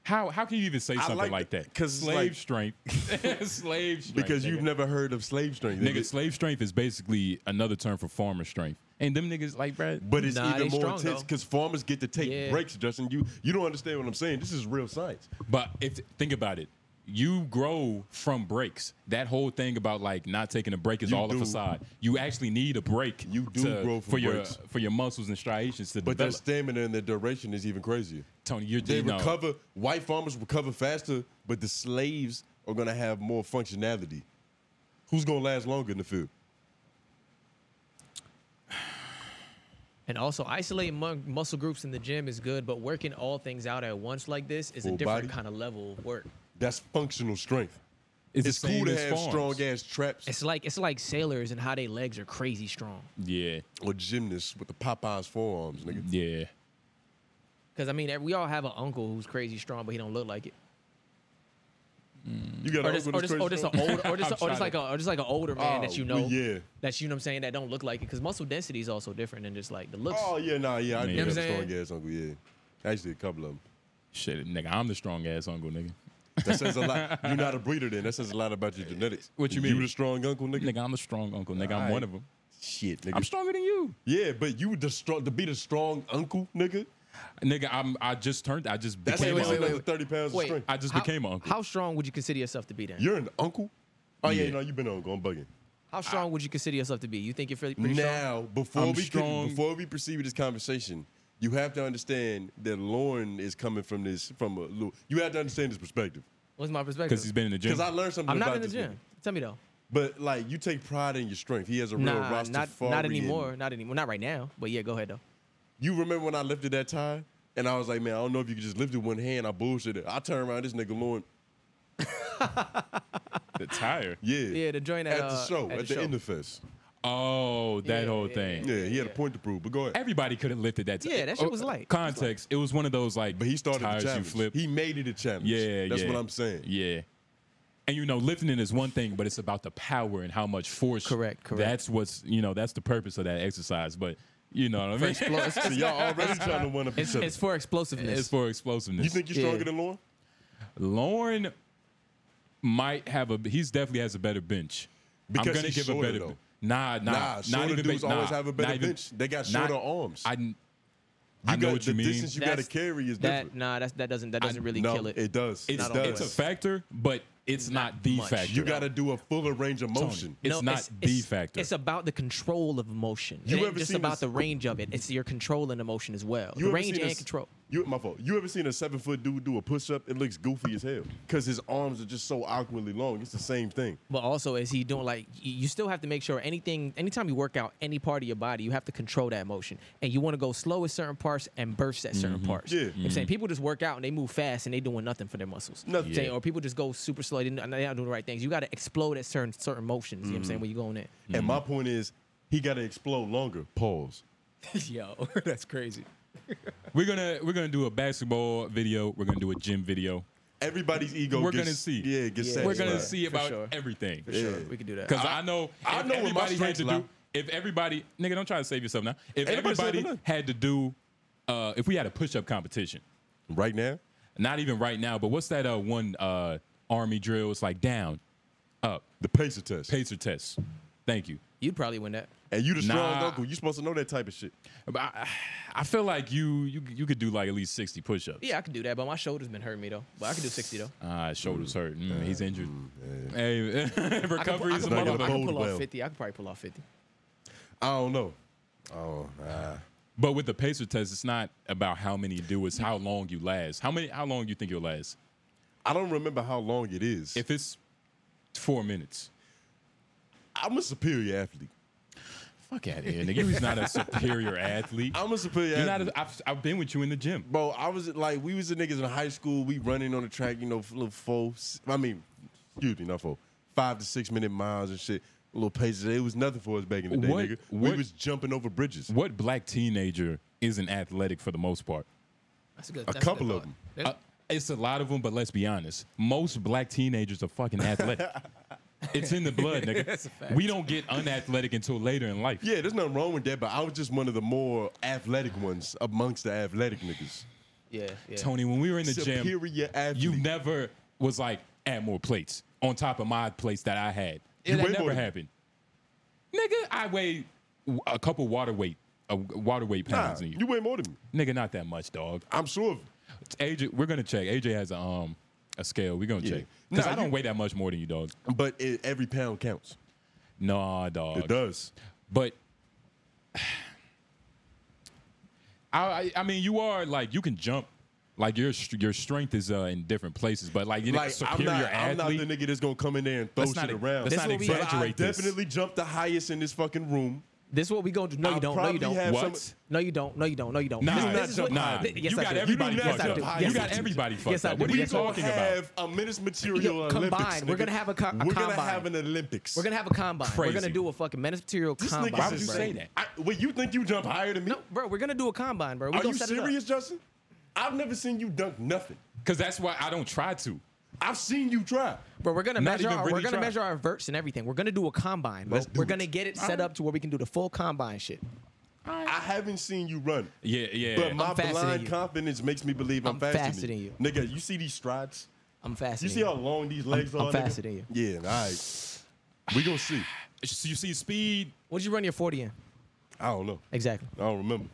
Speaker 2: How how can you even say something
Speaker 1: like
Speaker 2: like,
Speaker 1: that,
Speaker 2: that?
Speaker 1: 'cause it's
Speaker 2: slave
Speaker 1: like-
Speaker 2: strength, slave strength.
Speaker 1: Because you've
Speaker 2: nigga.
Speaker 1: never heard of slave strength.
Speaker 2: nigga, slave strength is basically another term for farmer strength. And them niggas like, bruh,
Speaker 1: But it's
Speaker 3: Nah,
Speaker 1: even
Speaker 3: they
Speaker 1: more
Speaker 3: strong,
Speaker 1: intense
Speaker 3: though.
Speaker 1: because farmers get to take
Speaker 3: Yeah.
Speaker 1: breaks, Justin. You you don't understand what I'm saying. This is real science.
Speaker 2: But if think about it, you grow from breaks. That whole thing about like not taking a break is
Speaker 1: You
Speaker 2: all
Speaker 1: do.
Speaker 2: a facade. You actually need a break.
Speaker 1: You do
Speaker 2: to-
Speaker 1: grow from
Speaker 2: for
Speaker 1: breaks.
Speaker 2: your for your muscles and striations to
Speaker 1: But their
Speaker 2: develop.
Speaker 1: stamina and their duration is even crazier.
Speaker 2: Tony, you're
Speaker 1: They
Speaker 2: you know,
Speaker 1: recover. White farmers recover faster, but the slaves are gonna have more functionality. Who's gonna last longer in the field?
Speaker 3: And also, isolating mu- muscle groups in the gym is good, but working all things out at once like this is
Speaker 1: Full
Speaker 3: a different
Speaker 1: body?
Speaker 3: kind of level of work.
Speaker 1: That's functional strength.
Speaker 2: the
Speaker 1: It's, cool
Speaker 2: same
Speaker 1: to
Speaker 2: as
Speaker 1: have
Speaker 2: farms.
Speaker 1: strong ass traps
Speaker 3: It's like it's like sailors and how their legs are crazy strong.
Speaker 2: Yeah,
Speaker 1: or gymnasts with the Popeyes forearms, nigga.
Speaker 2: yeah.
Speaker 3: Because I mean, we all have an uncle who's crazy strong, but he don't look like it.
Speaker 1: You got
Speaker 3: Or
Speaker 1: an
Speaker 3: just
Speaker 1: uncle
Speaker 3: or
Speaker 1: that's
Speaker 3: just or
Speaker 1: crazy
Speaker 3: just an
Speaker 1: strong?
Speaker 3: old or just
Speaker 2: I'm
Speaker 3: or just
Speaker 2: tryna-
Speaker 3: like a or just like an older man
Speaker 1: Oh,
Speaker 3: that you know.
Speaker 1: well, yeah.
Speaker 3: That's you know what I'm saying that don't look like it because muscle density is also different than just like the looks.
Speaker 1: Oh yeah, nah, yeah. I do
Speaker 2: You know
Speaker 1: have a
Speaker 2: what
Speaker 3: I'm
Speaker 1: strong
Speaker 3: saying?
Speaker 1: ass uncle. Yeah, actually a couple of them.
Speaker 2: Shit, nigga, I'm the strong ass uncle, nigga.
Speaker 1: That says a lot. You're not a breeder, then. That says a lot about your genetics.
Speaker 2: What you
Speaker 1: You
Speaker 2: mean?
Speaker 1: the strong uncle, nigga.
Speaker 2: Nigga, I'm the strong uncle, nigga. I'm
Speaker 1: Alright.
Speaker 2: one of them.
Speaker 1: Shit, nigga.
Speaker 2: I'm stronger than you,
Speaker 1: yeah, but you the strong to be the strong uncle, nigga.
Speaker 2: nigga. I'm. I just turned. I just
Speaker 1: That's
Speaker 2: became.
Speaker 1: wait,
Speaker 2: a-
Speaker 1: wait, wait, thirty pounds
Speaker 3: Wait.
Speaker 1: of strength.
Speaker 2: I just
Speaker 3: How-
Speaker 2: became an uncle.
Speaker 3: How strong would you consider yourself to be then?
Speaker 1: You're an uncle. Oh yeah,
Speaker 2: Yeah.
Speaker 1: no, you've been an uncle. I'm bugging.
Speaker 3: How strong would you consider yourself to be? You think you're pretty, pretty strong?
Speaker 1: Now, before
Speaker 2: I'm
Speaker 1: we can-
Speaker 2: strong.
Speaker 1: before we proceed with this conversation, you have to understand that Lauren is coming from this from a little. You have to understand his perspective
Speaker 3: What's my perspective?
Speaker 2: Because he's been in the gym.
Speaker 1: because I learned something.
Speaker 3: I'm
Speaker 1: about
Speaker 3: not in the
Speaker 1: this
Speaker 3: gym.
Speaker 1: nigga.
Speaker 3: Tell me though.
Speaker 1: But like, you take pride in your strength. He has a real
Speaker 3: Nah,
Speaker 1: roster.
Speaker 3: not not anymore. Not anymore. Not right now. But yeah, go ahead though.
Speaker 1: You remember when I lifted that tie? And I was like, man, I don't know if you could just lift it one hand. I bullshitted. I turn around, this nigga Lauren.
Speaker 2: the tire.
Speaker 1: Yeah.
Speaker 3: Yeah, the joint
Speaker 1: at
Speaker 3: at,
Speaker 1: the
Speaker 3: uh,
Speaker 1: show,
Speaker 3: at
Speaker 1: at
Speaker 3: the
Speaker 1: the,
Speaker 3: show.
Speaker 1: end of fest.
Speaker 2: Oh, that
Speaker 3: Yeah,
Speaker 2: whole
Speaker 3: yeah,
Speaker 2: thing.
Speaker 1: Yeah, he had a
Speaker 3: yeah.
Speaker 1: point to prove, but go ahead.
Speaker 2: Everybody could have lifted that.
Speaker 3: Yeah, that shit was
Speaker 2: Oh,
Speaker 3: light.
Speaker 2: Context. It was one of those like.
Speaker 1: But he started
Speaker 2: tires
Speaker 1: the
Speaker 2: you
Speaker 1: challenge.
Speaker 2: flip.
Speaker 1: He made it a challenge.
Speaker 2: yeah,
Speaker 1: that's
Speaker 2: yeah.
Speaker 1: what I'm saying.
Speaker 2: Yeah. And you know, lifting it is one thing, but it's about the power and how much force.
Speaker 3: Correct, correct.
Speaker 2: That's what's you know that's the purpose of that exercise. But you know what I mean.
Speaker 1: So y'all already trying to one up each
Speaker 3: It's,
Speaker 1: other.
Speaker 3: it's for explosiveness.
Speaker 2: it's for explosiveness.
Speaker 1: you think you're stronger
Speaker 3: yeah.
Speaker 1: than Lauren?
Speaker 2: Lauren might have a. He's definitely has a better bench.
Speaker 1: Because
Speaker 2: I'm gonna
Speaker 1: he's
Speaker 2: give
Speaker 1: shorter,
Speaker 2: a better.
Speaker 1: though.
Speaker 2: Nah, nah,
Speaker 1: Nah,
Speaker 2: not
Speaker 1: shorter
Speaker 2: even
Speaker 1: dudes
Speaker 2: ba-
Speaker 1: always
Speaker 2: nah,
Speaker 1: have a better
Speaker 2: not even-
Speaker 1: bench. They got
Speaker 2: not-
Speaker 1: shorter arms.
Speaker 2: I, I
Speaker 1: You
Speaker 2: know
Speaker 1: got-
Speaker 2: what you
Speaker 1: the
Speaker 2: mean.
Speaker 1: distance you got to
Speaker 3: That's-
Speaker 1: carry is
Speaker 3: that
Speaker 1: different.
Speaker 3: nah, that's that doesn't that doesn't really
Speaker 1: no,
Speaker 3: kill it.
Speaker 1: does.
Speaker 2: it's,
Speaker 1: it
Speaker 3: not
Speaker 1: does.
Speaker 2: it's a
Speaker 3: always.
Speaker 2: factor, but it's not, the
Speaker 3: much.
Speaker 2: factor.
Speaker 1: You got to do a fuller range of
Speaker 2: Tony,
Speaker 1: motion.
Speaker 2: It's not the
Speaker 3: it's-
Speaker 2: factor.
Speaker 3: It's about the control of motion.
Speaker 1: You
Speaker 3: You it
Speaker 1: ever
Speaker 3: ain't just
Speaker 1: seen
Speaker 3: about
Speaker 1: this-
Speaker 3: the range of it. It's your control and emotion as well.
Speaker 1: You
Speaker 3: the
Speaker 1: ever
Speaker 3: range
Speaker 1: seen
Speaker 3: and
Speaker 1: a s-
Speaker 3: control.
Speaker 1: You, my fault. You ever seen a seven foot dude do a push up? It looks goofy as hell because his arms are just so awkwardly long. It's the same thing.
Speaker 3: But also, is he doing like y- you still have to make sure anything, anytime you work out any part of your body, you have to control that motion, and you want to go slow at certain parts and burst at
Speaker 2: Mm-hmm.
Speaker 3: certain parts.
Speaker 1: Yeah.
Speaker 3: You know what I'm saying people just work out and they move fast and they doing nothing for their muscles.
Speaker 1: Nothing.
Speaker 3: You know what I'm saying?
Speaker 2: Yeah.
Speaker 3: Or people just go super slow they didn't- they're not doing the right things. You got to explode at certain certain motions. You know what I'm
Speaker 2: Mm-hmm.
Speaker 3: saying when you going in.
Speaker 1: And my point is, he got to explode longer. Pause.
Speaker 3: Yo, that's crazy.
Speaker 2: We're gonna we're gonna do a basketball video. We're gonna do a gym video.
Speaker 1: Everybody's ego.
Speaker 2: We're
Speaker 1: gets,
Speaker 2: gonna see.
Speaker 1: Yeah, gets
Speaker 3: Yeah.
Speaker 2: We're gonna
Speaker 1: satisfied.
Speaker 2: see
Speaker 3: For
Speaker 2: about
Speaker 3: sure.
Speaker 2: everything.
Speaker 3: Sure, we could do that.
Speaker 2: Because I, know
Speaker 1: I
Speaker 2: if
Speaker 1: know where my
Speaker 2: everybody had
Speaker 1: strengths
Speaker 2: to
Speaker 1: lie.
Speaker 2: do. If everybody, nigga, don't try to save yourself now. If
Speaker 1: Ain't nobody
Speaker 2: everybody
Speaker 1: saving nothing.
Speaker 2: had to do, uh, if we had a push-up competition,
Speaker 1: Right now,
Speaker 2: not even right now, but what's that uh, one uh, army drill? It's like down, top.
Speaker 1: The pacer test.
Speaker 2: Pacer test. Thank you.
Speaker 3: You'd probably win that.
Speaker 1: and you the strong
Speaker 2: Nah.
Speaker 1: uncle. You supposed to know that type of shit.
Speaker 2: But I, I feel like you you you could do like at least sixty push-ups.
Speaker 3: Yeah, I could do that, but my shoulder's been hurting me though. But I could do 60 though.
Speaker 2: Ah, his shoulders hurt. Mm, he's injured. Hey,
Speaker 3: I could pull,
Speaker 2: recovery
Speaker 3: I
Speaker 2: is a
Speaker 3: could pull,
Speaker 1: motherfucker.
Speaker 3: off- I
Speaker 2: motherfucker.
Speaker 3: could pull
Speaker 1: Well.
Speaker 3: off 50. I could probably pull off 50.
Speaker 1: I don't know. Oh, nah.
Speaker 2: But with the pacer test, it's not about how many you do; it's how long you last. How many? How long you think you'll last?
Speaker 1: I don't remember how long it is.
Speaker 2: If it's four minutes,
Speaker 1: I'm a superior athlete.
Speaker 2: fuck out here, nigga. He's not a superior athlete.
Speaker 1: I'm a superior
Speaker 2: You're
Speaker 1: athlete.
Speaker 2: not. A, I've, I've been with you in the gym.
Speaker 1: Bro, I was like, we was the niggas in high school. We running on the track, you know, little four. s- I mean, excuse me, not four. Five to six minute miles and shit. Little paces. It was nothing for us back in the day,
Speaker 2: What-
Speaker 1: nigga. We
Speaker 2: what-
Speaker 1: was jumping over bridges.
Speaker 2: What black teenager isn't athletic for the most part?
Speaker 3: That's a good.
Speaker 1: A
Speaker 3: that's
Speaker 1: couple
Speaker 3: good
Speaker 1: of
Speaker 3: thought.
Speaker 1: them.
Speaker 3: That's-
Speaker 2: Uh, it's a lot of them, but let's be honest. Most black teenagers are fucking athletic. it's in the blood, nigga. We don't get unathletic until later in life.
Speaker 1: Yeah, there's nothing wrong with that, but I was just one of the more athletic ones amongst the athletic niggas.
Speaker 3: yeah, yeah.
Speaker 2: Tony, when we were in the gym,
Speaker 1: Superior athlete.
Speaker 2: you never was like, add more plates on top of my plates that I had.
Speaker 1: You
Speaker 2: that
Speaker 1: weigh
Speaker 2: never
Speaker 1: more than-
Speaker 2: happened. Nigga, I weigh a couple water weight, uh, water weight
Speaker 1: nah,
Speaker 2: pounds. than you.
Speaker 1: you weigh more than me.
Speaker 2: Nigga, not that much, dog.
Speaker 1: I'm sure of it.
Speaker 2: AJ, we're gonna check. AJ has a um a scale. We're gonna
Speaker 1: Yeah.
Speaker 2: check because
Speaker 1: Nah,
Speaker 2: I don't
Speaker 1: you-
Speaker 2: weigh that much more than you, dog.
Speaker 1: But it, every pound counts.
Speaker 2: Nah, dog.
Speaker 1: It does.
Speaker 2: But I, I, I mean, you are like you can jump. Like your str- your strength is uh, in different places, but like you're
Speaker 1: Like
Speaker 2: a
Speaker 1: I'm
Speaker 2: superior
Speaker 1: not, I'm
Speaker 2: athlete.
Speaker 1: not the nigga that's gonna come in there and throw
Speaker 2: Let's not
Speaker 1: shit
Speaker 2: ex-
Speaker 1: around.
Speaker 2: let's
Speaker 3: not
Speaker 1: But I
Speaker 2: exaggerate this.
Speaker 1: definitely jumped the highest in this fucking room.
Speaker 3: This is what we going to. No,
Speaker 1: I
Speaker 3: you don't. No,
Speaker 1: probably
Speaker 3: you don't.
Speaker 1: have
Speaker 2: What?
Speaker 1: some-
Speaker 3: No, you don't. No, you don't. No, you don't.
Speaker 2: Nah,
Speaker 3: this,
Speaker 1: do
Speaker 3: this
Speaker 1: not
Speaker 3: is
Speaker 1: jump
Speaker 3: what,
Speaker 2: nah.
Speaker 3: thi- yes,
Speaker 2: you
Speaker 3: I
Speaker 2: got
Speaker 3: do.
Speaker 2: everybody
Speaker 1: do not
Speaker 2: fucked
Speaker 1: jump
Speaker 2: up.
Speaker 1: high.
Speaker 2: you
Speaker 1: Yes,
Speaker 2: got
Speaker 1: I do.
Speaker 2: everybody fucked
Speaker 3: Yes, I
Speaker 2: up. What
Speaker 3: do.
Speaker 2: are you
Speaker 3: Yes, I do.
Speaker 2: talking about?
Speaker 1: have a men's material
Speaker 3: Yo,
Speaker 1: Olympics.
Speaker 3: combined, we're
Speaker 1: nigga.
Speaker 3: gonna have a co- a
Speaker 1: we're gonna
Speaker 3: combine.
Speaker 1: have an Olympics.
Speaker 3: We're gonna have a combine. We're
Speaker 2: Crazy.
Speaker 3: gonna do a fucking menace material
Speaker 1: This
Speaker 3: combine.
Speaker 1: nigga
Speaker 2: Why would you
Speaker 1: is-
Speaker 3: bro.
Speaker 2: say that?
Speaker 1: I, wait, you think you jump higher than me?
Speaker 3: No, bro, we're gonna do a combine, bro. We
Speaker 1: Are
Speaker 3: gonna
Speaker 1: you
Speaker 3: set
Speaker 1: serious,
Speaker 3: It
Speaker 1: Justin? I've never seen you dunk nothing.
Speaker 2: Because that's why I don't try to.
Speaker 1: I've seen you try.
Speaker 3: up. Bro, we're gonna
Speaker 2: Not
Speaker 3: measure.
Speaker 2: even
Speaker 3: Our,
Speaker 2: really
Speaker 3: we're gonna
Speaker 2: try.
Speaker 3: measure our verts and everything. We're gonna do a combine, bro.
Speaker 1: Let's do
Speaker 3: we're
Speaker 1: it.
Speaker 3: gonna get it set up to where we can do the full combine shit.
Speaker 1: I haven't seen you run.
Speaker 2: Yeah, yeah.
Speaker 1: But my
Speaker 3: faster than
Speaker 1: blind
Speaker 3: you.
Speaker 1: confidence makes me believe I'm,
Speaker 3: I'm
Speaker 1: faster
Speaker 3: faster
Speaker 1: than
Speaker 3: than
Speaker 1: you. Nigga, you see these strides?
Speaker 3: I'm fast.
Speaker 1: You see how long these legs
Speaker 3: I'm
Speaker 1: are? nigga?
Speaker 3: faster than you.
Speaker 1: Yeah, all right. We gonna see.
Speaker 2: So you see, speed.
Speaker 3: What'd you run your 40 in?
Speaker 1: I don't know.
Speaker 3: Exactly.
Speaker 1: I don't remember.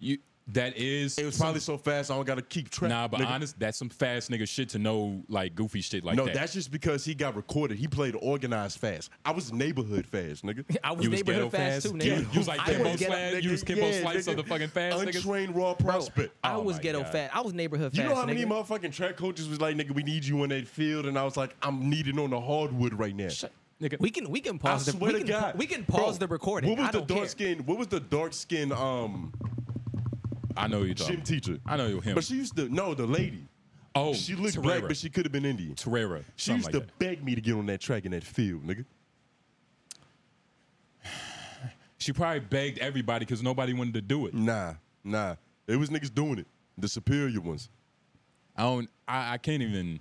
Speaker 2: You that is
Speaker 1: It was probably so fast I don't gotta keep track.
Speaker 2: nah, but
Speaker 1: nigga.
Speaker 2: honest, that's some fast nigga shit to know like goofy shit like
Speaker 1: No,
Speaker 2: that.
Speaker 1: that's just because he got recorded. He played organized fast. I was neighborhood fast, nigga.
Speaker 3: I was
Speaker 2: You was ghetto
Speaker 3: neighborhood fast,
Speaker 2: fast?
Speaker 3: too,
Speaker 2: Yeah,
Speaker 3: nigga.
Speaker 2: you was like
Speaker 3: I
Speaker 2: Kimbo
Speaker 3: was ghetto-
Speaker 2: Slice? You was Kimbo Slice of the fucking fast niggas?
Speaker 1: Untrained raw prospect.
Speaker 3: I
Speaker 2: Oh
Speaker 3: was
Speaker 2: my
Speaker 3: ghetto
Speaker 2: God.
Speaker 3: fast. I was neighborhood
Speaker 1: you
Speaker 3: fast.
Speaker 1: know how many
Speaker 3: nigga.
Speaker 1: motherfucking track coaches was like, nigga, we need you in that field, and I was like, I'm needed on the hardwood right now.
Speaker 2: nigga.
Speaker 3: We can we can
Speaker 1: I
Speaker 3: pause the
Speaker 1: swear
Speaker 3: we
Speaker 1: to
Speaker 3: can, pa-
Speaker 1: God,
Speaker 3: we can pause
Speaker 1: Bro,
Speaker 3: the recording.
Speaker 1: What was
Speaker 3: I
Speaker 1: the
Speaker 3: don't
Speaker 1: dark
Speaker 3: care.
Speaker 1: skin? What was the dark skin um
Speaker 2: I know you
Speaker 1: gym
Speaker 2: talking.
Speaker 1: teacher?
Speaker 2: I know him.
Speaker 1: But she used to no, the lady.
Speaker 2: oh,
Speaker 1: She looked
Speaker 2: Terrera.
Speaker 1: black, but she could have been Indian.
Speaker 2: Terrera.
Speaker 1: She
Speaker 2: something
Speaker 1: used
Speaker 2: like
Speaker 1: to
Speaker 2: that.
Speaker 1: beg me to get on that track in that field, nigga.
Speaker 2: She probably begged everybody because nobody wanted to do it.
Speaker 1: Nah, nah. It was niggas doing it. The superior ones.
Speaker 2: I don't. I, I can't even.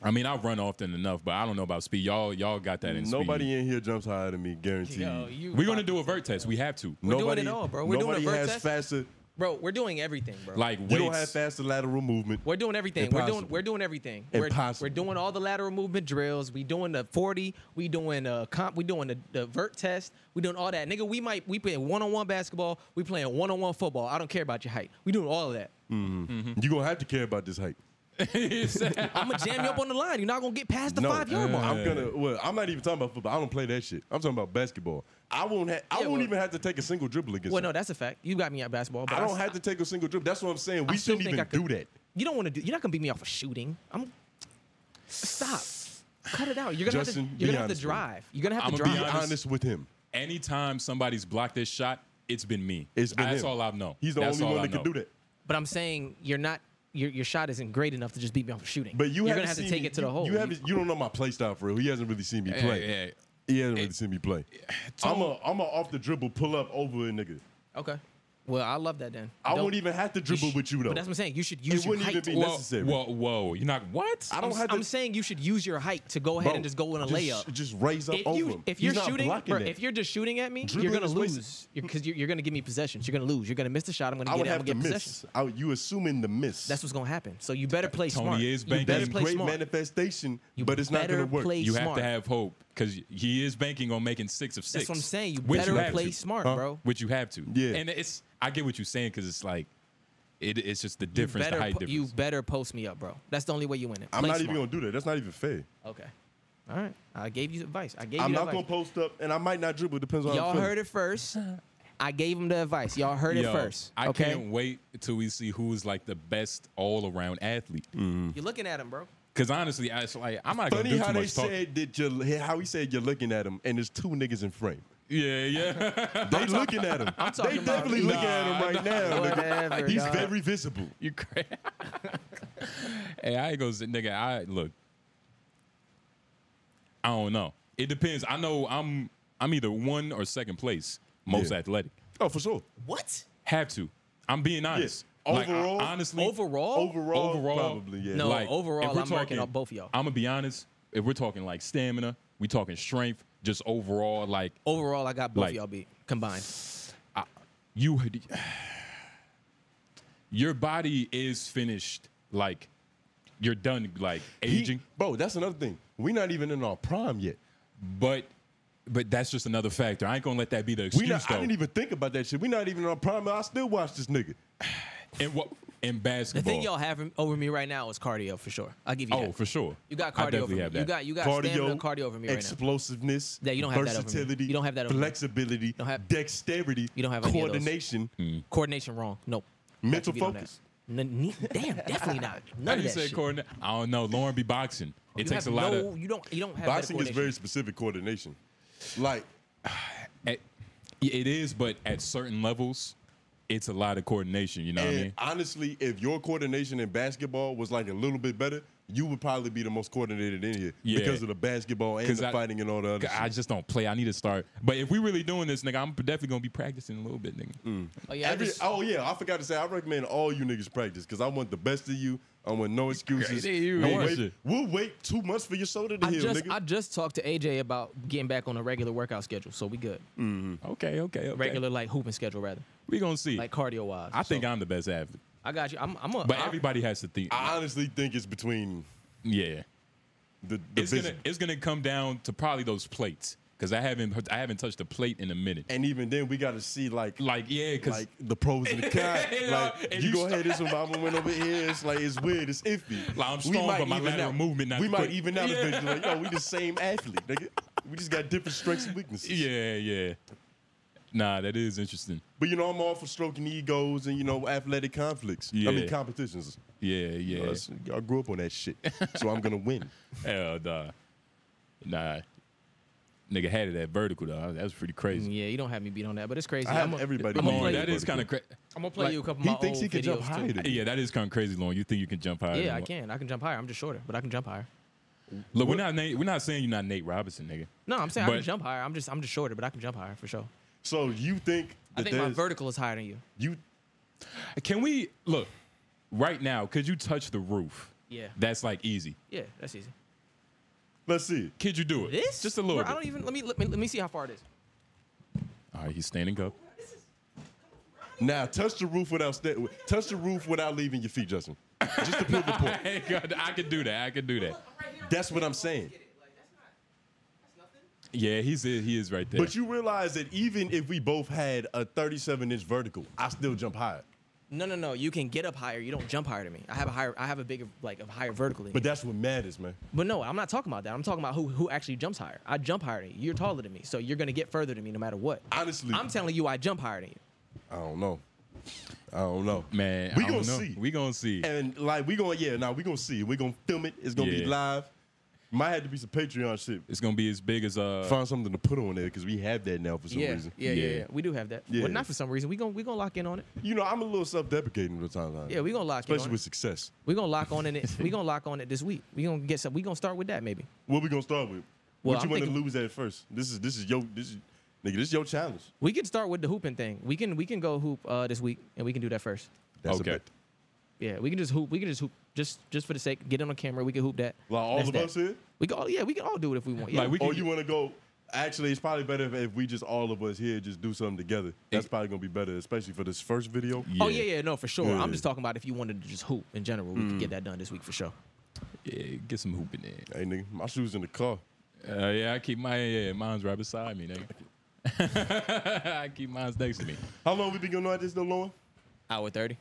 Speaker 2: I mean, I've run often enough, but I don't know about speed. Y'all, y'all got that in speed.
Speaker 1: Nobody in here jumps higher than me, guaranteed.
Speaker 3: Yo, you
Speaker 2: We're gonna do a vert test. We have to.
Speaker 3: doing
Speaker 1: nobody,
Speaker 3: it all, bro. We're doing
Speaker 1: nobody
Speaker 3: a vert
Speaker 1: has
Speaker 3: test.
Speaker 1: faster.
Speaker 3: bro. We're doing everything, bro.
Speaker 2: Like
Speaker 1: You don't have
Speaker 2: weights.
Speaker 1: faster lateral movement.
Speaker 3: We're doing everything. We're
Speaker 1: Impossible.
Speaker 3: doing we're doing everything. We're,
Speaker 1: Impossible.
Speaker 3: we're doing all the lateral movement drills. We doing the 40. We doing the comp. We doing the, the vert test. We doing all that. Nigga, we might we playing one on one basketball. We playing one on one football. I don't care about your height. We doing all of that.
Speaker 1: Mm. You're gonna have to care about this height.
Speaker 3: I'm gonna jam you up on the line. You're not gonna get past the five yard mark.
Speaker 1: I'm gonna. Well, I'm not even talking about football. I don't play that shit. I'm talking about basketball. I won't. Ha- I
Speaker 3: Yeah,
Speaker 1: won't
Speaker 3: well-
Speaker 1: even have to take a single dribble against.
Speaker 3: Well,
Speaker 1: them.
Speaker 3: no, that's a fact. You got me at basketball. But
Speaker 1: I don't
Speaker 3: s-
Speaker 1: have to take a single dribble. That's what I'm saying. We
Speaker 3: I still
Speaker 1: shouldn't
Speaker 3: think
Speaker 1: even
Speaker 3: I
Speaker 1: do
Speaker 3: could-
Speaker 1: that.
Speaker 3: You don't want to do. You're not gonna beat me off of shooting. I'm. Stop. Cut it out. You're gonna
Speaker 1: Justin,
Speaker 3: have to.
Speaker 1: be
Speaker 3: You're gonna have to
Speaker 1: honest with me.
Speaker 3: drive. You're gonna have to
Speaker 2: I'ma be
Speaker 1: Be
Speaker 3: drive.
Speaker 1: honest, with him.
Speaker 2: Anytime somebody's blocked this shot, it's been me.
Speaker 1: It's been
Speaker 2: That's
Speaker 1: him.
Speaker 2: all I've known.
Speaker 1: He's the
Speaker 2: That's
Speaker 1: only
Speaker 2: all
Speaker 1: one
Speaker 2: I
Speaker 1: that can
Speaker 2: know.
Speaker 1: do that.
Speaker 3: But I'm saying you're not. Your, your shot isn't great enough to just beat me off of shooting.
Speaker 1: But you
Speaker 3: you're
Speaker 1: haven't
Speaker 3: gonna have to
Speaker 1: seen
Speaker 3: take
Speaker 1: me-
Speaker 3: it to the
Speaker 1: you-
Speaker 3: hole.
Speaker 1: You haven't. You don't know my play style for real. He hasn't really seen me play.
Speaker 2: hey,
Speaker 1: He hasn't really seen me play. I'm a. I'm a off the dribble pull up over a nigga.
Speaker 3: okay. Well, I love that then.
Speaker 1: I
Speaker 3: Don't-
Speaker 1: won't even have to
Speaker 3: you
Speaker 1: dribble
Speaker 3: sh-
Speaker 1: with you though.
Speaker 3: But that's what I'm saying. You should use your
Speaker 1: wouldn't even
Speaker 3: height.
Speaker 1: be
Speaker 2: Whoa,
Speaker 1: necessary.
Speaker 2: whoa, whoa! You're not what?
Speaker 1: I don't
Speaker 3: I'm,
Speaker 1: have to.
Speaker 3: I'm saying you should use your height to go ahead
Speaker 1: Bro,
Speaker 3: and just go in a
Speaker 1: just-
Speaker 3: layup.
Speaker 1: Just raise up
Speaker 3: if
Speaker 1: over
Speaker 3: you
Speaker 1: him.
Speaker 3: if
Speaker 1: He's
Speaker 3: you're
Speaker 1: not
Speaker 3: shooting,
Speaker 1: blocking
Speaker 3: bro,
Speaker 1: that.
Speaker 3: if you're just shooting at me,
Speaker 1: Dribbling
Speaker 3: you're gonna
Speaker 1: is wasted.
Speaker 3: lose because you're, you're gonna give me possessions. You're gonna lose. You're gonna miss the shot. I'm gonna
Speaker 1: I
Speaker 3: get
Speaker 1: would
Speaker 3: it. I'm
Speaker 1: have
Speaker 3: gonna
Speaker 1: to
Speaker 3: get
Speaker 1: miss.
Speaker 3: possessions.
Speaker 1: I would, you assuming the miss.
Speaker 3: That's what's gonna happen. So you better play
Speaker 2: Tony
Speaker 3: smart.
Speaker 2: is
Speaker 3: you
Speaker 2: banking.
Speaker 3: better
Speaker 1: That's
Speaker 3: play
Speaker 1: great
Speaker 3: smart.
Speaker 1: manifestation,
Speaker 3: You
Speaker 1: but it's not
Speaker 3: better
Speaker 1: going to work.
Speaker 3: play
Speaker 2: you have
Speaker 3: smart.
Speaker 2: to have hope because he is banking on making six of six.
Speaker 3: That's what I'm saying. You
Speaker 2: Which
Speaker 3: better
Speaker 2: have
Speaker 3: play
Speaker 2: to.
Speaker 3: smart, bro.
Speaker 2: Which you have to.
Speaker 1: Yeah.
Speaker 2: And it's I get what you're saying because it's like it, it's just the difference,
Speaker 3: you better,
Speaker 2: the height
Speaker 3: po-
Speaker 2: difference.
Speaker 3: You better post me up, bro. That's the only way you win it.
Speaker 1: I'm
Speaker 3: Play
Speaker 1: not even
Speaker 3: smart.
Speaker 1: going to do that. That's not even fair.
Speaker 3: Okay. All right. I gave you advice. I gave
Speaker 1: I'm
Speaker 3: you the
Speaker 1: not going
Speaker 3: advice.
Speaker 1: to post up, and I might not dribble. Depends on how
Speaker 3: Y'all
Speaker 1: I'm
Speaker 3: heard it first. I gave him the advice. Y'all heard
Speaker 2: Yo,
Speaker 3: it first.
Speaker 2: I
Speaker 3: okay.
Speaker 2: can't wait till we see who's like the best all around athlete.
Speaker 3: You're looking at him, bro.
Speaker 2: Because honestly, I, it's like I'm not gonna
Speaker 1: Mm. Funny
Speaker 2: do
Speaker 1: how
Speaker 2: too
Speaker 1: they
Speaker 2: much talking.
Speaker 1: said that you how he said you're looking at him, and there's two niggas in frame.
Speaker 2: yeah, yeah.
Speaker 1: They looking at him.
Speaker 3: I'm
Speaker 1: They
Speaker 3: talking about-
Speaker 1: definitely looking at him right now. nigga.
Speaker 3: Whatever.
Speaker 1: He's
Speaker 3: dog.
Speaker 1: very visible.
Speaker 2: You crazy? hey, I ain't gonna sit, nigga. I look. I don't know. It depends. I know I'm I'm either one or second place most
Speaker 1: Yeah.
Speaker 2: athletic.
Speaker 1: Oh, for sure.
Speaker 3: what?
Speaker 2: Have to. I'm being honest. Like, I-
Speaker 1: Overall-
Speaker 2: honestly,
Speaker 3: Overall.
Speaker 1: Overall,
Speaker 2: Overall,
Speaker 1: probably yeah.
Speaker 3: No. overall, I'm marking up both of y'all.
Speaker 2: I'm gonna be honest. If we're talking like stamina, we talking strength, just overall, like
Speaker 3: Overall, I got both
Speaker 2: Like-
Speaker 3: of y'all beat combined.
Speaker 2: you your body is finished like you're done like
Speaker 1: He-
Speaker 2: aging
Speaker 1: bro. That's another thing. We're not even in our prime yet.
Speaker 2: but but that's just another factor i ain't gonna let that be the
Speaker 1: We
Speaker 2: excuse
Speaker 1: not, I
Speaker 2: though
Speaker 1: didn't even think about that shit. We're not even in our prime. I still watch this nigga.
Speaker 2: in, what, in
Speaker 3: The
Speaker 2: basketball
Speaker 3: thing y'all have over me right now is cardio for sure. I'll give you
Speaker 2: oh
Speaker 3: that.
Speaker 2: for sure
Speaker 3: You got
Speaker 2: I
Speaker 3: cardio
Speaker 2: definitely
Speaker 3: over me.
Speaker 2: have
Speaker 3: You
Speaker 2: that.
Speaker 3: got you got stamina and cardio over me right now.
Speaker 1: explosiveness,
Speaker 3: Yeah, you don't have that over me.
Speaker 1: versatility,
Speaker 3: You don't have that over me.
Speaker 1: flexibility,
Speaker 3: Don't have-
Speaker 1: dexterity,
Speaker 3: You don't have Mm. any of those.
Speaker 1: coordination.
Speaker 3: Coordination wrong. Nope.
Speaker 1: Mental
Speaker 3: Got you beat on that.
Speaker 1: focus.
Speaker 3: N- ne- damn, definitely not.
Speaker 2: How you
Speaker 3: None of that
Speaker 2: said
Speaker 3: shit.
Speaker 2: coordinate? I don't know. Lauren be boxing. It
Speaker 3: You
Speaker 2: takes a
Speaker 3: have
Speaker 2: lot
Speaker 3: no,
Speaker 2: of.
Speaker 3: You don't. You don't have better
Speaker 1: Boxing is
Speaker 3: coordination.
Speaker 1: very specific coordination. Like
Speaker 2: It it is, but at certain levels, it's a lot of coordination. You know what I
Speaker 1: And
Speaker 2: mean?
Speaker 1: honestly, if your coordination in basketball was like a little bit better, you would probably be the most coordinated in here
Speaker 2: Yeah.
Speaker 1: because of the basketball and
Speaker 2: 'Cause
Speaker 1: the
Speaker 2: I-
Speaker 1: fighting and all the other.
Speaker 2: I
Speaker 1: shit.
Speaker 2: just don't play. I need to start. But if we really doing this, nigga, I'm definitely gonna be practicing a little bit, nigga.
Speaker 1: Mm.
Speaker 3: Oh, yeah, I
Speaker 1: Every-
Speaker 3: just-
Speaker 1: oh yeah, I forgot to say I recommend all you niggas practice because I want the best of you. I want no excuses.
Speaker 2: Crazy, you
Speaker 1: We'll
Speaker 2: want
Speaker 1: wait,
Speaker 2: shit.
Speaker 1: we'll wait two months for your shoulder to
Speaker 3: I
Speaker 1: heal,
Speaker 3: just
Speaker 1: nigga.
Speaker 3: I just talked to AJ about getting back on a regular workout schedule, so we good.
Speaker 2: Okay, okay, okay.
Speaker 3: Regular like hooping schedule rather,
Speaker 2: We gonna see.
Speaker 3: like cardio wise.
Speaker 2: I think I'm the best athlete,
Speaker 3: I got you. I'm I'm a,
Speaker 2: but
Speaker 3: I-
Speaker 2: everybody has to think.
Speaker 1: I honestly think it's between
Speaker 2: yeah,
Speaker 1: the, the
Speaker 2: it's gonna
Speaker 1: vision.
Speaker 2: it's gonna come down to probably those plates because I haven't I haven't touched a plate in a minute.
Speaker 1: and even then, we got to see like
Speaker 2: Like yeah, because
Speaker 1: like the pros and the cons.
Speaker 2: You know,
Speaker 1: like
Speaker 2: and
Speaker 1: you
Speaker 2: you
Speaker 1: go
Speaker 2: st-
Speaker 1: ahead, this one, but I'm gonna win over here. It's like it's weird, it's iffy.
Speaker 2: Like, I'm
Speaker 1: We
Speaker 2: strong,
Speaker 1: might
Speaker 2: but my
Speaker 1: even
Speaker 2: lateral
Speaker 1: out.
Speaker 2: movement not
Speaker 1: We might
Speaker 2: quick.
Speaker 1: even out
Speaker 2: Yeah.
Speaker 1: eventually. Like, yo, we the same athlete, nigga. We just got different strengths and weaknesses.
Speaker 2: yeah, yeah. Nah, that is interesting.
Speaker 1: But you know, I'm all for stroking egos and you know athletic conflicts. I mean
Speaker 2: Yeah.
Speaker 1: competitions.
Speaker 2: Yeah,
Speaker 1: You
Speaker 2: yeah.
Speaker 1: know, that's- I grew up on that shit, so I'm gonna win.
Speaker 2: Hell nah. Nah. Nigga had it at vertical though. That was pretty crazy.
Speaker 1: Mm.
Speaker 3: yeah, you don't have me beat on that, but it's crazy.
Speaker 1: I have
Speaker 3: I'm a,
Speaker 1: everybody.
Speaker 3: I'm
Speaker 1: beat
Speaker 3: gonna
Speaker 1: me
Speaker 2: Lauren,
Speaker 3: play,
Speaker 1: at
Speaker 2: that is
Speaker 1: vertical.
Speaker 2: kind of crazy.
Speaker 3: I'm gonna play
Speaker 2: like,
Speaker 3: you a couple of
Speaker 1: He
Speaker 3: my
Speaker 1: thinks
Speaker 3: old
Speaker 1: he can jump
Speaker 3: videos, too.
Speaker 1: higher. Than you.
Speaker 2: Yeah, that is kind of crazy, Lauren. You think you can jump higher? than
Speaker 3: Yeah, I
Speaker 2: Lauren.
Speaker 3: can. I can jump higher. I'm just shorter, but I can jump higher.
Speaker 2: Look, we're not Nate, we're not saying you're not Nate Robinson, nigga.
Speaker 3: No, I'm saying I
Speaker 2: But-
Speaker 3: can jump higher. I'm just I'm just shorter, but I can jump higher for sure.
Speaker 1: So you think?
Speaker 3: I
Speaker 1: That
Speaker 3: think my
Speaker 1: there's-
Speaker 3: vertical is higher than you.
Speaker 1: You
Speaker 2: Can we look right now? Could you touch the roof?
Speaker 3: Yeah.
Speaker 2: That's like easy.
Speaker 3: Yeah, that's easy.
Speaker 1: let's see.
Speaker 2: Could you do it?
Speaker 3: This
Speaker 2: Just a little
Speaker 3: Bro, I
Speaker 2: bit.
Speaker 3: don't even let me let me let me see how far it is.
Speaker 2: All right, he's standing up.
Speaker 1: Now touch the roof without sta- touch the roof without leaving your feet, Justin. Just to prove the point.
Speaker 2: Hey, God, I could do that. I could do that.
Speaker 1: That's what I'm saying.
Speaker 2: Yeah, he's he is right there.
Speaker 1: But you realize that even if we both had a 37 inch vertical, I still jump higher.
Speaker 3: No, no, no. You can get up higher. You don't jump higher than me. I have a higher. I have a bigger, like a higher vertical. Than
Speaker 1: But
Speaker 3: but,
Speaker 1: that's what matters, man.
Speaker 3: but no, I'm not talking about that. I'm talking about who who actually jumps higher. I jump higher than you. You're taller than me, so you're gonna get further than me no matter what.
Speaker 1: Honestly,
Speaker 3: I'm telling you, I jump higher than you.
Speaker 1: I don't know. I don't know,
Speaker 2: man,
Speaker 1: We
Speaker 2: I don't
Speaker 1: gonna
Speaker 2: know.
Speaker 1: see.
Speaker 2: We gonna see.
Speaker 1: And like we going, yeah, now we gonna see. We gonna film it. It's gonna be
Speaker 2: Yeah.
Speaker 1: live. Might have to be some Patreon shit.
Speaker 2: It's gonna be as big as uh.
Speaker 1: Find something to put on there because we have that now for some
Speaker 3: Yeah,
Speaker 1: reason.
Speaker 3: yeah, yeah,
Speaker 2: Yeah.
Speaker 3: yeah. We do have that.
Speaker 1: Yeah.
Speaker 3: Well, not for some reason. We gonna we gonna lock in on it.
Speaker 1: You know, I'm a little self-deprecating with the timeline.
Speaker 3: Yeah, we gonna lock in
Speaker 1: especially
Speaker 3: on
Speaker 1: with
Speaker 3: it.
Speaker 1: success.
Speaker 3: We gonna lock on in it. We gonna lock on it this week. We gonna get some. We gonna start with that maybe.
Speaker 1: What we gonna start with? what
Speaker 3: Well,
Speaker 1: you
Speaker 3: I'm
Speaker 1: want to
Speaker 3: thinking-
Speaker 1: lose at first? This is this is yo. This is Nigga, this your challenge.
Speaker 3: We can start with the hooping thing. We can we can go hoop uh, this week and we can do that first.
Speaker 1: That's
Speaker 2: Okay.
Speaker 1: a bet.
Speaker 3: Yeah, we can just hoop. We can just hoop just just for the sake get it on camera. We can hoop that.
Speaker 1: Like all
Speaker 3: That's
Speaker 1: of
Speaker 3: that.
Speaker 1: us here?
Speaker 3: We can all yeah we can all do it if we want. Yeah. Oh,
Speaker 2: Like, we
Speaker 1: or
Speaker 2: can-
Speaker 1: you want to go? Actually, it's probably better if, if we just all of us here just do something together. That's
Speaker 2: It-
Speaker 1: probably gonna be better, especially for this first video.
Speaker 3: Oh yeah, yeah, no, for sure.
Speaker 1: Yeah. Mm.
Speaker 3: I'm just talking about if you wanted to just hoop in general, we could get that done this week for sure.
Speaker 2: Yeah, get some hooping in.
Speaker 1: Hey nigga, my shoes in the car.
Speaker 2: Uh, yeah, I keep my yeah, mine's right beside me, nigga. I keep mine's next to me.
Speaker 1: How long we been going at this though, Lauren?
Speaker 3: Hour thirty,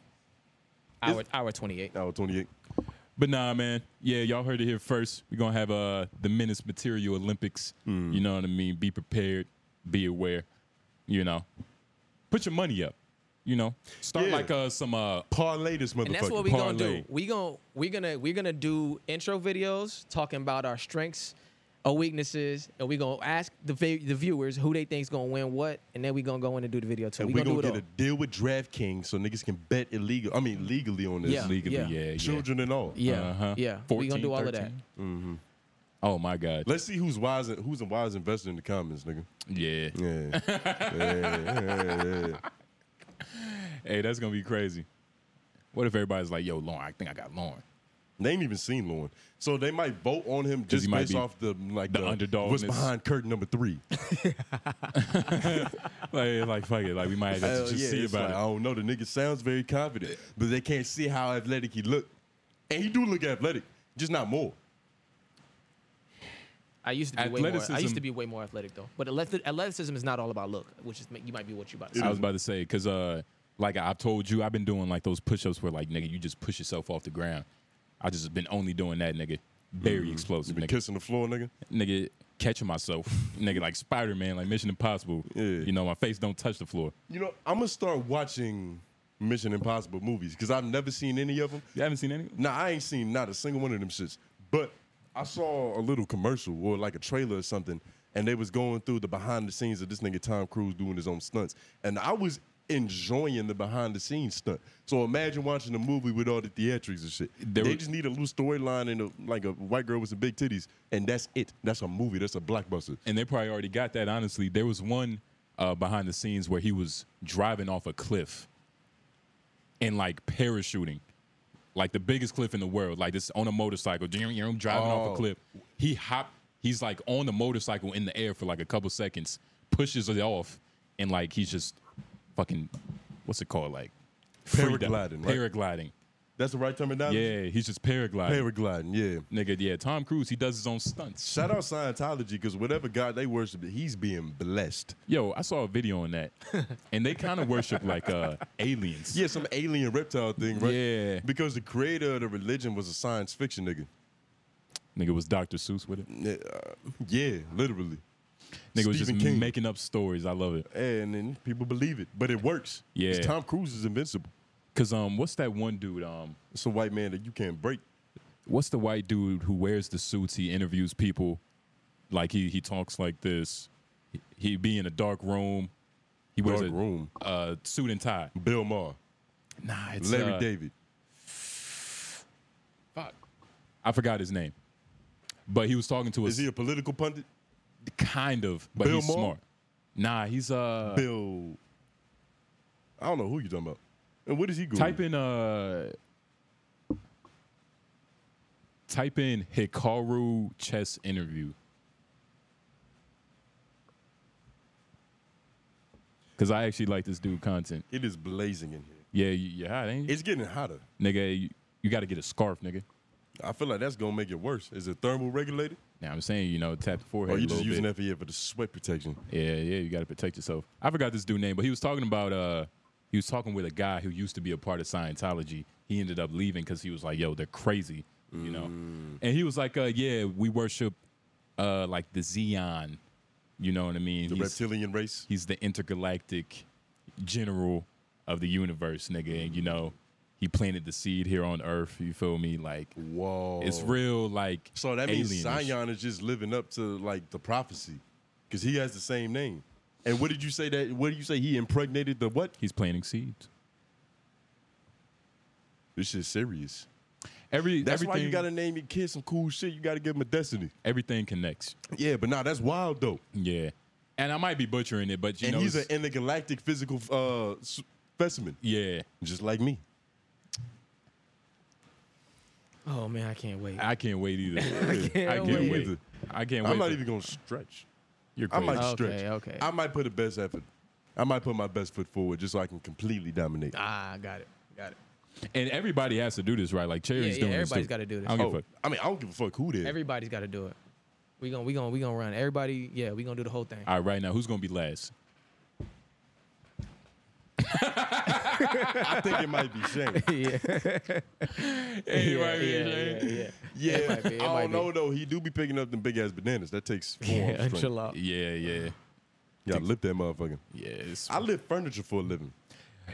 Speaker 3: hour hour twenty eight.
Speaker 1: Hour 28.
Speaker 2: But nah, man. Yeah, y'all heard it here first. We're gonna have uh the Menace Material Olympics.
Speaker 1: Mm.
Speaker 2: You know what I mean? Be prepared, be aware, you know. Put your money up. You know. Start
Speaker 1: Yeah.
Speaker 2: like uh some uh
Speaker 1: Parlay this motherfucker.
Speaker 3: And that's what we gonna do.
Speaker 2: parlay.
Speaker 3: We gonna we gonna we gonna do intro videos talking about our strengths, our weaknesses, and we gonna ask the vi- the viewers who they think's gonna win what, and then we gonna go in and do the video too.
Speaker 1: and
Speaker 3: we
Speaker 1: we
Speaker 3: gonna,
Speaker 1: gonna
Speaker 3: do
Speaker 1: get
Speaker 3: it
Speaker 1: a deal with DraftKings so niggas can bet illegal. I mean legally on this.
Speaker 3: Yeah.
Speaker 2: legally,
Speaker 3: Yeah.
Speaker 2: yeah, yeah.
Speaker 1: Children and all.
Speaker 3: Yeah. yeah. We gonna do all of that.
Speaker 2: Mm-hmm. uh-huh. Oh my God.
Speaker 1: Let's see who's wise and who's a wise investor in the comments, nigga.
Speaker 2: yeah.
Speaker 1: Yeah.
Speaker 2: Hey, that's gonna be crazy. What if everybody's like, yo, Lauren, I think I got Lauren.
Speaker 1: they ain't even seen Lauren. So they might vote on him just
Speaker 2: he might
Speaker 1: based
Speaker 2: be
Speaker 1: off the like
Speaker 2: the underdog
Speaker 1: What's
Speaker 2: in this.
Speaker 1: behind curtain number three.
Speaker 2: Like, like fuck it. Like we might have to
Speaker 1: Hell
Speaker 2: just
Speaker 1: Oh, yeah,
Speaker 2: see
Speaker 1: it's
Speaker 2: about
Speaker 1: like, I
Speaker 2: it.
Speaker 1: don't know. The nigga sounds very confident, but they can't see how athletic he look. And he do look athletic, just not more.
Speaker 3: I used to be way more. I
Speaker 2: Athleticism-
Speaker 3: used to be way more athletic though. But athleti- athleticism is not all about look, which is you might be what you about to
Speaker 2: I
Speaker 3: say.
Speaker 2: was about to say because uh, like I've told you, I've been doing like those push-ups where like nigga, you just push yourself off the ground. I just been only doing that, nigga. Very explosive,
Speaker 1: Been
Speaker 2: Mm-hmm. nigga.
Speaker 1: kissing the floor, nigga.
Speaker 2: nigga. Catching myself, nigga, like Spider Man, like Mission Impossible.
Speaker 1: Yeah.
Speaker 2: You know, my face don't touch the floor.
Speaker 1: You know, I'm gonna start watching Mission Impossible movies because I've never seen any of them.
Speaker 2: You haven't seen any?
Speaker 1: Now I ain't seen not a single one of them shits, but I saw a little commercial or like a trailer or something, and they was going through the behind the scenes of this nigga Tom Cruise doing his own stunts, and I was enjoying the behind the scenes stunt. So imagine watching a movie with all the theatrics and shit.
Speaker 2: There
Speaker 1: they
Speaker 2: was-
Speaker 1: just need a little storyline and a, like a white girl with some big titties, and that's it. That's a movie. That's a blockbuster.
Speaker 2: and they probably already got that. Honestly, there was one uh, behind the scenes where he was driving off a cliff and like parachuting, like the biggest cliff in the world, like this on a motorcycle, driving off
Speaker 1: Oh.
Speaker 2: a cliff. He hop, he's like on the motorcycle in the air for like a couple seconds, pushes it off, and like he's just fucking, what's it called, like free dive-
Speaker 1: Paragliding, right?
Speaker 2: paragliding.
Speaker 1: That's the right terminology.
Speaker 2: Yeah, he's just paragliding.
Speaker 1: Paragliding, yeah.
Speaker 2: Nigga, yeah, Tom Cruise, he does his own stunts.
Speaker 1: Shout out Scientology because whatever God they worship, he's being blessed.
Speaker 2: Yo, I saw a video on that, and they kind of worship like uh, aliens.
Speaker 1: Yeah, some alien reptile thing, right?
Speaker 2: Yeah.
Speaker 1: Because the creator of the religion was a science fiction nigga.
Speaker 2: Nigga was Dr. Seuss with it.
Speaker 1: Yeah, uh, Yeah, literally.
Speaker 2: Nigga was just
Speaker 1: Stephen King.
Speaker 2: making up stories. I love it.
Speaker 1: And then people believe it, but it works. 'Cause
Speaker 2: Yeah.
Speaker 1: Tom Cruise is invincible.
Speaker 2: Cause um, what's that one dude? Um,
Speaker 1: It's a white man that you can't break.
Speaker 2: what's the white dude who wears the suits? He interviews people, like he he talks like this. He, he be in a dark room. He wears
Speaker 1: Dark
Speaker 2: a
Speaker 1: room.
Speaker 2: uh, suit and tie.
Speaker 1: Bill Maher,
Speaker 2: Nah, it's
Speaker 1: Larry
Speaker 2: uh,
Speaker 1: David.
Speaker 2: Fuck, I forgot his name. But he was talking to
Speaker 1: Is
Speaker 2: us,
Speaker 1: he a political pundit?
Speaker 2: kind of. But
Speaker 1: Bill
Speaker 2: he's
Speaker 1: Maher?
Speaker 2: smart. Nah, he's uh.
Speaker 1: Bill. I don't know who you talking about. And what is he going?
Speaker 2: Type in uh type in Hikaru chess interview. Cause I actually like this dude content.
Speaker 1: It is blazing in here.
Speaker 2: Yeah, you, you're hot, ain't you?
Speaker 1: It's getting hotter.
Speaker 2: nigga, you, you gotta get a scarf, nigga.
Speaker 1: I feel like that's gonna make it worse. Is it thermal regulated?
Speaker 2: Now I'm saying, you know, tap the
Speaker 1: Or
Speaker 2: forehead.
Speaker 1: Oh, you
Speaker 2: a little
Speaker 1: just using
Speaker 2: bit.
Speaker 1: that for, yeah, for the sweat protection?
Speaker 2: Yeah, yeah, you gotta protect yourself. I forgot this dude name, but he was talking about uh he was talking with a guy who used to be a part of Scientology. He ended up leaving because he was like, yo, they're crazy, you know.
Speaker 1: Mm.
Speaker 2: And he was like, uh, yeah, we worship uh like the Xeon, you know what I mean?
Speaker 1: The
Speaker 2: he's,
Speaker 1: reptilian race?
Speaker 2: he's the intergalactic general of the universe, nigga, and you know, he planted the seed here on Earth, you feel me? Like
Speaker 1: Whoa.
Speaker 2: it's real like
Speaker 1: So that means
Speaker 2: alienish.
Speaker 1: Zion is just living up to like the prophecy, because he has the same name. And what did you say that? What did you say he impregnated the what?
Speaker 2: He's planting seeds.
Speaker 1: This shit's serious.
Speaker 2: Every
Speaker 1: That's
Speaker 2: everything,
Speaker 1: why you gotta name your kid some cool shit. You gotta give him a destiny.
Speaker 2: everything connects.
Speaker 1: Yeah, but nah, that's wild though.
Speaker 2: Yeah. and I might be butchering it, but you
Speaker 1: and
Speaker 2: know,
Speaker 1: he's an
Speaker 2: it's-
Speaker 1: intergalactic physical uh, specimen,
Speaker 2: yeah,
Speaker 1: just like me.
Speaker 3: Oh man, I can't wait.
Speaker 2: I can't wait either. I can't,
Speaker 3: wait.
Speaker 2: wait. I can't wait.
Speaker 1: I'm not
Speaker 2: for-
Speaker 1: even gonna stretch.
Speaker 2: You're
Speaker 1: I
Speaker 2: crazy.
Speaker 1: might
Speaker 3: Okay,
Speaker 1: stretch.
Speaker 3: okay.
Speaker 1: I might put the best effort. I might put my best foot forward just so I can completely dominate.
Speaker 3: ah, got it, got it.
Speaker 2: and everybody has to do this, right? Like Cherry's
Speaker 3: yeah,
Speaker 2: doing this.
Speaker 3: everybody's
Speaker 2: too.
Speaker 3: gotta do this.
Speaker 2: I don't give
Speaker 1: Oh,
Speaker 2: a fuck.
Speaker 1: I mean, I don't give a fuck who did.
Speaker 3: Everybody's got to do it. We gonna we gonna we gonna run. Everybody, yeah, we gonna do the whole thing.
Speaker 1: Ah,
Speaker 2: All right, right now, who's gonna be last?
Speaker 1: I think it might be Shane.
Speaker 3: yeah, yeah,
Speaker 2: Anybody,
Speaker 3: yeah,
Speaker 2: Shane?
Speaker 3: yeah, yeah.
Speaker 1: Yeah,
Speaker 3: might be, it
Speaker 1: I
Speaker 3: might
Speaker 1: don't
Speaker 3: be.
Speaker 1: know though. He do be picking up them big ass bananas. That takes four
Speaker 3: Yeah,
Speaker 1: arms strength.
Speaker 3: chill out.
Speaker 2: Yeah, yeah,
Speaker 1: Yeah, lift that motherfucker.
Speaker 2: yeah. it's-
Speaker 1: I lift furniture for a living.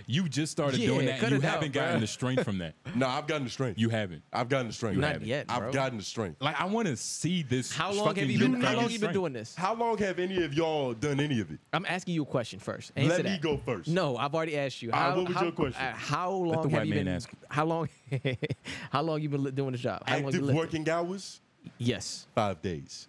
Speaker 2: you just started
Speaker 3: Yeah,
Speaker 2: doing that. and
Speaker 3: cut
Speaker 2: You
Speaker 3: it out,
Speaker 2: haven't
Speaker 3: bruh.
Speaker 2: gotten the strength from that.
Speaker 1: No, I've gotten the strength.
Speaker 2: You haven't.
Speaker 1: I've gotten the strength.
Speaker 2: You
Speaker 3: Not
Speaker 2: haven't.
Speaker 3: yet,
Speaker 1: I've
Speaker 3: bro.
Speaker 1: gotten the strength.
Speaker 2: Like I want to see this.
Speaker 3: How long
Speaker 2: fucking
Speaker 3: have you been?
Speaker 2: youth
Speaker 3: How
Speaker 2: have
Speaker 3: long
Speaker 2: this
Speaker 3: you been
Speaker 2: strength.
Speaker 3: doing this?
Speaker 1: How long have any of y'all done any of it?
Speaker 3: I'm asking you a question first. Answer
Speaker 1: Let me
Speaker 3: that.
Speaker 1: go first.
Speaker 3: No, I've already asked you.
Speaker 1: All right,
Speaker 3: How-
Speaker 1: what was
Speaker 3: how-
Speaker 1: your question?
Speaker 3: uh, how long
Speaker 2: white
Speaker 3: have you
Speaker 2: man
Speaker 3: been?
Speaker 2: ask.
Speaker 3: How long? how long you been li- doing the job? How long you
Speaker 1: Active
Speaker 3: lifting?
Speaker 1: working hours?
Speaker 3: Yes.
Speaker 1: Five days.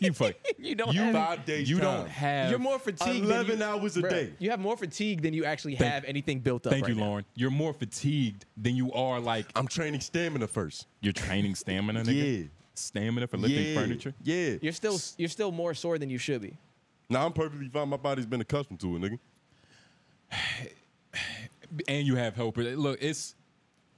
Speaker 2: You fuck.
Speaker 3: You don't.
Speaker 2: You,
Speaker 3: have-
Speaker 1: Five days.
Speaker 2: you
Speaker 1: time.
Speaker 2: don't have.
Speaker 3: you're more fatigued. than
Speaker 1: 11
Speaker 3: you-
Speaker 1: hours a
Speaker 3: Bruh,
Speaker 1: day.
Speaker 3: You have more fatigue than you actually
Speaker 2: Thank-
Speaker 3: have anything built up.
Speaker 2: Thank
Speaker 3: right
Speaker 2: you,
Speaker 3: now.
Speaker 2: Lauren. You're more fatigued than you are like
Speaker 1: I'm training stamina first.
Speaker 2: you're training stamina. Nigga.
Speaker 1: Yeah.
Speaker 2: Stamina for lifting
Speaker 1: yeah.
Speaker 2: furniture.
Speaker 1: Yeah.
Speaker 3: You're still you're still more sore than you should be.
Speaker 1: Now I'm perfectly fine. My body's been accustomed to it, nigga.
Speaker 2: and you have helper. Look, it's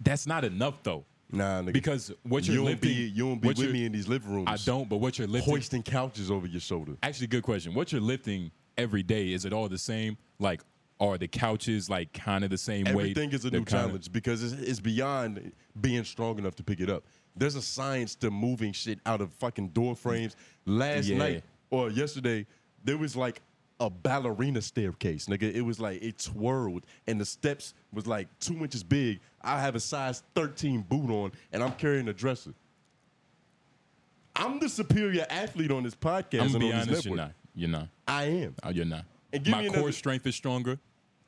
Speaker 2: that's not enough though,
Speaker 1: Nah, nigga.
Speaker 2: because what you're
Speaker 1: you don't
Speaker 2: lifting,
Speaker 1: be, you don't be
Speaker 2: what
Speaker 1: with
Speaker 2: you're-
Speaker 1: me in these living rooms.
Speaker 2: I don't, but what you're lifting.
Speaker 1: Hoisting couches over your shoulder.
Speaker 2: Actually, good question. What you're lifting every day is it all the same? Like, are the couches like kind of the same weight?
Speaker 1: Everything is a
Speaker 2: They're
Speaker 1: new
Speaker 2: kinda-
Speaker 1: challenge because it's, it's beyond being strong enough to pick it up. There's a science to moving shit out of fucking door frames. Last
Speaker 2: Yeah.
Speaker 1: night or yesterday, there was like a ballerina staircase, nigga. It was like it twirled and the steps was like two inches big. I have a size 13 boot on and I'm carrying a dresser. I'm the superior athlete on this podcast.
Speaker 2: I'm
Speaker 1: and
Speaker 2: gonna be
Speaker 1: on this
Speaker 2: honest, you're
Speaker 1: network.
Speaker 2: not. You're not.
Speaker 1: I am.
Speaker 2: Oh, you're not.
Speaker 1: And give
Speaker 2: My
Speaker 1: me
Speaker 2: core
Speaker 1: another-
Speaker 2: strength is stronger.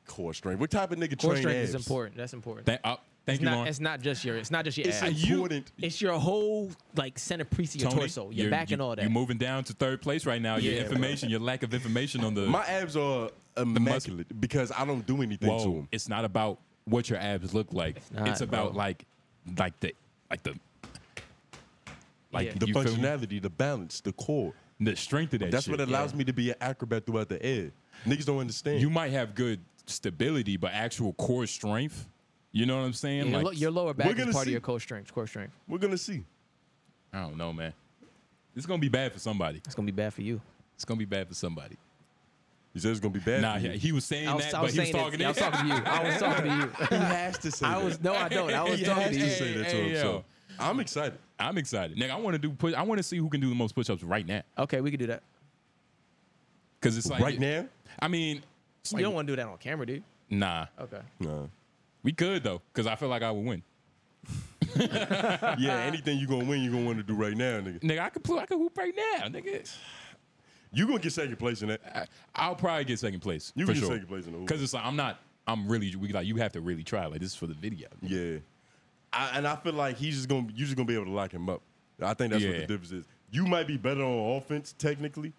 Speaker 1: Core strength. What type of nigga
Speaker 3: Core
Speaker 1: train
Speaker 3: strength is
Speaker 1: abs?
Speaker 3: important. That's important.
Speaker 2: Thank, uh, thank
Speaker 3: it's
Speaker 2: you,
Speaker 3: not.
Speaker 2: Lauren.
Speaker 3: It's not just your. It's not just your
Speaker 1: It's
Speaker 3: ass.
Speaker 2: you-
Speaker 1: important.
Speaker 3: It's your whole like centerpiece of your
Speaker 2: Tony,
Speaker 3: torso, your
Speaker 2: you're-
Speaker 3: back,
Speaker 2: you-
Speaker 3: and all that.
Speaker 2: You're moving down to third place right now.
Speaker 3: Yeah,
Speaker 2: your
Speaker 3: bro.
Speaker 2: information, your lack of information on the.
Speaker 1: My abs are immaculate because I don't do anything to
Speaker 2: whoa,
Speaker 1: them.
Speaker 2: it's not about what your abs look like. It's,
Speaker 3: not,
Speaker 2: about
Speaker 3: bro.
Speaker 2: like, like the, like the, like
Speaker 3: Yeah.
Speaker 1: The
Speaker 2: you feel me?
Speaker 1: functionality, the balance, the core.
Speaker 2: the strength of that.
Speaker 1: That's
Speaker 2: shit.
Speaker 1: what allows me to be an acrobat throughout the air. Niggas don't understand.
Speaker 2: you might have good stability, but actual core strength. You know what I'm saying?
Speaker 3: Yeah, your,
Speaker 2: like,
Speaker 3: lo- your lower
Speaker 1: we're
Speaker 3: back is
Speaker 1: gonna
Speaker 3: part of
Speaker 1: see-
Speaker 3: your core strength. Core strength.
Speaker 1: We're gonna see.
Speaker 2: I don't know, man. It's gonna be bad for somebody.
Speaker 3: It's gonna be bad for you.
Speaker 2: It's gonna be bad for somebody.
Speaker 1: He said it's gonna be bad.
Speaker 2: Nah,
Speaker 1: for you.
Speaker 2: yeah, he was saying
Speaker 3: I was,
Speaker 2: that,
Speaker 3: I
Speaker 2: but
Speaker 3: was
Speaker 2: he was
Speaker 3: saying that-
Speaker 2: talking
Speaker 3: yeah, I was
Speaker 2: to
Speaker 3: talking to you. I was talking to you.
Speaker 1: he has to say.
Speaker 3: I
Speaker 1: that.
Speaker 3: was no, I don't. I was
Speaker 1: He
Speaker 3: talking
Speaker 1: has
Speaker 3: to
Speaker 1: to
Speaker 3: you.
Speaker 1: say that to
Speaker 2: Hey,
Speaker 1: himself. I'm excited.
Speaker 2: I'm excited. Nigga, I want to do push. I want to see who can do the most push-ups right now.
Speaker 3: Okay, we can do that.
Speaker 2: Cause it's like
Speaker 1: right now,
Speaker 2: I mean, it's
Speaker 3: you
Speaker 2: like,
Speaker 3: don't want to do that on camera, dude.
Speaker 2: nah,
Speaker 3: Okay.
Speaker 1: nah.
Speaker 2: we could though. Cause I feel like I would win.
Speaker 1: Yeah, anything you gonna win, you gonna want to do right now, nigga.
Speaker 2: Nigga, I could pl- I could hoop right now. Nigga,
Speaker 1: You gonna get second place in that.
Speaker 2: I, I'll probably get second place.
Speaker 1: You
Speaker 2: for
Speaker 1: get
Speaker 2: sure.
Speaker 1: second place in the hoop.
Speaker 2: Cause it's like I'm not. I'm really. We like you have to really try. Like this is for the video.
Speaker 1: Yeah, I, and I feel like he's just gonna you just gonna be able to lock him up. I think that's what
Speaker 2: Yeah.
Speaker 1: the difference is. You might be better on offense technically,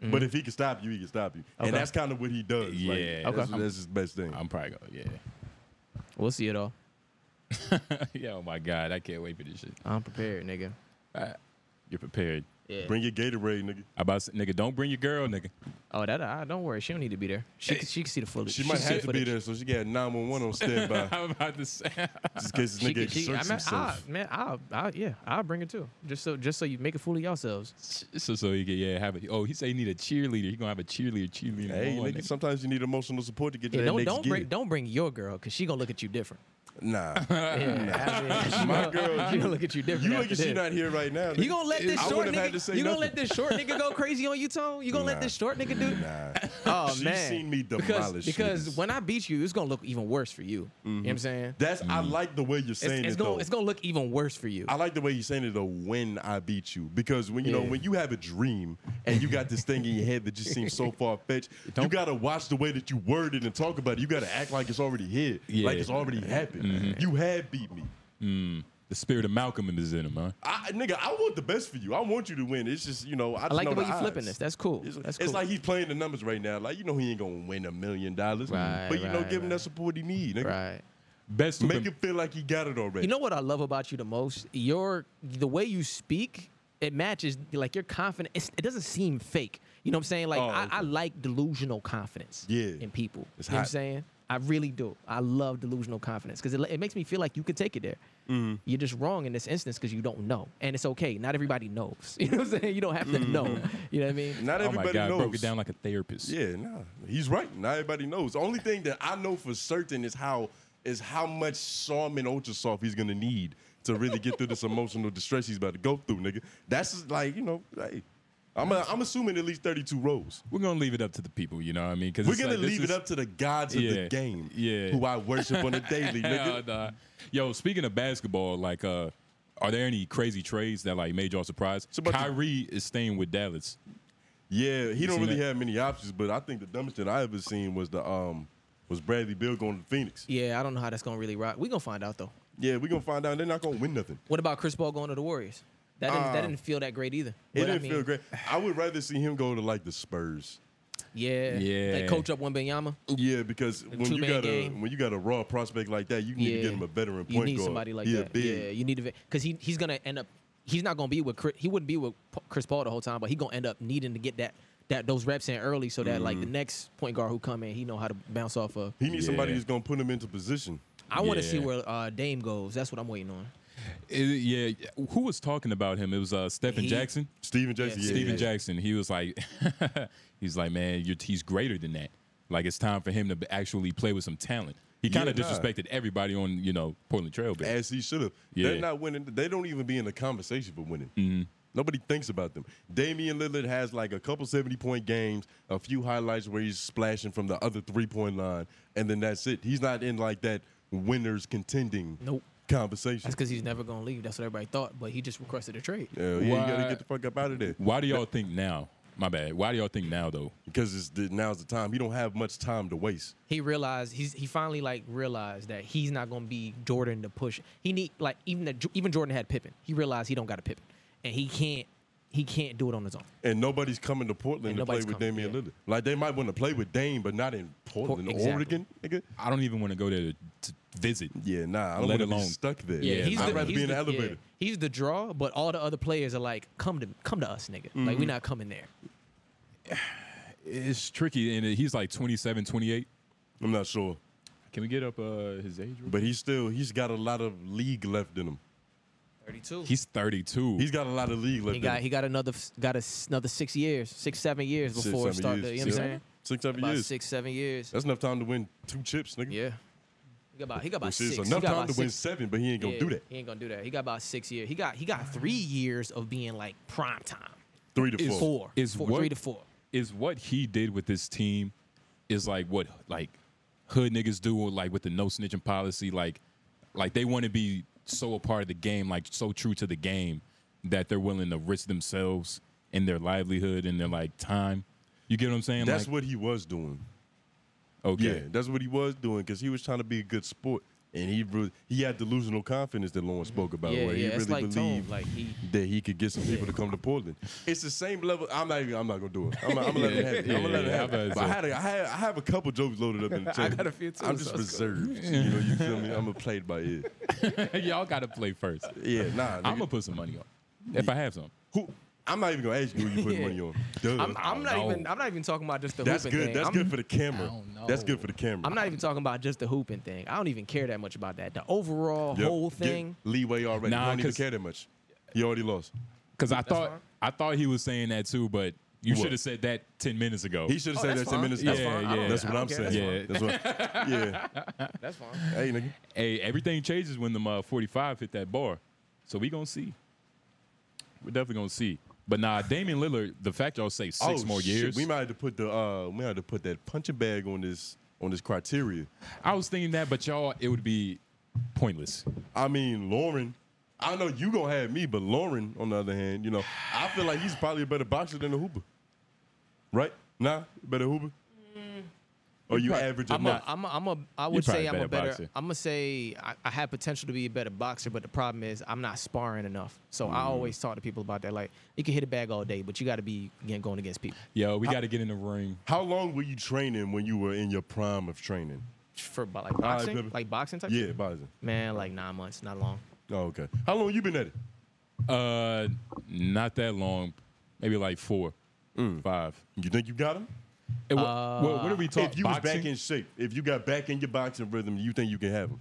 Speaker 1: but if he can stop you, he can stop you, and
Speaker 3: Mm-hmm. Okay.
Speaker 1: that's kind of what he does. Like,
Speaker 2: Yeah.
Speaker 1: that's,
Speaker 2: Okay.
Speaker 1: that's his best thing.
Speaker 2: I'm probably gonna. Yeah.
Speaker 3: We'll see it all.
Speaker 2: yeah, oh my God, I can't wait for this shit.
Speaker 3: I'm prepared, nigga.
Speaker 2: You're prepared.
Speaker 3: Yeah.
Speaker 1: Bring your Gatorade, nigga.
Speaker 2: I about to say, nigga, don't bring your girl, nigga.
Speaker 3: Oh, that uh, don't worry. She don't need to be there. She she can see the footage.
Speaker 1: She might
Speaker 3: can see
Speaker 1: have
Speaker 3: the
Speaker 1: to be
Speaker 3: footage.
Speaker 1: there, so she got 911 on standby
Speaker 2: I'm about to say.
Speaker 1: just in case this
Speaker 3: She,
Speaker 1: nigga
Speaker 3: can- she, I
Speaker 1: exerts
Speaker 3: mean, ah. I,
Speaker 1: himself.
Speaker 3: man, I'll, I'll, yeah, I'll bring it too. Just so, just so you make a fool of yourselves.
Speaker 2: so, so he can, yeah, have a, oh, he said he need a cheerleader. He gonna have a cheerleader, cheerleader.
Speaker 1: Hey,
Speaker 2: on,
Speaker 1: nigga,
Speaker 2: nigga.
Speaker 1: sometimes you need emotional support to get to
Speaker 3: Yeah,
Speaker 1: that
Speaker 3: don't,
Speaker 1: next
Speaker 3: don't
Speaker 1: gig.
Speaker 3: bring, don't bring your girl because she gonna look at you different.
Speaker 1: Nah,
Speaker 3: Yeah, I mean,
Speaker 1: My girl,
Speaker 3: she gonna, she
Speaker 1: you-
Speaker 3: gonna look at you different.
Speaker 1: you look
Speaker 3: after
Speaker 1: at she
Speaker 3: this.
Speaker 1: not here right now.
Speaker 3: You
Speaker 1: nigga.
Speaker 3: gonna let this
Speaker 1: I
Speaker 3: short
Speaker 1: wouldn't have had to
Speaker 3: nigga?
Speaker 1: say
Speaker 3: You gonna
Speaker 1: nothing.
Speaker 3: let this short nigga go crazy on you, Tone? You gonna let
Speaker 1: Nah.
Speaker 3: this short nigga do?
Speaker 1: Nah.
Speaker 3: Oh
Speaker 1: She's
Speaker 3: man,
Speaker 1: seen me
Speaker 3: because
Speaker 1: demolish
Speaker 3: because
Speaker 1: niggas.
Speaker 3: when I beat you, it's gonna look even worse for you. You know what I'm saying?
Speaker 1: That's I like the way you're
Speaker 3: Mm. It's,
Speaker 1: saying
Speaker 3: it's
Speaker 1: it
Speaker 3: gonna
Speaker 1: though.
Speaker 3: it's gonna look even worse for you.
Speaker 1: I like the way you're saying it though. When I beat you, because when you know
Speaker 3: Yeah.
Speaker 1: when you have a dream and you got this thing in your head that just seems so far fetched, you gotta watch the way that you word it and talk about it. You gotta act like it's already here,
Speaker 2: Yeah.
Speaker 3: Mm-hmm.
Speaker 1: like it's already happened. You have beat me.
Speaker 2: The spirit of Malcolm is in him, huh?
Speaker 1: I, nigga, I want the best for you. I want you to win. It's just, you know, I, just
Speaker 3: I like
Speaker 1: know
Speaker 3: the way you're
Speaker 1: odds.
Speaker 3: flipping this. That's cool.
Speaker 1: It's,
Speaker 3: That's
Speaker 1: it's
Speaker 3: cool.
Speaker 1: like he's playing the numbers right now. Like you know he ain't gonna win a million dollars,
Speaker 3: Right,
Speaker 1: but you know
Speaker 3: right,
Speaker 1: give him
Speaker 3: right.
Speaker 1: that support he need. Nigga.
Speaker 3: right.
Speaker 2: Best to
Speaker 1: Make him feel like he got it already.
Speaker 3: You know what I love about you the most? Your the way you speak, it matches like you're confident. It's, it doesn't seem fake. You know what I'm saying? Like
Speaker 1: Oh,
Speaker 3: I, I
Speaker 1: okay.
Speaker 3: like delusional confidence.
Speaker 1: Yeah.
Speaker 3: In people.
Speaker 1: It's
Speaker 3: you know what I'm
Speaker 1: hot.
Speaker 3: saying? I really do. I love delusional confidence because it, it makes me feel like you can take it there.
Speaker 1: Mm-hmm.
Speaker 3: You're just wrong in this instance because you don't know, and it's okay. Not everybody knows. You know what I'm saying? You don't have to
Speaker 1: Mm-hmm.
Speaker 3: know. You know what I mean?
Speaker 1: Not
Speaker 2: oh
Speaker 1: everybody
Speaker 2: my God,
Speaker 1: knows.
Speaker 2: broke it down like a therapist.
Speaker 1: Yeah, nah, he's right. Not everybody knows. The only thing that I know for certain is how is how much Salmon Ultra Soft he's gonna need to really get through this emotional distress he's about to go through, nigga. That's just like you know, hey, I'm a, I'm assuming at least 32 rows.
Speaker 2: We're gonna leave it up to the people, you know what I mean? Because
Speaker 1: We're gonna leave it up to the gods of
Speaker 2: Yeah,
Speaker 1: the game,
Speaker 2: yeah.
Speaker 1: who I worship on a daily,
Speaker 2: Hell
Speaker 1: nigga.
Speaker 2: nah. Yo, speaking of basketball, like, uh, are there any crazy trades that like made y'all surprised?
Speaker 1: a bunch of-
Speaker 2: Kyrie is staying with Dallas.
Speaker 1: Yeah, he don't
Speaker 2: seen
Speaker 1: really
Speaker 2: that?
Speaker 1: have many options, but I think the dumbest thing I ever seen was the um was Bradley Bill going to Phoenix.
Speaker 3: Yeah, I don't know how that's gonna really rock. We gonna find out though.
Speaker 1: Yeah, we gonna find out. They're not gonna win nothing.
Speaker 3: What about Chris Paul going to the Warriors? That didn't, that
Speaker 1: Uh,
Speaker 3: didn't feel that great either.
Speaker 1: It
Speaker 3: But I
Speaker 1: didn't feel
Speaker 3: mean,
Speaker 1: great. I would rather see him go to like the Spurs.
Speaker 3: Yeah. They
Speaker 2: Yeah.
Speaker 3: coach up Wembenyama.
Speaker 1: Yeah, because when you
Speaker 3: two-man
Speaker 1: got a
Speaker 3: game.
Speaker 1: when you got a raw prospect like that, you need
Speaker 3: yeah.
Speaker 1: to get him a veteran point
Speaker 3: You need
Speaker 1: guard.
Speaker 3: somebody like
Speaker 1: yeah,
Speaker 3: that.
Speaker 1: Big.
Speaker 3: Yeah, you need a because he he's gonna end up. He's not gonna be with Chris, he wouldn't be with Pa- Chris Paul the whole time, but he gonna end up needing to get that that those reps in early so that like the
Speaker 1: Mm-hmm.
Speaker 3: next point guard who come in, he know how to bounce off of.
Speaker 1: He needs somebody
Speaker 2: Yeah.
Speaker 1: who's gonna put him into position.
Speaker 3: I want to see
Speaker 2: Yeah.
Speaker 3: where uh, Dame goes. That's what I'm waiting on.
Speaker 2: It- yeah, who was talking about him? It was uh, Stephen
Speaker 3: He-
Speaker 2: Jackson.
Speaker 1: Steven Jackson. Yeah,
Speaker 3: Yeah,
Speaker 2: Steven
Speaker 1: yeah.
Speaker 2: Jackson. He was like, he's like, man, you're, he's greater than that. Like it's time for him to b- actually play with some talent. He kind of
Speaker 1: Yeah, nah.
Speaker 2: disrespected everybody on you know Portland Trailblazers.
Speaker 1: As he should have.
Speaker 2: Yeah. Mm-hmm.
Speaker 1: They're not winning. They don't even be in the conversation for winning. Nobody thinks about them. Damian Lillard has like a couple 70 point games, a few highlights where he's splashing from the other three point line, and then that's it. He's not in like that winners contending
Speaker 3: Nope.
Speaker 1: conversation.
Speaker 3: That's because he's never gonna leave. That's what everybody thought, but he just requested a trade.
Speaker 1: Yeah, yeah, you
Speaker 2: Why-
Speaker 1: gotta get the fuck up out of there.
Speaker 2: Why do y'all think now? My bad. Why do y'all think now though?
Speaker 1: because it's the, now's the time. You don't have much time to waste.
Speaker 3: he realized he's he finally like realized that he's not gonna be Jordan to push. He need like even the, even Jordan had Pippen. He realized he don't got a Pippen, and he can't he can't do it on his own.
Speaker 1: And nobody's coming to
Speaker 3: And
Speaker 1: Portland to play
Speaker 3: nobody's
Speaker 1: with
Speaker 3: coming,
Speaker 1: Damian
Speaker 3: yeah.
Speaker 1: Lillard. Like they might want to play with Dame, but not in Portland,
Speaker 3: exactly.
Speaker 1: Oregon, nigga.
Speaker 2: I don't even want to go there to, to visit.
Speaker 1: Yeah, nah, I
Speaker 2: Let
Speaker 1: don't want to be
Speaker 2: alone-
Speaker 1: stuck there.
Speaker 2: Yeah,
Speaker 3: he's
Speaker 1: I'd
Speaker 2: the-
Speaker 1: rather
Speaker 3: he's
Speaker 1: be in the
Speaker 3: yeah,
Speaker 1: elevator.
Speaker 3: he's the draw, but all the other players are like, come to come to us, nigga. Like
Speaker 1: Mm-hmm.
Speaker 3: we're not coming there.
Speaker 2: It's tricky, and he's like 27, 28.
Speaker 1: I'm not sure,
Speaker 2: Can we get up uh, his age? real
Speaker 1: but he's still he's got a lot of league left in him.
Speaker 3: Thirty two.
Speaker 2: quick? He's 32.
Speaker 1: He's got a lot of league left.
Speaker 3: He got
Speaker 1: in
Speaker 3: he
Speaker 1: him.
Speaker 3: got another f- got a s another six years, six seven years
Speaker 1: Six,
Speaker 3: before it
Speaker 1: seven
Speaker 3: start.
Speaker 1: years.
Speaker 3: The, you know
Speaker 1: Six,
Speaker 3: what I'm saying?
Speaker 1: Six seven
Speaker 3: About
Speaker 1: years.
Speaker 3: six seven years.
Speaker 1: That's enough time to win two chips, nigga.
Speaker 3: yeah. He got about he got about
Speaker 1: Which
Speaker 3: six.
Speaker 1: is
Speaker 3: He
Speaker 1: enough
Speaker 3: got
Speaker 1: time
Speaker 3: about
Speaker 1: to win
Speaker 3: six-
Speaker 1: seven, but he ain't gonna
Speaker 3: Yeah,
Speaker 1: do that.
Speaker 3: He ain't gonna do that. He got about six years. He got he got three years of being like prime time.
Speaker 1: Three to
Speaker 2: It's-
Speaker 1: four.
Speaker 3: Four.
Speaker 2: Is
Speaker 3: four,
Speaker 2: what-
Speaker 1: Oh,
Speaker 3: three to four.
Speaker 2: is what he did with this team is like what like hood niggas do like with the no snitching policy like like they want to be so a part of the game like so true to the game that they're willing to risk themselves and their livelihood and their like time you get what i'm saying
Speaker 1: That's
Speaker 2: like,
Speaker 1: what he was doing. Yeah,
Speaker 2: okay
Speaker 1: that's what he was doing because he was trying to be a good sport, and he really, he had delusional confidence that Lauren spoke about,
Speaker 3: Yeah,
Speaker 1: where
Speaker 3: yeah.
Speaker 1: he
Speaker 3: it's
Speaker 1: really
Speaker 3: like Tone.
Speaker 1: believed
Speaker 3: Like he.
Speaker 1: that he could get some people to come to Portland. It's the same level. I'm not. Even, I'm not gonna do it. I'm, gonna- I'm gonna let it happen. I'm gonna let it
Speaker 2: Yeah, yeah,
Speaker 1: happen.
Speaker 2: yeah.
Speaker 1: But I had. A, I had. I have a couple jokes loaded up in the
Speaker 3: I
Speaker 1: table.
Speaker 3: got a few too,
Speaker 1: I'm just
Speaker 3: so it's
Speaker 1: reserved. You know. You feel me? I'm gonna play it by ear.
Speaker 2: y'all gotta play first
Speaker 1: Yeah. Nah.
Speaker 2: i'm gonna
Speaker 1: nigga.
Speaker 2: put some money on if i have some
Speaker 1: Who? I'm not even gonna ask you who you putting money on. Duh.
Speaker 3: I'm, I'm not
Speaker 2: know.
Speaker 3: even. I'm not even talking about just the
Speaker 1: that's
Speaker 3: hooping
Speaker 1: good.
Speaker 3: thing.
Speaker 1: That's
Speaker 3: I'm,
Speaker 1: good for the camera.
Speaker 2: don't
Speaker 1: That's
Speaker 2: know.
Speaker 1: good for the camera.
Speaker 3: I'm not even talking about just the hooping thing. I don't even care that much about that. The overall
Speaker 1: Yep,
Speaker 3: whole
Speaker 1: get
Speaker 3: thing.
Speaker 1: Leeway already.
Speaker 2: Nah,
Speaker 1: Nah, don't even
Speaker 2: 'cause-
Speaker 1: care that much. He already lost.
Speaker 2: because i thought
Speaker 3: fine.
Speaker 2: i thought he was saying that too but you
Speaker 1: What?
Speaker 2: should have said that 10 minutes ago
Speaker 1: He should have
Speaker 3: Oh,
Speaker 1: said
Speaker 3: that's
Speaker 1: that 10
Speaker 3: fine.
Speaker 1: minutes.
Speaker 2: That's
Speaker 1: ago.
Speaker 2: fine. I don't-
Speaker 1: That's
Speaker 3: I
Speaker 1: what
Speaker 3: don't
Speaker 1: I'm
Speaker 3: care.
Speaker 2: yeah
Speaker 1: saying. That's what, yeah.
Speaker 3: That's fine.
Speaker 1: Hey, nigga.
Speaker 2: Hey, everything changes when the uh, 45 hit that bar. So we gonna see. We're definitely gonna see. But nah, Damian Lillard, the fact y'all say six
Speaker 1: Oh,
Speaker 2: more
Speaker 1: shit.
Speaker 2: years.
Speaker 1: We might have to put the uh, we might have to put that punching bag on this on this criteria.
Speaker 2: I was thinking that, but y'all, it would be pointless.
Speaker 1: I mean, Lauren. I know you gonna have me, but Lauren, on the other hand, you know, I feel like he's probably a better boxer than a Hooper. Right? Nah, better Hooper. Or you
Speaker 2: probably-
Speaker 1: average
Speaker 3: Mm. I'm a,
Speaker 1: enough?
Speaker 3: I'm a, I'm a, I would
Speaker 2: probably
Speaker 3: say I'm
Speaker 2: better
Speaker 3: a better.
Speaker 2: boxer.
Speaker 3: I'm gonna say I, I had potential to be a better boxer, but the problem is I'm not sparring enough. So
Speaker 1: Mm.
Speaker 3: I always talk to people about that. Like you can hit a bag all day, but you got to be again, going against people
Speaker 2: Yo, we got to get in the ring.
Speaker 1: How long were you training when you were in your prime of training?
Speaker 3: for about like
Speaker 1: right,
Speaker 3: boxing,
Speaker 1: baby.
Speaker 3: like boxing type.
Speaker 1: Yeah,
Speaker 3: shit?
Speaker 1: boxing.
Speaker 3: man, like nine months, not long.
Speaker 1: Oh, okay. How long you been at it?
Speaker 2: Uh, not that long, maybe like four,
Speaker 1: Mm.
Speaker 2: five.
Speaker 1: You think you got him?
Speaker 2: And wha- what, what are we talking?
Speaker 1: Uh, if you was back in shape, if you got back in your boxing rhythm, you think you can have him?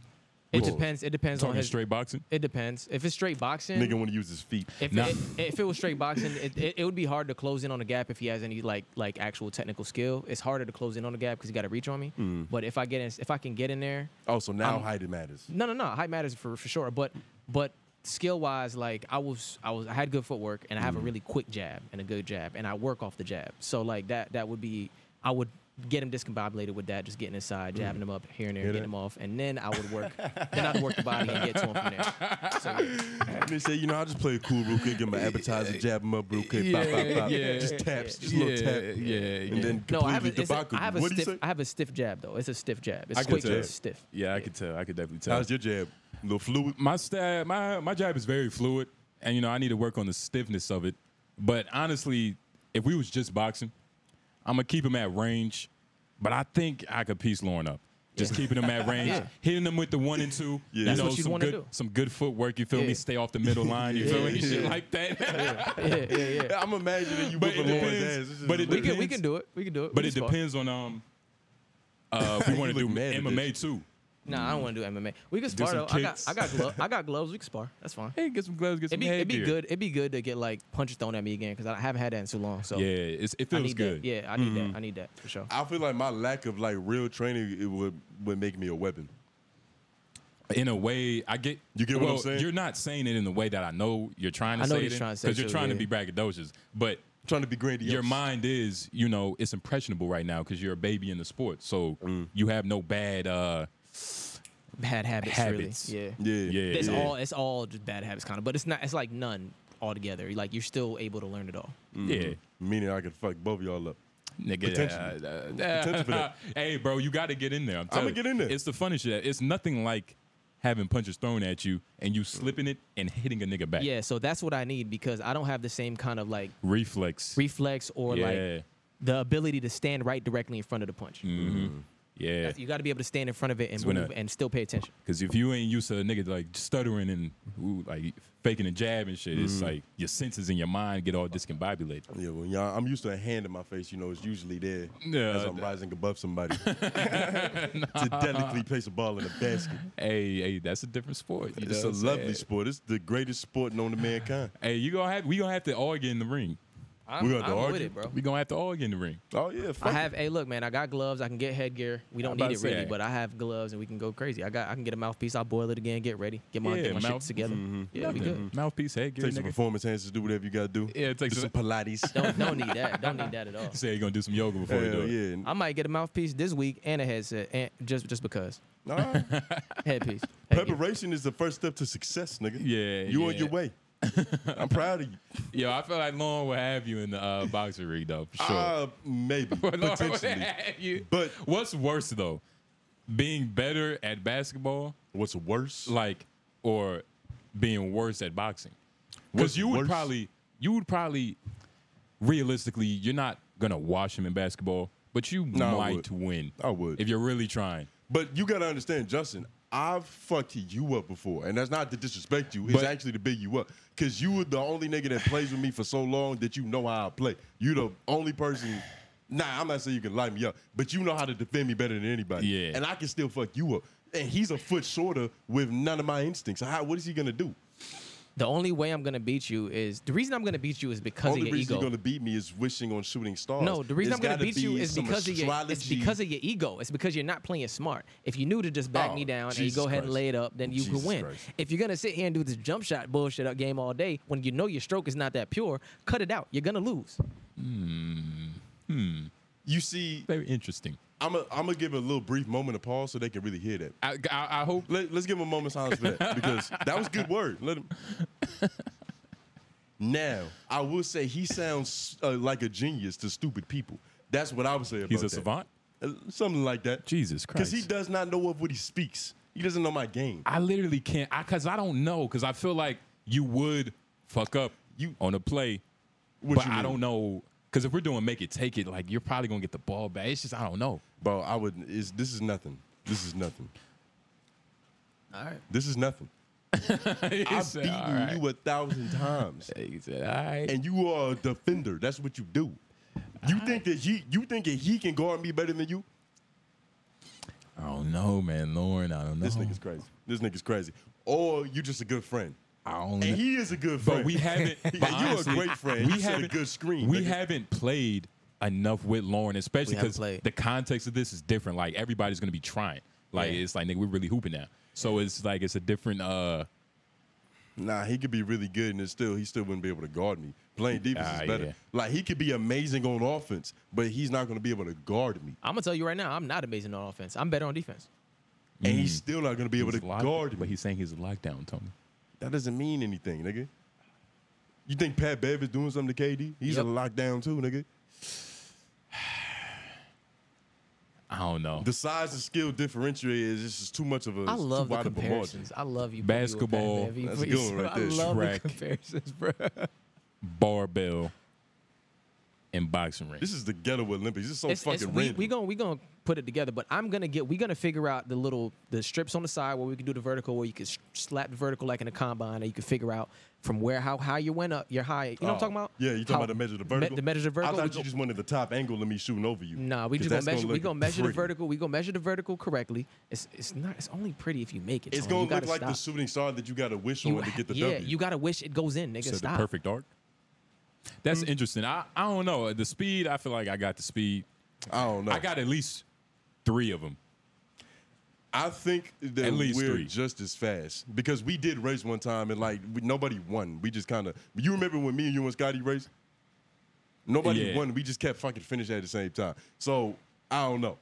Speaker 3: It
Speaker 1: Pause.
Speaker 3: depends. It depends on
Speaker 2: talking
Speaker 3: his.
Speaker 2: straight boxing.
Speaker 3: It depends. If it's straight boxing,
Speaker 1: Nigga want to use his feet.
Speaker 3: If,
Speaker 2: Nah.
Speaker 3: it, if it was straight boxing, it, it, it would be hard to close in on the gap if he has any like like actual technical skill. It's harder to close in on the gap because he got to reach on me.
Speaker 2: Mm.
Speaker 3: But if I get in, if I can get in there,
Speaker 1: Oh, so now height it matters.
Speaker 3: no, no, no, height matters for for sure. But but skill wise, like I was I was I had good footwork and I have a really quick jab and a good jab and I work off the jab. So like that that would be I would get him discombobulated with that, just getting inside, jabbing him up here and there,
Speaker 1: Hear
Speaker 3: getting
Speaker 1: that?
Speaker 3: him off, and then I would work. then I'd work the body and get to him from there. So, yeah.
Speaker 1: They say, you know, I just play it cool real quick, get my appetizer, jab him up real quick, pop, pop, pop.
Speaker 2: Yeah,
Speaker 1: Just taps, just
Speaker 2: yeah,
Speaker 1: little tap.
Speaker 2: yeah,
Speaker 1: And then
Speaker 3: No, I have,
Speaker 1: completely
Speaker 3: a, it's a,
Speaker 1: debacle.
Speaker 3: I have a
Speaker 1: What do you
Speaker 3: stiff.
Speaker 1: say?
Speaker 3: I have a stiff jab though. It's a stiff jab. It's
Speaker 2: I can
Speaker 3: quick,
Speaker 2: tell.
Speaker 3: but it's stiff.
Speaker 2: Yeah, I could tell. I could definitely tell.
Speaker 1: How's your jab? little fluid?
Speaker 2: my stab, my my jab is very fluid, and you know I need to work on the stiffness of it. But honestly, if we was just boxing, I'm gonna keep him at range. But I think I could piece Lauren up. Just keeping him at range,
Speaker 3: Yeah.
Speaker 2: hitting him with the one and two.
Speaker 1: Yeah.
Speaker 2: You
Speaker 1: That's
Speaker 2: know,
Speaker 3: what you
Speaker 2: some
Speaker 3: wanna
Speaker 2: good,
Speaker 3: do.
Speaker 2: some good footwork. You feel
Speaker 3: Yeah.
Speaker 2: me? Stay off the middle line. You feel me?
Speaker 1: Yeah.
Speaker 2: Shit like that.
Speaker 3: Yeah, yeah, yeah.
Speaker 1: I'm imagining you
Speaker 2: But
Speaker 1: whipping
Speaker 2: it
Speaker 1: Lauren's
Speaker 2: depends.
Speaker 1: ass. This is
Speaker 2: But it
Speaker 3: we can we
Speaker 2: depends.
Speaker 3: can do it. We can do it.
Speaker 2: But
Speaker 3: We
Speaker 2: it
Speaker 3: can spar.
Speaker 2: depends on um, uh, if we want to
Speaker 1: You
Speaker 2: do
Speaker 1: look mad at
Speaker 2: MMA too.
Speaker 3: Nah, I don't want to do MMA. We can
Speaker 2: Do
Speaker 3: spar though.
Speaker 2: some
Speaker 3: I got
Speaker 2: kicks.
Speaker 3: I got gloves. I got gloves. We can spar. That's fine.
Speaker 2: Hey, get some gloves, get some
Speaker 3: It'd be it'd be
Speaker 2: headgear.
Speaker 3: good. It'd be good to get like punches thrown at me again because I haven't had that in too long. So
Speaker 2: Yeah, it's, it
Speaker 3: I
Speaker 2: feels
Speaker 3: need
Speaker 2: good. Mm-hmm.
Speaker 3: That. Yeah, I need that. I need that for sure.
Speaker 1: I feel like my lack of like real training it would would make me a weapon.
Speaker 2: in a way, I get
Speaker 1: You get what I'm
Speaker 2: well,
Speaker 1: saying?
Speaker 2: You're not saying it in the way that I know you're trying to
Speaker 3: I
Speaker 2: say
Speaker 3: know what
Speaker 2: it
Speaker 3: he's trying to say
Speaker 2: because you're
Speaker 3: too,
Speaker 2: trying to be
Speaker 3: yeah.
Speaker 2: braggadocious, but
Speaker 1: trying to be grandiose.
Speaker 2: your mind is, you know, it's impressionable right now because you're a baby in the sport, so
Speaker 1: Mm.
Speaker 2: you have no bad. uh
Speaker 3: Bad habits.
Speaker 2: Habits.
Speaker 3: Really. Yeah.
Speaker 1: Yeah.
Speaker 2: Yeah.
Speaker 3: It's all it's all just bad habits kind of. But it's not. It's like none altogether. Like you're still able to learn it all.
Speaker 2: Yeah,
Speaker 1: Meaning I could fuck both of y'all up. Mm-hmm. Potential.
Speaker 2: nigga. uh, uh,
Speaker 1: Potential for that.
Speaker 2: hey, bro, you got to get in there. I'm telling you.
Speaker 1: get in there.
Speaker 2: It's the funny shit. It's nothing like having punches thrown at you and you slipping it and hitting a nigga back.
Speaker 3: Yeah. So that's what I need because I don't have the same kind of like
Speaker 2: reflex.
Speaker 3: reflex or
Speaker 2: Yeah.
Speaker 3: like the ability to stand right directly in front of the punch.
Speaker 2: yeah,
Speaker 3: You got to be able to stand in front of it and
Speaker 2: when
Speaker 3: move
Speaker 2: I-
Speaker 3: and still pay attention.
Speaker 2: Because if you ain't used to a nigga like stuttering and ooh, like faking a jab and shit,
Speaker 1: Mm.
Speaker 2: it's like your senses in your mind get all discombobulated.
Speaker 1: Yeah, well, y'all, I'm used to a hand in my face. You know, it's usually there
Speaker 2: Yeah,
Speaker 1: as I'm
Speaker 2: that-
Speaker 1: rising above somebody to delicately place a ball in a basket.
Speaker 2: Hey, hey, that's a different sport. you
Speaker 1: it's
Speaker 2: know
Speaker 1: a
Speaker 2: what I'm
Speaker 1: lovely
Speaker 2: saying?
Speaker 1: sport. It's the greatest sport known to mankind.
Speaker 2: Hey, you gonna have we gonna have to all get in the ring.
Speaker 3: I'm,
Speaker 1: We gonna have to
Speaker 3: I'm
Speaker 1: argue.
Speaker 3: with it, bro.
Speaker 2: We gonna have to all get in the ring.
Speaker 1: Oh yeah, fuck
Speaker 3: I
Speaker 1: it.
Speaker 3: have. Hey, look, man. I got gloves. I can get headgear. We don't
Speaker 2: about
Speaker 3: need it
Speaker 2: to say,
Speaker 3: really,
Speaker 2: hey.
Speaker 3: but I have gloves and we can go crazy. I got. I can get a mouthpiece. I'll boil it again. Get ready. Get my,
Speaker 2: Yeah,
Speaker 3: get my
Speaker 2: mouth- mm-hmm.
Speaker 3: shits together. Yeah, we good.
Speaker 2: Mouthpiece, head, gear,
Speaker 1: Mm-hmm. Take some
Speaker 2: nigga.
Speaker 1: performance hands to do whatever you gotta do.
Speaker 2: Yeah, it takes
Speaker 1: do
Speaker 2: a-
Speaker 1: some Pilates.
Speaker 3: Don't don't need that. Don't need that at all.
Speaker 2: Say you gonna do some yoga before you do
Speaker 1: Hell
Speaker 2: it.
Speaker 1: yeah.
Speaker 3: I might get a mouthpiece this week and a headset, and just just because
Speaker 1: Nah,
Speaker 3: headpiece. headgear.
Speaker 1: preparation is the first step to success, nigga.
Speaker 2: Yeah,
Speaker 1: you on
Speaker 2: yeah.
Speaker 1: your way. I'm proud of you.
Speaker 2: Yo, I feel like Lauren will have you in the uh, boxing ring though, for sure.
Speaker 1: Uh, maybe
Speaker 2: Lauren will
Speaker 1: potentially.
Speaker 2: have you.
Speaker 1: But-
Speaker 2: what's worse though, being better at basketball
Speaker 1: What's worse?
Speaker 2: like or being worse at boxing because
Speaker 1: What's
Speaker 2: you would
Speaker 1: worse?
Speaker 2: probably you would probably realistically you're not gonna wash him in basketball but you
Speaker 1: No, I
Speaker 2: might win
Speaker 1: I would.
Speaker 2: if you're really trying
Speaker 1: But you gotta understand, Justin. I've fucked you up before, and that's not to disrespect you. It's
Speaker 2: But-
Speaker 1: actually to big you up, cause you were the only nigga that plays with me for so long that you know how I play. You the only person. Nah, I'm not saying you can light me up, but you know how to defend me better than anybody.
Speaker 2: Yeah.
Speaker 1: and I can still fuck you up. And he's a foot shorter with none of my instincts. How? What is he gonna do?
Speaker 3: the only way I'm gonna beat you is the reason I'm gonna beat you is because
Speaker 1: only
Speaker 3: of your
Speaker 1: reason
Speaker 3: ego.
Speaker 1: you're gonna beat me is wishing on shooting stars.
Speaker 3: No, the reason
Speaker 1: It's
Speaker 3: I'm gonna
Speaker 1: gotta
Speaker 3: beat you
Speaker 1: be
Speaker 3: is
Speaker 1: some
Speaker 3: because of your it's
Speaker 1: astrology.
Speaker 3: because of your ego. It's because you're not playing smart. If you knew to just back
Speaker 1: Oh,
Speaker 3: me down and you
Speaker 1: Jesus
Speaker 3: go ahead and
Speaker 1: Christ.
Speaker 3: lay it up, then you
Speaker 1: Jesus
Speaker 3: could win.
Speaker 1: Christ.
Speaker 3: If you're gonna sit here and do this jump shot bullshit up game all day when you know your stroke is not that pure, cut it out. You're gonna lose.
Speaker 1: you see.
Speaker 2: very interesting
Speaker 1: I'm gonna I'm give it a little brief moment of pause so they can really hear that.
Speaker 2: i, I, I hope
Speaker 1: Let, us give him a moment of silence for that because that was good word. Let him. Now, I will say he sounds uh, like a genius to stupid people. That's what I would say about
Speaker 2: he's a
Speaker 1: that.
Speaker 2: savant
Speaker 1: uh, something like that.
Speaker 2: Jesus
Speaker 1: Because he
Speaker 2: Christ.
Speaker 1: does not know of what he speaks. He doesn't know my game.
Speaker 2: I literally can't. I because I don't know. Because I feel like you would fuck up
Speaker 1: You-
Speaker 2: on a play,
Speaker 1: What
Speaker 2: but
Speaker 1: you
Speaker 2: I
Speaker 1: mean?
Speaker 2: don't know. Because if we're doing make it take it, like you're probably gonna get the ball back. It's just I don't know.
Speaker 1: Bro, I would. Is this is nothing. This is nothing.
Speaker 3: All right.
Speaker 1: This is nothing. I've
Speaker 2: I've
Speaker 1: beaten you a thousand times,
Speaker 2: He said, all right.
Speaker 1: and you are a defender. That's what you do. You think that he, you think that he can guard me better than you?
Speaker 2: I don't know, man. Lauren, I don't know.
Speaker 1: This nigga's crazy. This nigga's crazy. Or you just a good friend,
Speaker 2: I don't know.
Speaker 1: and he is a good friend.
Speaker 2: but we haven't. but
Speaker 1: Yeah, you
Speaker 2: honestly,
Speaker 1: a great friend.
Speaker 2: We
Speaker 1: You set a
Speaker 2: haven't
Speaker 1: good screen.
Speaker 2: We
Speaker 1: nigga.
Speaker 2: haven't played enough with Lauren, especially
Speaker 5: We haven't
Speaker 2: because
Speaker 5: played.
Speaker 2: the context of this is different. Like everybody's gonna be trying. Like
Speaker 5: Yeah.
Speaker 2: it's like nigga, we're really hooping now. So it's like it's a different. uh
Speaker 1: Nah, he could be really good, and it's still he still wouldn't be able to guard me. Playing defense
Speaker 2: Ah,
Speaker 1: is better.
Speaker 2: yeah.
Speaker 1: Like he could be amazing on offense, but he's not going to be able to guard me,
Speaker 3: I'm gonna tell you right now, I'm not amazing on offense. I'm better on defense.
Speaker 1: and he's still not going to be able
Speaker 2: Mm. he's
Speaker 1: to
Speaker 2: locked-
Speaker 1: guard
Speaker 2: but
Speaker 1: me.
Speaker 2: he's saying he's a lockdown, Tony.
Speaker 1: That doesn't mean anything, nigga. You think Pat Bev is doing something to KD? He's
Speaker 3: Yep.
Speaker 1: a lockdown too, nigga.
Speaker 2: I don't know.
Speaker 1: The size and skill differentiator is just is too much of a.
Speaker 5: I
Speaker 1: it's too
Speaker 5: love the
Speaker 1: wide of a margin.
Speaker 5: comparisons.
Speaker 3: I love you.
Speaker 2: Basketball.
Speaker 3: Baby,
Speaker 1: That's a good one right
Speaker 3: I
Speaker 1: there.
Speaker 3: love
Speaker 2: Shrek.
Speaker 3: the comparisons, bro.
Speaker 2: barbell and boxing ring.
Speaker 1: This is the ghetto Olympics. This is so
Speaker 3: It's,
Speaker 1: fucking
Speaker 3: it's, we,
Speaker 1: random.
Speaker 3: we gonna we gonna put it together, but I'm gonna get we gonna figure out the little the strips on the side where we can do the vertical, where you can s- slap the vertical like in a combine, and you can figure out from where how high you went up, your high. You know what I'm
Speaker 1: Oh,
Speaker 3: talking about?
Speaker 1: Yeah, you talking
Speaker 3: How-
Speaker 1: about the measure of the
Speaker 3: me-
Speaker 1: vertical?
Speaker 3: the measure of the vertical.
Speaker 1: I
Speaker 3: we
Speaker 1: thought you
Speaker 3: go-
Speaker 1: just wanted the top angle of me shooting over you.
Speaker 3: Nah, we
Speaker 1: 'Cause
Speaker 3: just gonna
Speaker 1: that's gonna
Speaker 3: measure. we
Speaker 1: look
Speaker 3: gonna measure the
Speaker 1: pretty.
Speaker 3: vertical. We gonna measure the vertical correctly. It's it's not. It's only pretty if you make it.
Speaker 1: It's going
Speaker 3: Tony. You
Speaker 1: to look
Speaker 3: gotta
Speaker 1: like the
Speaker 3: stop.
Speaker 1: shooting star that you got to wish
Speaker 3: You
Speaker 1: on to
Speaker 3: ha-
Speaker 1: get the
Speaker 3: yeah,
Speaker 1: W.
Speaker 3: you gotta wish it goes in, nigga.
Speaker 2: so
Speaker 3: stop.
Speaker 2: the perfect arc. That's
Speaker 1: Mm.
Speaker 2: interesting. I, I don't know. The speed, I feel like I got the speed.
Speaker 1: I don't know.
Speaker 2: I got at least three of them.
Speaker 1: I think that
Speaker 2: At least
Speaker 1: we're
Speaker 2: three.
Speaker 1: just as fast because we did race one time and like we, nobody won. We just kind of. You remember when me and you and Scotty raced? Nobody
Speaker 2: Yeah.
Speaker 1: won. We just kept fucking finishing at the same time. So I don't know.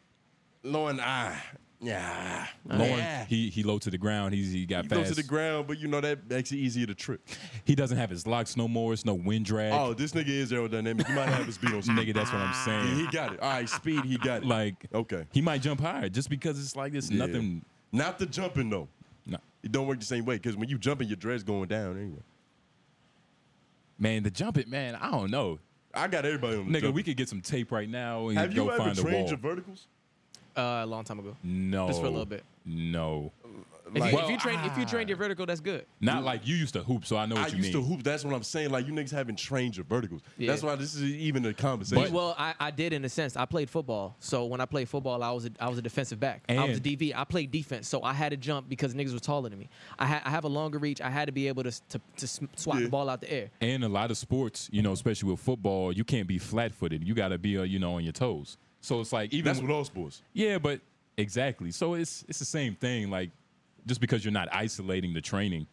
Speaker 1: Lauren, I yeah,
Speaker 2: Lauren,
Speaker 1: Oh, yeah.
Speaker 2: he he low to the ground. He's he got
Speaker 1: You go
Speaker 2: fast.
Speaker 1: to the ground, but you know that makes it easier to trip.
Speaker 2: He doesn't have his locks no more. It's no wind drag.
Speaker 1: Oh, this nigga is aerodynamic. You might have his beat on speed.
Speaker 2: nigga, that's what I'm saying.
Speaker 1: he got it. All right, speed, he got it.
Speaker 2: like
Speaker 1: okay,
Speaker 2: he might jump higher just because it's like this.
Speaker 1: Yeah.
Speaker 2: Nothing.
Speaker 1: Not the jumping though.
Speaker 2: No.
Speaker 1: It don't work the same way because when you jumping, your dread's going down anyway.
Speaker 2: Man, the jump it, man. I don't know,
Speaker 1: I got everybody on the
Speaker 2: nigga.
Speaker 1: jumping.
Speaker 2: We could get some tape right now and
Speaker 1: Have
Speaker 2: go
Speaker 1: you ever
Speaker 2: find a
Speaker 1: trained
Speaker 2: wall.
Speaker 1: your verticals?
Speaker 3: Uh, a long time ago.
Speaker 2: no,
Speaker 3: Just for a little bit.
Speaker 2: No,
Speaker 3: If, you,
Speaker 2: Well,
Speaker 3: if you train, if you train
Speaker 2: ah.
Speaker 3: your vertical, that's good.
Speaker 2: not like you used to hoop. So I know what
Speaker 1: I
Speaker 2: you
Speaker 1: used
Speaker 2: mean.
Speaker 1: to hoop. That's what I'm saying. Like you niggas haven't trained your verticals.
Speaker 3: Yeah.
Speaker 1: That's why this is even a conversation.
Speaker 2: But-
Speaker 3: well, I, I did in a sense. I played football, so when I played football, I was a, I was a defensive back. I was a
Speaker 2: And-
Speaker 3: DB. I played defense, so I had to jump because niggas was taller than me. I, ha- I have a longer reach. I had to be able to s- to, to sm- swat
Speaker 1: Yeah.
Speaker 3: the ball out the air.
Speaker 2: And a lot of sports, you know, especially with football, you can't be flat footed. You got to be, uh, you know, on your toes. So it's like even
Speaker 1: that's what all sports.
Speaker 2: yeah, but exactly. So it's it's the same thing. Like just because you're not isolating the training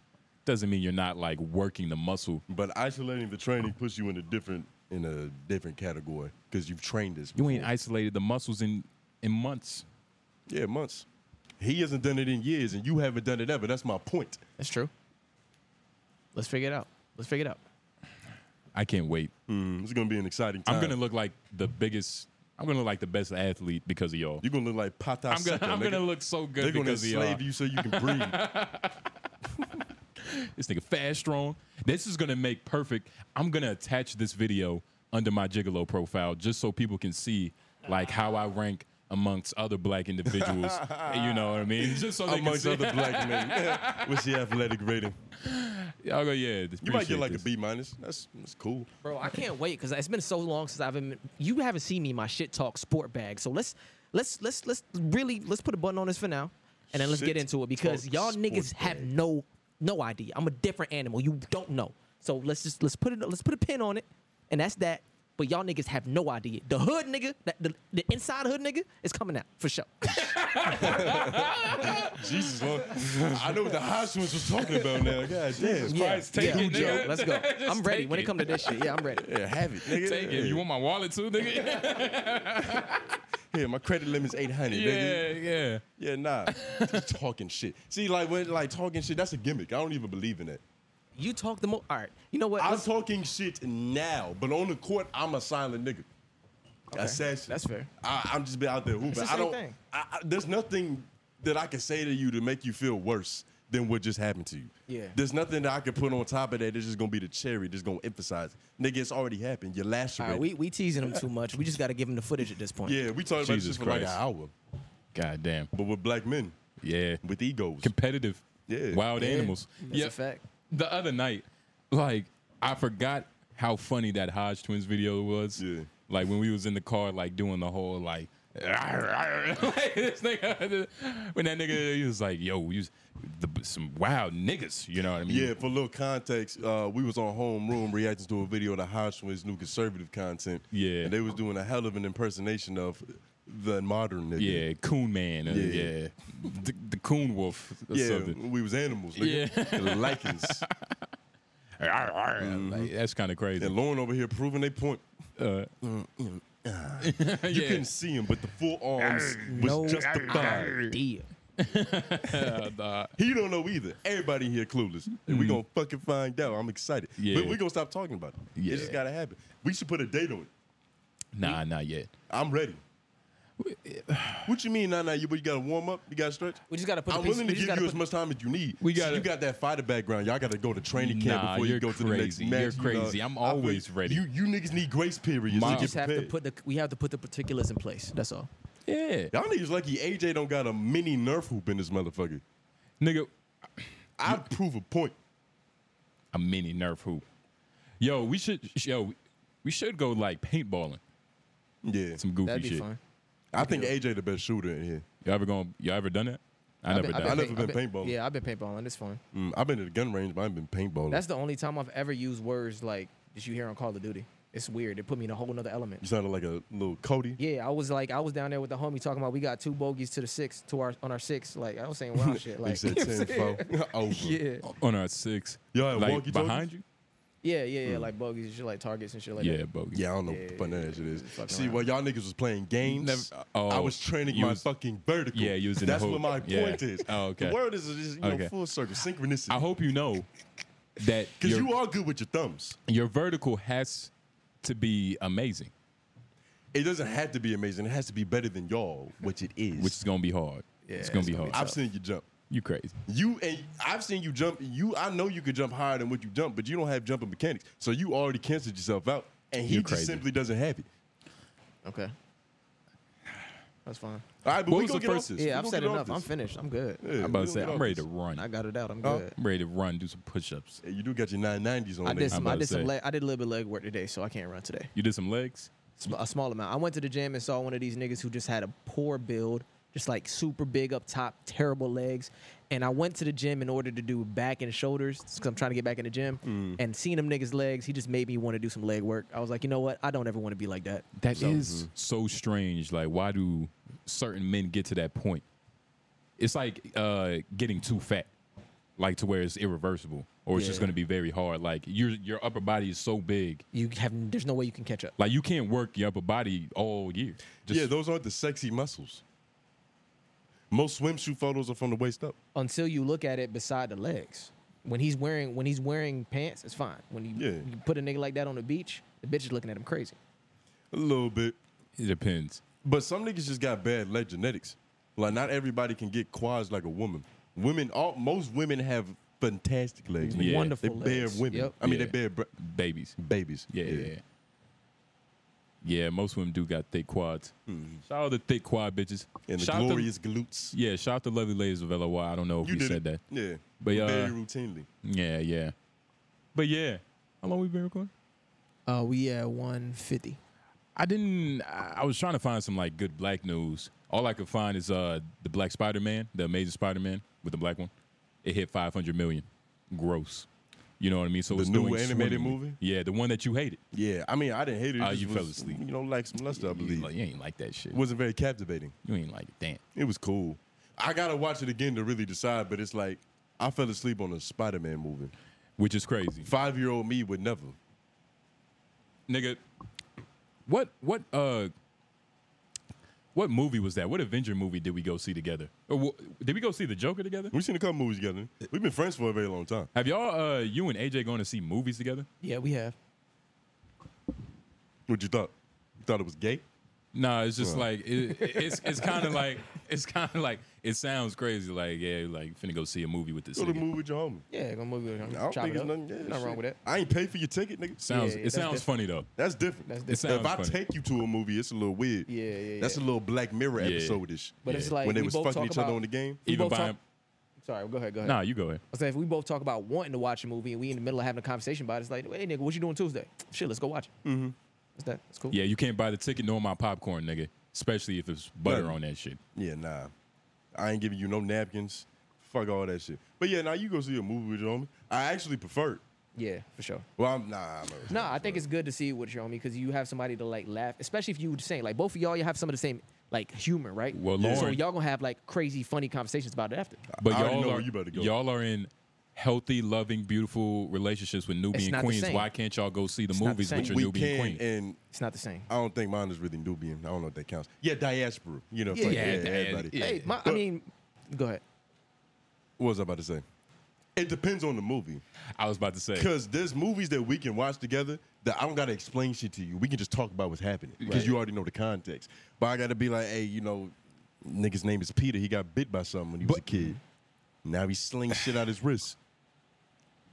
Speaker 2: doesn't mean you're not like working the muscle.
Speaker 1: But isolating the training puts you in a different in a different category because you've trained this.
Speaker 2: You ain't
Speaker 1: before.
Speaker 2: isolated the muscles in in months.
Speaker 1: yeah, months. He hasn't done it in years, and you haven't done it ever. That's my point.
Speaker 3: That's true. Let's figure it out. Let's figure it out.
Speaker 2: I can't wait.
Speaker 1: Mm, it's gonna be an exciting time.
Speaker 2: I'm gonna look like the biggest. I'm gonna look like the best athlete because of y'all.
Speaker 1: You're gonna look like Pata.
Speaker 2: I'm gonna, I'm gonna look so
Speaker 1: They're
Speaker 2: good
Speaker 1: gonna
Speaker 2: because of y'all.
Speaker 1: enslave you so you can breathe.
Speaker 2: This nigga fast, strong. This is gonna make perfect. I'm gonna attach this video under my Gigolo profile just so people can see like how I rank amongst other black individuals. you know what I mean? Just so they
Speaker 1: amongst
Speaker 2: can see.
Speaker 1: other black men. What's the athletic rating?
Speaker 2: I'll go, yeah.
Speaker 1: You might get like a B minus. That's that's cool.
Speaker 3: Bro, I can't wait because it's been so long since I've been. You haven't seen me in my shit talk sport bag, so let's let's let's let's really let's put a button on this for now, and then let's
Speaker 1: Shit
Speaker 3: get into it because
Speaker 1: talk
Speaker 3: y'all
Speaker 1: sport
Speaker 3: niggas have
Speaker 1: bag.
Speaker 3: no no idea. I'm a different animal. You don't know. So let's just let's put it let's put a pin on it, and that's that. But y'all niggas have no idea. The hood nigga, the, the, the inside hood nigga is coming out for sure.
Speaker 1: Jesus, Lord. I know what the hospitals was talking about now. God damn.
Speaker 3: yeah,
Speaker 2: Christ, take
Speaker 3: yeah.
Speaker 2: it,
Speaker 3: Joe,
Speaker 2: nigga.
Speaker 3: Let's go.
Speaker 2: Just
Speaker 3: I'm ready
Speaker 2: take
Speaker 3: when
Speaker 2: it.
Speaker 3: it comes to this shit. Yeah, I'm ready.
Speaker 1: Yeah, have it. Nigga.
Speaker 2: Take it. You want my wallet too, nigga?
Speaker 1: Yeah, my credit limit's 800. Nigga.
Speaker 2: yeah, yeah.
Speaker 1: Yeah, nah. Just talking shit. See, like when like talking shit, that's a gimmick. I don't even believe in that.
Speaker 3: You talk the most. All right. You know what?
Speaker 1: I'm
Speaker 3: Let's-
Speaker 1: talking shit now, but on the court, I'm a silent nigga. assassin.
Speaker 3: That's fair.
Speaker 1: I, I'm just be out there hooping.
Speaker 3: the
Speaker 1: I
Speaker 3: same
Speaker 1: don't.
Speaker 3: thing.
Speaker 1: I, I, there's nothing that I can say to you to make you feel worse than what just happened to you.
Speaker 3: Yeah.
Speaker 1: There's nothing that I can put on top of that. That's just gonna be the cherry. That's gonna emphasize. it. Nigga, it's already happened. You're
Speaker 3: All
Speaker 1: lacerated.
Speaker 3: right, we we teasing him too much. We just got to give him the footage at this point.
Speaker 1: yeah, we talked about this
Speaker 2: Jesus
Speaker 1: for like an
Speaker 2: Christ.
Speaker 1: hour.
Speaker 2: God damn.
Speaker 1: But with black men,
Speaker 2: Yeah.
Speaker 1: with egos,
Speaker 2: Competitive.
Speaker 1: Yeah.
Speaker 2: Wild
Speaker 3: Yeah,
Speaker 2: animals.
Speaker 3: that's a fact.
Speaker 2: The other night, like I forgot how funny that Hodge Twins video was.
Speaker 1: Yeah.
Speaker 2: Like when we was in the car, like doing the whole like, like, this nigga, when that nigga he was like, "Yo, you s- the, some wild niggas," you know what I mean?
Speaker 1: Yeah, for a little context, uh, we was on homeroom reacting to a video of the Hodgson's new conservative content.
Speaker 2: Yeah.
Speaker 1: And they was doing a hell of an impersonation of the modern nigga.
Speaker 2: Yeah, Coon Man. uh,
Speaker 1: Yeah.
Speaker 2: yeah. The, the Coon Wolf. Or
Speaker 1: Yeah,
Speaker 2: Something.
Speaker 1: we was animals, nigga. Yeah. Lichens. Mm-hmm.
Speaker 2: Like, that's kind of crazy.
Speaker 1: And Lauren over here proving they point.
Speaker 2: yeah.
Speaker 1: You couldn't see him, but the full arms was
Speaker 3: No
Speaker 1: justified.
Speaker 3: idea.
Speaker 1: He don't know either. Everybody here clueless. And we gonna fucking find out. I'm excited.
Speaker 2: Mm. Yeah.
Speaker 1: But we gonna stop talking about it.
Speaker 2: Yeah.
Speaker 1: It just gotta happen. We should put a date on it.
Speaker 2: nah, not yet.
Speaker 1: I'm ready. What you mean, nah, nah? You, but you gotta warm up. You gotta stretch.
Speaker 3: We just gotta put
Speaker 1: I'm
Speaker 3: a piece-
Speaker 1: willing to
Speaker 3: we just
Speaker 1: give
Speaker 3: gotta
Speaker 1: you
Speaker 3: put-
Speaker 1: as much time as you need.
Speaker 2: We
Speaker 1: See,
Speaker 2: gotta-
Speaker 1: you got that fighter background. Y'all gotta go to training camp
Speaker 2: Nah,
Speaker 1: before you
Speaker 2: you're
Speaker 1: go to the next
Speaker 2: crazy.
Speaker 1: match.
Speaker 2: You're
Speaker 1: you
Speaker 2: crazy.
Speaker 1: know.
Speaker 2: I'm
Speaker 1: I feel-
Speaker 2: always ready.
Speaker 1: You, you niggas need grace periods.
Speaker 2: Miles. We
Speaker 1: to get
Speaker 3: Just have to
Speaker 1: prepared.
Speaker 3: put the we have to put the particulars in place. That's all.
Speaker 2: Yeah.
Speaker 1: Y'all niggas lucky AJ don't got a mini Nerf hoop in this motherfucker.
Speaker 2: Nigga,
Speaker 1: I prove a point.
Speaker 2: a mini Nerf hoop. Yo, we should, yo, we should go like paintballing.
Speaker 1: Yeah,
Speaker 2: Some goofy
Speaker 3: That'd be
Speaker 2: shit.
Speaker 3: fun.
Speaker 1: I think AJ the best shooter in here.
Speaker 2: You ever going, you ever done that? I never done
Speaker 1: I've
Speaker 2: it.
Speaker 1: never been paintballing.
Speaker 3: Yeah, I've been paintballing. It's fun.
Speaker 1: Mm, I've been to the gun range, but I've been paintballing.
Speaker 3: That's the only time I've ever used words like that you hear on Call of Duty. It's weird. It put me in a whole nother element.
Speaker 1: you sounded like a little Cody.
Speaker 3: Yeah, I was like, I was down there with the homie talking about we got two bogeys to the six to our on our six. Like I was saying wild shit.
Speaker 1: They
Speaker 3: Like
Speaker 1: said
Speaker 3: you know what
Speaker 1: 10
Speaker 3: I'm saying?
Speaker 1: 4. Over.
Speaker 3: yeah,
Speaker 2: Oh, On our six.
Speaker 1: Y'all had
Speaker 2: like
Speaker 1: walkie-talkies?
Speaker 2: behind you?
Speaker 3: yeah, yeah, yeah. Like bogeys and shit, like targets and shit like
Speaker 2: Yeah,
Speaker 3: that.
Speaker 2: bogey.
Speaker 1: Yeah, I don't know
Speaker 3: Yeah,
Speaker 1: what fun that shit is.
Speaker 3: fucking
Speaker 1: See,
Speaker 3: around.
Speaker 1: while y'all niggas was playing games,
Speaker 2: Never- oh,
Speaker 1: I was training
Speaker 2: you
Speaker 1: my
Speaker 2: was-
Speaker 1: fucking vertical.
Speaker 2: Yeah, you was in the
Speaker 1: That's
Speaker 2: hoop.
Speaker 1: what my
Speaker 2: Yeah.
Speaker 1: point is.
Speaker 2: Oh, okay.
Speaker 1: The word is just you know,
Speaker 2: Okay.
Speaker 1: full circle
Speaker 2: I
Speaker 1: synchronicity.
Speaker 2: hope you know that
Speaker 1: Because
Speaker 2: your,
Speaker 1: you are good with your thumbs.
Speaker 2: your vertical has to be amazing,
Speaker 1: It doesn't have to be amazing. It has to be better than y'all, which it is.
Speaker 2: which is going to be hard.
Speaker 3: Yeah,
Speaker 2: it's going
Speaker 3: it's
Speaker 2: to be hard.
Speaker 3: gonna be
Speaker 1: I've seen you jump.
Speaker 2: you crazy.
Speaker 1: You and I've seen you jump. You I know you could jump higher than what you jump, but you don't have jumping mechanics. So you already canceled yourself out, and he
Speaker 2: You're
Speaker 1: just
Speaker 2: crazy.
Speaker 1: simply doesn't have it.
Speaker 3: Okay, that's fine.
Speaker 1: All right, but
Speaker 2: What
Speaker 1: we
Speaker 2: was
Speaker 1: gonna
Speaker 2: the
Speaker 1: get
Speaker 2: first-
Speaker 1: off this. We
Speaker 3: Yeah, I've
Speaker 1: gonna
Speaker 3: said
Speaker 1: get off
Speaker 3: enough.
Speaker 1: this.
Speaker 3: I'm finished. I'm good.
Speaker 1: Yeah,
Speaker 2: I'm about
Speaker 1: we
Speaker 2: to say,
Speaker 1: gonna
Speaker 2: I'm
Speaker 1: get
Speaker 2: ready
Speaker 1: off
Speaker 2: to
Speaker 1: this.
Speaker 2: run.
Speaker 3: I got it out. I'm
Speaker 1: Oh.
Speaker 3: good.
Speaker 2: I'm ready to run, do some push ups.
Speaker 1: Yeah, you do got your 990s on
Speaker 3: I
Speaker 1: there.
Speaker 3: did some.
Speaker 2: about
Speaker 3: I
Speaker 2: to
Speaker 3: did some.
Speaker 2: say.
Speaker 3: Leg, I did a little bit of leg work today, so I can't run today.
Speaker 2: You did some legs?
Speaker 3: Sm- a small amount. I went to the gym and saw one of these niggas who just had a poor build, just like super big up top, terrible legs. And I went to the gym in order to do back and shoulders because I'm trying to get back in the gym. And seeing them niggas' legs, he just made me want to do some leg work. I was like, you know what? I don't ever want to be like that.
Speaker 2: That is so strange. Like, why do certain men get to that point? It's like uh, getting too fat, like to where it's irreversible, or it's just
Speaker 3: Yeah.
Speaker 2: going to be very hard. Like your your upper body is so big,
Speaker 3: You have there's no way you can catch up.
Speaker 2: like you can't work your upper body all year. Just,
Speaker 1: yeah, those aren't the sexy muscles. Most swimsuit photos are from the waist up.
Speaker 3: until you look at it beside the legs. When he's wearing when he's wearing pants, it's fine. When you,
Speaker 1: Yeah.
Speaker 3: you put a nigga like that on the beach, the bitch is looking at him crazy.
Speaker 1: A little bit.
Speaker 2: it depends.
Speaker 1: But some niggas just got bad leg genetics. Like not everybody can get quads like a woman. Women, all, most women have fantastic legs. nigga.
Speaker 2: Yeah.
Speaker 3: Wonderful
Speaker 1: They bear
Speaker 3: legs.
Speaker 1: women.
Speaker 3: Yep.
Speaker 1: I mean,
Speaker 2: Yeah.
Speaker 1: they bear br-
Speaker 2: Babies,
Speaker 1: babies.
Speaker 2: yeah, yeah, yeah. Yeah, most women do got thick quads. Shout out to thick quad bitches.
Speaker 1: And the
Speaker 2: shout out to-
Speaker 1: glorious glutes.
Speaker 2: yeah, shout out to lovely ladies of LOY. I don't know if you, said that.
Speaker 1: it. Yeah.
Speaker 2: But, uh,
Speaker 1: very routinely.
Speaker 2: Yeah, yeah. But yeah, how long we been recording?
Speaker 3: Uh, we at 150.
Speaker 2: I didn't. I I was trying to find some like good black news. All I could find is uh the Black Spider Man, the Amazing Spider Man with the black one. It hit 500 million gross. You know what I mean? So
Speaker 1: The
Speaker 2: it's
Speaker 1: new
Speaker 2: doing
Speaker 1: animated
Speaker 2: swimmingly.
Speaker 1: movie?
Speaker 2: Yeah, the one that you hated.
Speaker 1: Yeah. I mean, I didn't hate it. It
Speaker 2: Ah,
Speaker 1: just
Speaker 2: you
Speaker 1: was,
Speaker 2: fell asleep.
Speaker 1: You know, like some lust, I believe.
Speaker 2: You, like, you ain't like that shit.
Speaker 1: Wasn't very captivating.
Speaker 2: You ain't like it. Damn.
Speaker 1: It was cool. I gotta watch it again to really decide, but it's like I fell asleep on a Spider Man movie.
Speaker 2: Which is crazy,
Speaker 1: Five year old me would never.
Speaker 2: nigga. What what uh. What movie was that? What Avenger movie did we go see together? Or wh- did we go see the Joker together?
Speaker 1: We've seen a couple movies together. We've been friends for a very long time.
Speaker 2: Have y'all, uh, you and AJ, going to see movies together?
Speaker 3: Yeah, we have.
Speaker 1: What you thought? You thought it was gay?
Speaker 2: Nah, it's just like it, it- it's it's kind of like it's kind of like it sounds crazy. Like yeah, like finna go see a movie with this.
Speaker 1: Go to the
Speaker 2: nigga.
Speaker 1: movie with your homie.
Speaker 3: Yeah, gonna move it.
Speaker 1: I don't
Speaker 3: chop
Speaker 1: think
Speaker 3: it
Speaker 1: it's
Speaker 3: up.
Speaker 1: nothing. Yeah,
Speaker 3: Nothing wrong
Speaker 1: shit.
Speaker 3: with that.
Speaker 1: I ain't pay for your ticket, nigga.
Speaker 2: Sounds
Speaker 3: yeah,
Speaker 2: it
Speaker 3: that's
Speaker 2: sounds
Speaker 3: different.
Speaker 2: funny though.
Speaker 1: That's different.
Speaker 3: That's
Speaker 2: different.
Speaker 1: If I
Speaker 2: sounds funny.
Speaker 1: take you to a movie, it's a little weird.
Speaker 3: Yeah, yeah,
Speaker 1: That's a
Speaker 3: yeah.
Speaker 1: little Black Mirror
Speaker 2: Yeah.
Speaker 1: episode ish.
Speaker 3: But it's like
Speaker 1: when they
Speaker 3: we
Speaker 1: was
Speaker 3: both
Speaker 1: fucking
Speaker 3: talk
Speaker 1: each other
Speaker 3: about-
Speaker 1: on the game.
Speaker 3: we
Speaker 2: Even
Speaker 3: both
Speaker 2: by
Speaker 3: talk- Sorry, go ahead, go ahead.
Speaker 2: nah, you go ahead.
Speaker 3: I said if we both talk about wanting to watch a movie and we in the middle of having a conversation about it, it's like, hey nigga, what you doing Tuesday? Shit, let's go watch it. Mm-hmm. Is that? It's cool.
Speaker 2: Yeah, you can't buy the ticket nor my popcorn, nigga. Especially if it's butter
Speaker 1: Right.
Speaker 2: on that shit.
Speaker 1: Yeah, nah. I ain't giving you no napkins. Fuck all that shit. But yeah, now you go see a movie with your homie. I actually prefer it.
Speaker 3: Yeah, for sure.
Speaker 1: Well, I'm nah. I'm a-
Speaker 3: No, I think it's good to see it with your homie because you have somebody to like laugh, especially if you the same. Like both of y'all, you have some of the same like humor, right?
Speaker 2: Well,
Speaker 3: so
Speaker 2: Lauren-
Speaker 3: y'all gonna have like crazy, funny conversations about it after.
Speaker 2: But
Speaker 1: I already
Speaker 2: y'all
Speaker 1: know
Speaker 2: are
Speaker 1: where you about to go.
Speaker 2: all are in healthy, loving, beautiful relationships with
Speaker 3: It's
Speaker 2: Nubian
Speaker 3: not the
Speaker 2: queens.
Speaker 3: same.
Speaker 2: Why can't y'all go see the
Speaker 3: not the
Speaker 2: movies with
Speaker 3: same.
Speaker 2: your
Speaker 1: we
Speaker 2: Nubian
Speaker 1: can,
Speaker 2: queen?
Speaker 1: and
Speaker 3: It's not the same.
Speaker 1: I don't think mine is really Nubian. I don't know if that counts. Yeah, diaspora. You know, it's like,
Speaker 3: Yeah,
Speaker 1: yeah,
Speaker 2: yeah,
Speaker 1: everybody.
Speaker 2: yeah.
Speaker 3: Hey, my, I
Speaker 1: But-
Speaker 3: mean, go ahead.
Speaker 1: What was I about to say? It depends on the movie.
Speaker 2: I was about to say
Speaker 1: Because there's movies that we can watch together that I don't gotta explain shit to you. We can just talk about what's happening because you already know the context. But I gotta be like, hey, you know, nigga's name is Peter. He got bit by something when he was a kid. Now he slings shit out his wrist.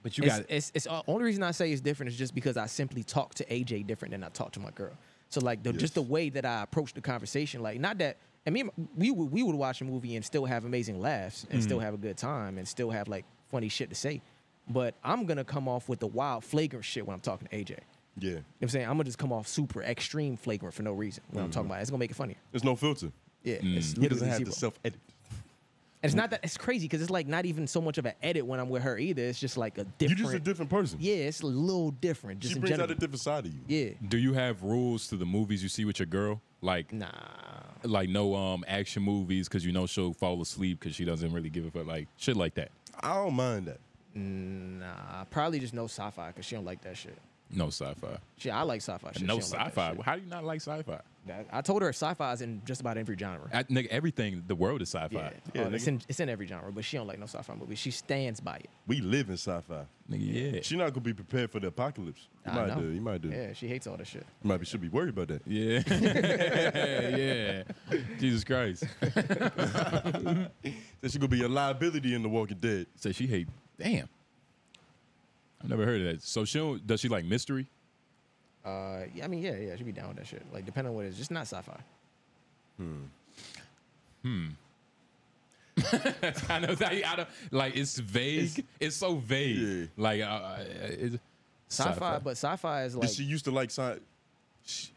Speaker 2: but you
Speaker 3: it's, it's, it's uh, only reason I say it's different is just because I simply talk to AJ different than I talk to my girl. So like the,
Speaker 1: Yes.
Speaker 3: just the way that I approach the conversation, like not that. I mean, we would we would watch a movie and still have amazing laughs and still
Speaker 1: Mm-hmm.
Speaker 3: have a good time and still have like funny shit to say, but I'm gonna come off with the wild flagrant shit when I'm talking to AJ.
Speaker 1: Yeah.
Speaker 3: You know what I'm saying? I'm gonna just come off super extreme flagrant for no reason when I'm talking about it. It's gonna make it funnier.
Speaker 1: There's no filter.
Speaker 3: Yeah. It's
Speaker 1: Mm-hmm. Mm. He doesn't
Speaker 3: literally
Speaker 1: have
Speaker 3: zero.
Speaker 1: to self edit.
Speaker 3: and it's not that it's crazy because it's like not even so much of an edit when I'm with her either. It's just like a different
Speaker 1: You're just a different person.
Speaker 3: Yeah, it's a little different. Just
Speaker 1: She
Speaker 3: in
Speaker 1: brings
Speaker 3: general.
Speaker 1: out a different side of you.
Speaker 3: yeah.
Speaker 2: do you have rules to the movies you see with your girl? Like
Speaker 3: Nah.
Speaker 2: like no um action movies because you know she'll fall asleep because she doesn't really give a fuck. Like shit like that.
Speaker 1: I don't mind that.
Speaker 3: Nah. Probably just no sci-fi because she don't like that shit.
Speaker 2: No sci-fi.
Speaker 3: She, I like sci-fi shit.
Speaker 2: no
Speaker 3: she don't like that
Speaker 2: sci-fi.
Speaker 3: shit.
Speaker 2: How do you not like sci-fi?
Speaker 3: That- I told her sci-fi is in just about every genre.
Speaker 2: I, nigga, everything the world is sci-fi.
Speaker 3: yeah.
Speaker 1: Yeah,
Speaker 3: Oh, it's
Speaker 1: nigga.
Speaker 3: in it's in every genre, but she don't like no sci-fi movies. She stands by it.
Speaker 1: We live in sci-fi.
Speaker 2: Nigga, yeah.
Speaker 1: She not gonna be prepared for the apocalypse. You
Speaker 3: I
Speaker 1: might
Speaker 3: know.
Speaker 1: do. You might do.
Speaker 3: Yeah, she hates all that shit.
Speaker 1: You might be should be worried about that.
Speaker 2: Yeah. yeah. Jesus Christ.
Speaker 1: That she gonna be a liability in The Walking Dead.
Speaker 2: So she hate. Damn. I've never heard of that. So she don't- does she like mystery?
Speaker 3: Uh, yeah, I mean, yeah, yeah, she'd be down with that shit. Like, depending on what it is, just not sci-fi.
Speaker 2: I know that I don't like it's vague. It's, so vague.
Speaker 1: Yeah.
Speaker 2: Like uh, uh, it's
Speaker 3: Sci-fi, but sci-fi is like
Speaker 1: Did she used to like science? She,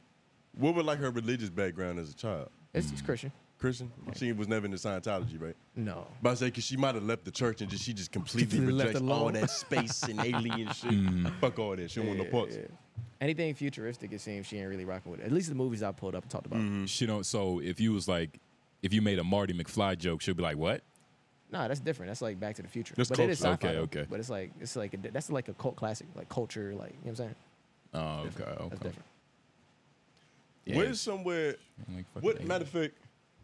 Speaker 1: what was like her religious background as a child?
Speaker 3: it's, it's Christian.
Speaker 1: Christian? She was never into Scientology, right?
Speaker 3: No,
Speaker 1: But I say because she might have left the church and just she just completely
Speaker 3: Left
Speaker 1: rejects all
Speaker 3: alone.
Speaker 1: that space and alien shit. Fuck all that. She don't want no
Speaker 3: Yeah,
Speaker 1: parts.
Speaker 3: yeah. anything futuristic, it seems she ain't really rocking with. It. At least the movies I pulled up and talked about.
Speaker 2: she don't. So if you was like, if you made a Marty McFly joke, she'll be like, "What?
Speaker 3: Nah, that's different. That's like Back to the Future.
Speaker 1: That's
Speaker 3: but it is
Speaker 1: closer.
Speaker 3: sci-fi.
Speaker 2: Okay,
Speaker 3: though.
Speaker 2: okay.
Speaker 3: But it's like it's like a, that's like a cult classic, like culture, like you know what I'm saying.
Speaker 2: Oh, okay, okay.
Speaker 3: That's different.
Speaker 2: Yeah.
Speaker 1: Where's somewhere?
Speaker 2: Like, fucking
Speaker 1: what
Speaker 2: alien.
Speaker 1: matter of fact?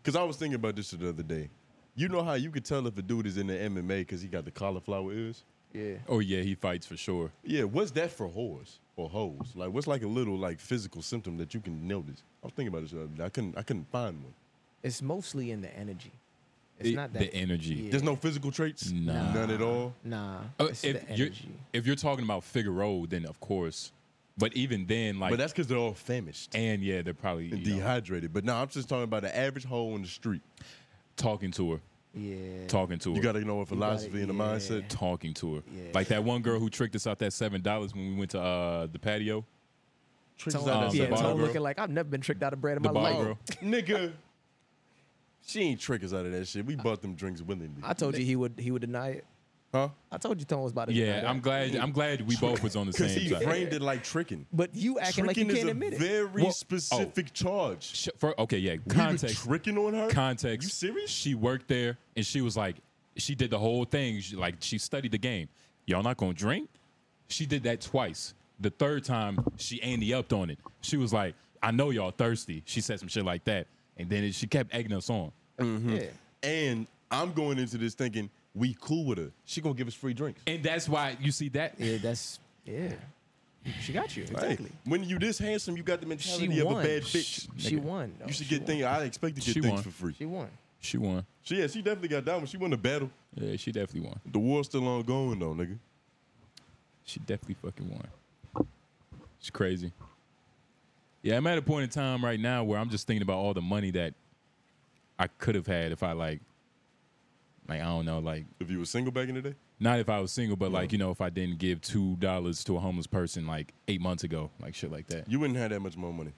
Speaker 1: Because I was thinking about this the other day. You know how you could tell if a dude is in the MMA because he got the cauliflower ears?
Speaker 3: Yeah.
Speaker 2: Oh yeah, he fights for sure.
Speaker 1: Yeah, what's that for whores or hoes? Like, what's like a little like physical symptom that you can notice? I was thinking about this. The other day. I couldn't. I couldn't find one.
Speaker 3: It's mostly in the energy. It's
Speaker 2: The-
Speaker 3: not that
Speaker 2: the energy.
Speaker 1: There's no physical traits.
Speaker 2: Nah.
Speaker 1: None at all.
Speaker 3: Nah,
Speaker 2: Uh,
Speaker 3: it's
Speaker 2: if
Speaker 3: the
Speaker 2: you're
Speaker 3: energy.
Speaker 2: if you're talking about Figaro, then of course. But even then, like,
Speaker 1: But that's because they're all famished
Speaker 2: and yeah, they're probably
Speaker 1: and
Speaker 2: you know,
Speaker 1: dehydrated. But now I'm just talking about the average hoe on the street.
Speaker 2: talking to her,
Speaker 3: Yeah.
Speaker 2: talking to her.
Speaker 1: You got to know a philosophy and a
Speaker 3: yeah.
Speaker 1: mindset.
Speaker 2: talking to her.
Speaker 3: Yeah.
Speaker 2: Like that one girl who tricked us out that seven dollars when we went to uh, the patio.
Speaker 1: Tricks
Speaker 3: Tone,
Speaker 1: out
Speaker 2: Um,
Speaker 1: that
Speaker 3: yeah,
Speaker 1: Savannah
Speaker 2: Tone
Speaker 3: Tone
Speaker 1: girl.
Speaker 3: looking like I've never been tricked out of bread in
Speaker 2: The
Speaker 3: my
Speaker 2: bar
Speaker 3: life.
Speaker 2: girl.
Speaker 1: nigga. She ain't trick us out of that shit. We bought them drinks willingly.
Speaker 3: I told you he would he would deny it.
Speaker 1: huh?
Speaker 3: I told you Tone was about to. deny
Speaker 2: Yeah,
Speaker 3: that.
Speaker 2: I'm glad. I'm glad we both was on the
Speaker 1: Because
Speaker 2: same
Speaker 1: he
Speaker 2: side.
Speaker 1: framed it like tricking.
Speaker 3: But you acting like you
Speaker 1: Tricking is
Speaker 3: can't
Speaker 1: a
Speaker 3: admit it.
Speaker 1: very
Speaker 2: Well- oh.
Speaker 1: specific charge.
Speaker 2: Sh- For, okay, yeah.
Speaker 1: We were
Speaker 2: Context.
Speaker 1: tricking on her.
Speaker 2: Context.
Speaker 1: You serious?
Speaker 2: She worked there, and she was like, she did the whole thing. She, like she studied the game. Y'all not gonna drink? She did that twice. The third time, she Andy upped on it. She was like, I know y'all thirsty. She said some shit like that, and then it, she kept egging us on.
Speaker 3: Yeah.
Speaker 1: And I'm going into this thinking we cool with her. She gonna give us free drinks.
Speaker 2: And that's why you see that
Speaker 3: Yeah, that's yeah. She got you.
Speaker 1: Hey,
Speaker 3: Exactly.
Speaker 1: when you this handsome, you got the
Speaker 3: She
Speaker 1: mentality of
Speaker 3: won.
Speaker 1: a bad
Speaker 3: She,
Speaker 1: bitch.
Speaker 3: she
Speaker 2: nigga.
Speaker 3: won. though.
Speaker 1: you should
Speaker 3: She
Speaker 1: get
Speaker 3: won.
Speaker 1: things. I expect to get
Speaker 2: She
Speaker 1: things
Speaker 2: won.
Speaker 1: for free.
Speaker 3: She won.
Speaker 2: She won.
Speaker 1: She yeah, she definitely got that one. She won the battle.
Speaker 2: Yeah, she definitely won.
Speaker 1: The war's still ongoing though, nigga.
Speaker 2: She definitely fucking won. It's crazy. Yeah, I'm at a point in time right now where I'm just thinking about all the money that I could have had if I like, like I don't know, like
Speaker 1: If you were single back in the day,
Speaker 2: not if I was single, but like you know, if I didn't give two dollars to a homeless person like eight months ago, like shit like that.
Speaker 1: you wouldn't have that much more money.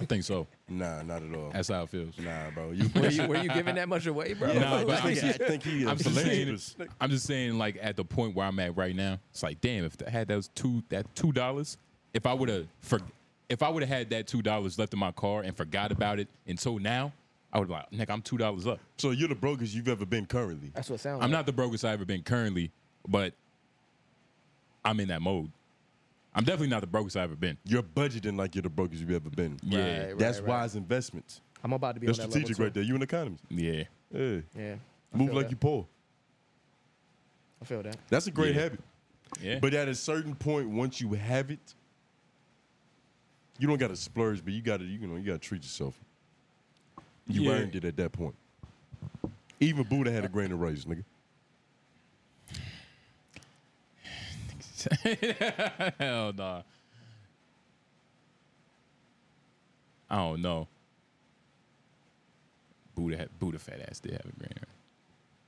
Speaker 2: I think so.
Speaker 1: Nah, not at all.
Speaker 2: That's how it feels.
Speaker 1: nah, bro. You,
Speaker 3: Were you, were you giving that much away, bro?
Speaker 1: Yeah,
Speaker 2: Nah,
Speaker 1: I
Speaker 2: but
Speaker 1: think-
Speaker 2: I'm-
Speaker 1: I think he
Speaker 2: I'm
Speaker 1: is
Speaker 2: just saying.
Speaker 1: philanthropist.
Speaker 2: I'm just saying, like at the point where I'm at right now, it's like, damn, if I had those two that two dollars, if I would have for, if I would have had that two dollars left in my car and forgot about it until now, I would like, nigga, I'm two dollars up.
Speaker 1: So you're the brokest you've ever been currently.
Speaker 3: That's what it sounds.
Speaker 2: I'm
Speaker 3: like.
Speaker 2: not the brokest I've ever been currently, but I'm in that mode. I'm definitely not the brokest I've ever been.
Speaker 1: You're budgeting like you're the brokest you've ever been.
Speaker 2: Yeah,
Speaker 3: Right,
Speaker 1: That's
Speaker 3: right.
Speaker 1: wise investments.
Speaker 3: I'm about to be
Speaker 1: That's
Speaker 3: on that
Speaker 1: strategic
Speaker 3: level
Speaker 1: right there. You an economist.
Speaker 2: yeah.
Speaker 1: Yeah.
Speaker 3: there. Yeah. I
Speaker 1: Move
Speaker 3: feel
Speaker 1: like
Speaker 3: that.
Speaker 1: you poor.
Speaker 3: I feel that.
Speaker 1: That's a great
Speaker 2: Yeah.
Speaker 1: habit.
Speaker 2: Yeah.
Speaker 1: But at a certain point, once you have it, you don't gotta splurge, but you gotta, you know, you gotta treat yourself. You
Speaker 2: Yeah.
Speaker 1: earned it at that point. Even Buddha had a grain of rice, nigga.
Speaker 2: Hell nah. I don't know. Buddha, had- Buddha fat ass did have a green hair.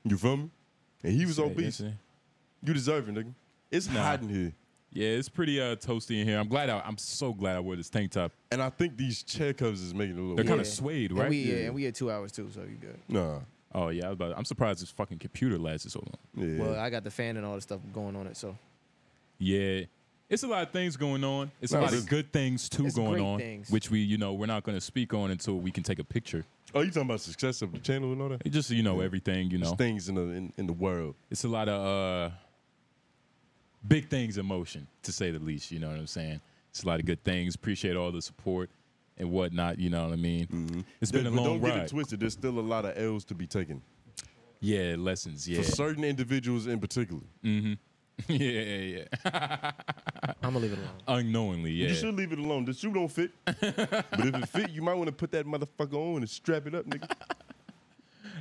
Speaker 1: You feel me? And he was
Speaker 2: Yeah,
Speaker 1: obese.
Speaker 2: that's it.
Speaker 1: You deserve it, nigga. It's
Speaker 2: Nah.
Speaker 1: hot in here.
Speaker 2: Yeah, it's pretty uh, toasty in here. I'm glad. I, I'm so glad I wore this tank top.
Speaker 1: And I think these chair covers is making it a little
Speaker 2: They're kinda
Speaker 1: worse.
Speaker 2: of swayed,
Speaker 3: And
Speaker 2: right?
Speaker 3: we, yeah.
Speaker 2: Yeah.
Speaker 3: and we had two hours too, so you good.
Speaker 1: Nah.
Speaker 2: Oh yeah, I was about I'm surprised this fucking computer lasted so long.
Speaker 1: Yeah.
Speaker 3: Well, I got the fan and all the stuff going on it, so
Speaker 2: Yeah, it's a lot of things going on. It's a
Speaker 1: No,
Speaker 2: lot
Speaker 1: it's-
Speaker 2: of good things too
Speaker 3: it's
Speaker 2: going
Speaker 3: great
Speaker 2: on,
Speaker 3: things.
Speaker 2: which we you know we're not going to speak on until we can take a picture.
Speaker 1: Oh, you talking about success of the channel and all that?
Speaker 2: It just you know everything you
Speaker 1: There's
Speaker 2: know.
Speaker 1: things in the in, in the world.
Speaker 2: it's a lot of uh, big things in motion, to say the least. You know what I'm saying? It's a lot of good things. Appreciate all the support and whatnot. You know what I mean? It's been a
Speaker 1: Mm-hmm. But
Speaker 2: long
Speaker 1: don't get
Speaker 2: ride.
Speaker 1: it twisted. There's still a lot of L's to be taken
Speaker 2: yeah, lessons. Yeah,
Speaker 1: for certain individuals in particular.
Speaker 2: yeah, yeah, yeah.
Speaker 3: I'm gonna leave it alone.
Speaker 2: Unknowingly, yeah.
Speaker 1: You should leave it alone. The shoe don't fit, but if it fit, you might want to put that motherfucker on and strap it up, nigga.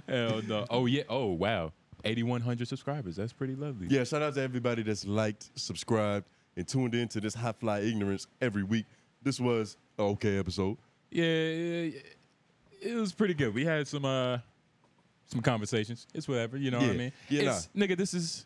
Speaker 2: Hell no. Oh yeah. Oh wow. 8,100 subscribers. That's pretty lovely.
Speaker 1: yeah, shout out to everybody that's liked, subscribed, and tuned in to this hot fly ignorance every week. This was a okay episode.
Speaker 2: Yeah, yeah, yeah. it was pretty good. We had some uh some conversations. It's whatever, you know what I
Speaker 1: Yeah.
Speaker 2: mean?
Speaker 1: Yeah,
Speaker 2: It's- Nigga, this is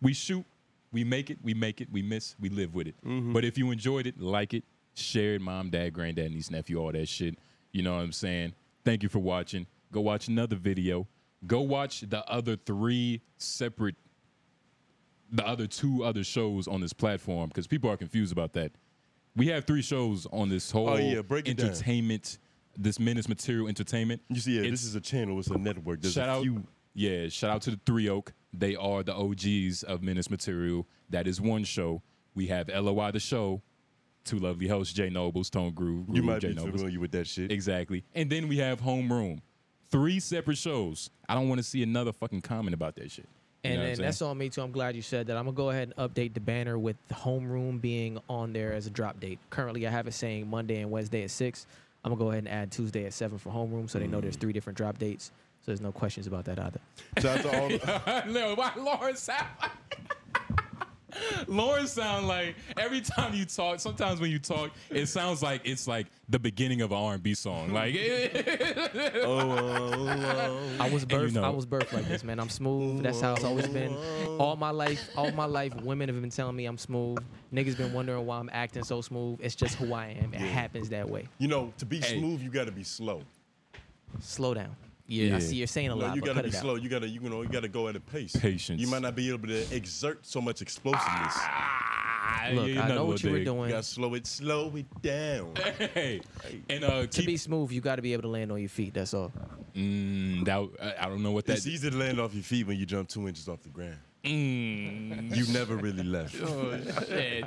Speaker 2: we shoot, we make it, we make it, we miss, we live with it.
Speaker 1: Mm-hmm.
Speaker 2: But if you enjoyed it, like it, share it, mom, dad, granddad, niece, nephew, all that shit. You know what I'm saying? Thank you for watching. Go watch another video. Go watch the other three separate the other two other shows on this platform because people are confused about that. We have three shows on this whole
Speaker 1: Oh, yeah, break it down.
Speaker 2: entertainment, this menace material entertainment.
Speaker 1: You see, yeah,
Speaker 2: It's-
Speaker 1: this is a channel. It's a network. There's
Speaker 2: shout
Speaker 1: a
Speaker 2: out,
Speaker 1: few.
Speaker 2: yeah, shout out to the Three Oak. They are the OGs of menace material. That is one show. We have LOI the show, two lovely hosts, Jay Nobles, Tone Groove,
Speaker 1: you
Speaker 2: Groove,
Speaker 1: might
Speaker 2: Jay
Speaker 1: be
Speaker 2: Nobles.
Speaker 1: familiar with that shit.
Speaker 2: Exactly. And then we have Homeroom. Three separate shows. I don't want to see another fucking comment about that shit. You
Speaker 3: And,
Speaker 2: know what I'm
Speaker 3: and
Speaker 2: saying?
Speaker 3: that's on me too. I'm glad you said that. I'm gonna go ahead and update the banner with the homeroom being on there as a drop date. Currently, I have it saying Monday and Wednesday at six. I'm gonna go ahead and add Tuesday at seven for homeroom, so they know
Speaker 2: Mm.
Speaker 3: there's three different drop dates. So there's no questions about that either.
Speaker 1: Shout out to all. the-
Speaker 2: Lil, why Lauren sound Lauren sound like every time you talk. Sometimes when you talk, it sounds like it's like the beginning of an R and B
Speaker 3: Hmm.
Speaker 2: song. Like
Speaker 3: I was
Speaker 2: you
Speaker 3: birthed.
Speaker 2: know-
Speaker 3: I was birthed like this, man. I'm smooth. That's how it's always been. All my life, all my life, women have been telling me I'm smooth. Niggas been wondering why I'm acting so smooth. It's just who I am. It happens that way.
Speaker 1: you know, to be
Speaker 2: Hey.
Speaker 1: smooth, you got to be slow.
Speaker 3: Slow down. Yeah,
Speaker 2: Yeah.
Speaker 3: I see you're saying a
Speaker 1: No,
Speaker 3: lot,
Speaker 1: you
Speaker 3: but
Speaker 1: gotta
Speaker 3: cut
Speaker 1: be
Speaker 3: it
Speaker 1: slow.
Speaker 3: out.
Speaker 1: You gotta, you know, you gotta go at a pace.
Speaker 2: Patience.
Speaker 1: You might not be able to exert so much explosiveness.
Speaker 2: look,
Speaker 3: Look, I know what you were doing.
Speaker 1: You gotta slow it, slow it down.
Speaker 2: Hey, and uh,
Speaker 3: To be
Speaker 2: keep
Speaker 3: smooth, you got to be able to land on your feet. That's all.
Speaker 2: Mm, that. I- I don't know what
Speaker 1: it's
Speaker 2: that.
Speaker 1: easy to land off your feet when you jump two inches off the ground. You never really left.
Speaker 2: Oh, Shit.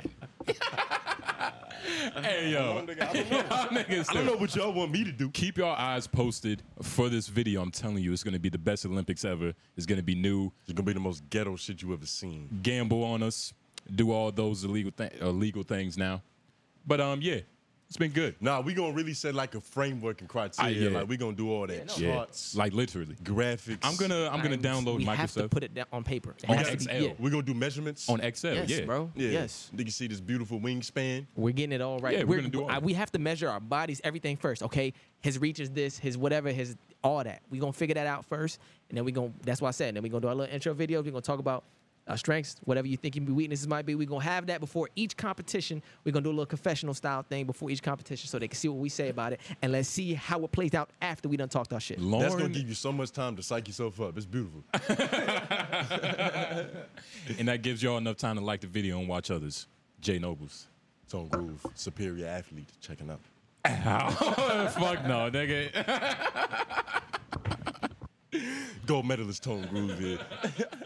Speaker 2: hey yo, Y'all niggas
Speaker 1: I don't know what y'all want me to do.
Speaker 2: keep your eyes posted for this video. I'm telling you, it's gonna be the best Olympics ever. It's gonna be new.
Speaker 1: It's gonna be the most ghetto shit you ever seen.
Speaker 2: Gamble on us. do all those illegal th- illegal things now. But um, yeah, it's been good.
Speaker 1: Nah, we gonna really set like a framework and criteria.
Speaker 2: Ah, yeah.
Speaker 1: Like we gonna do all that
Speaker 3: no.
Speaker 2: Yeah,
Speaker 1: charts,
Speaker 2: like literally.
Speaker 1: graphics.
Speaker 2: I'm gonna I'm gonna
Speaker 3: Like,
Speaker 2: download
Speaker 3: we have to
Speaker 2: Microsoft
Speaker 3: put it down on paper. It
Speaker 2: On
Speaker 3: has to be-
Speaker 2: XL.
Speaker 3: yeah.
Speaker 1: We gonna do measurements
Speaker 2: on Excel.
Speaker 3: Yes,
Speaker 2: yeah,
Speaker 3: bro.
Speaker 1: Yeah.
Speaker 3: Yes.
Speaker 1: They can see this beautiful wingspan.
Speaker 3: We're getting it all right.
Speaker 2: Yeah, we're
Speaker 3: We're-
Speaker 2: gonna do all
Speaker 3: I-
Speaker 2: that.
Speaker 3: we have to measure our bodies, everything first, okay? His reach is this, his whatever, his all that. We're going to figure that out first. And then we're going to, that's why I said, then we're going to do our little intro videos. We're going to talk about our strengths, whatever you think your weaknesses might be. We're going to have that before each competition. We're going to do a little confessional style thing before each competition so they can see what we say about it. And let's see how it plays out after we done talked our shit.
Speaker 2: Lauren,
Speaker 1: That's gonna give you so much time to psych yourself up. It's beautiful.
Speaker 2: and that gives y'all enough time to like the video and watch others. Jay Nobles.
Speaker 1: Tone Groove, superior athlete, checking out.
Speaker 2: Fuck no, nigga.
Speaker 1: Gold medalist Tone Groove here.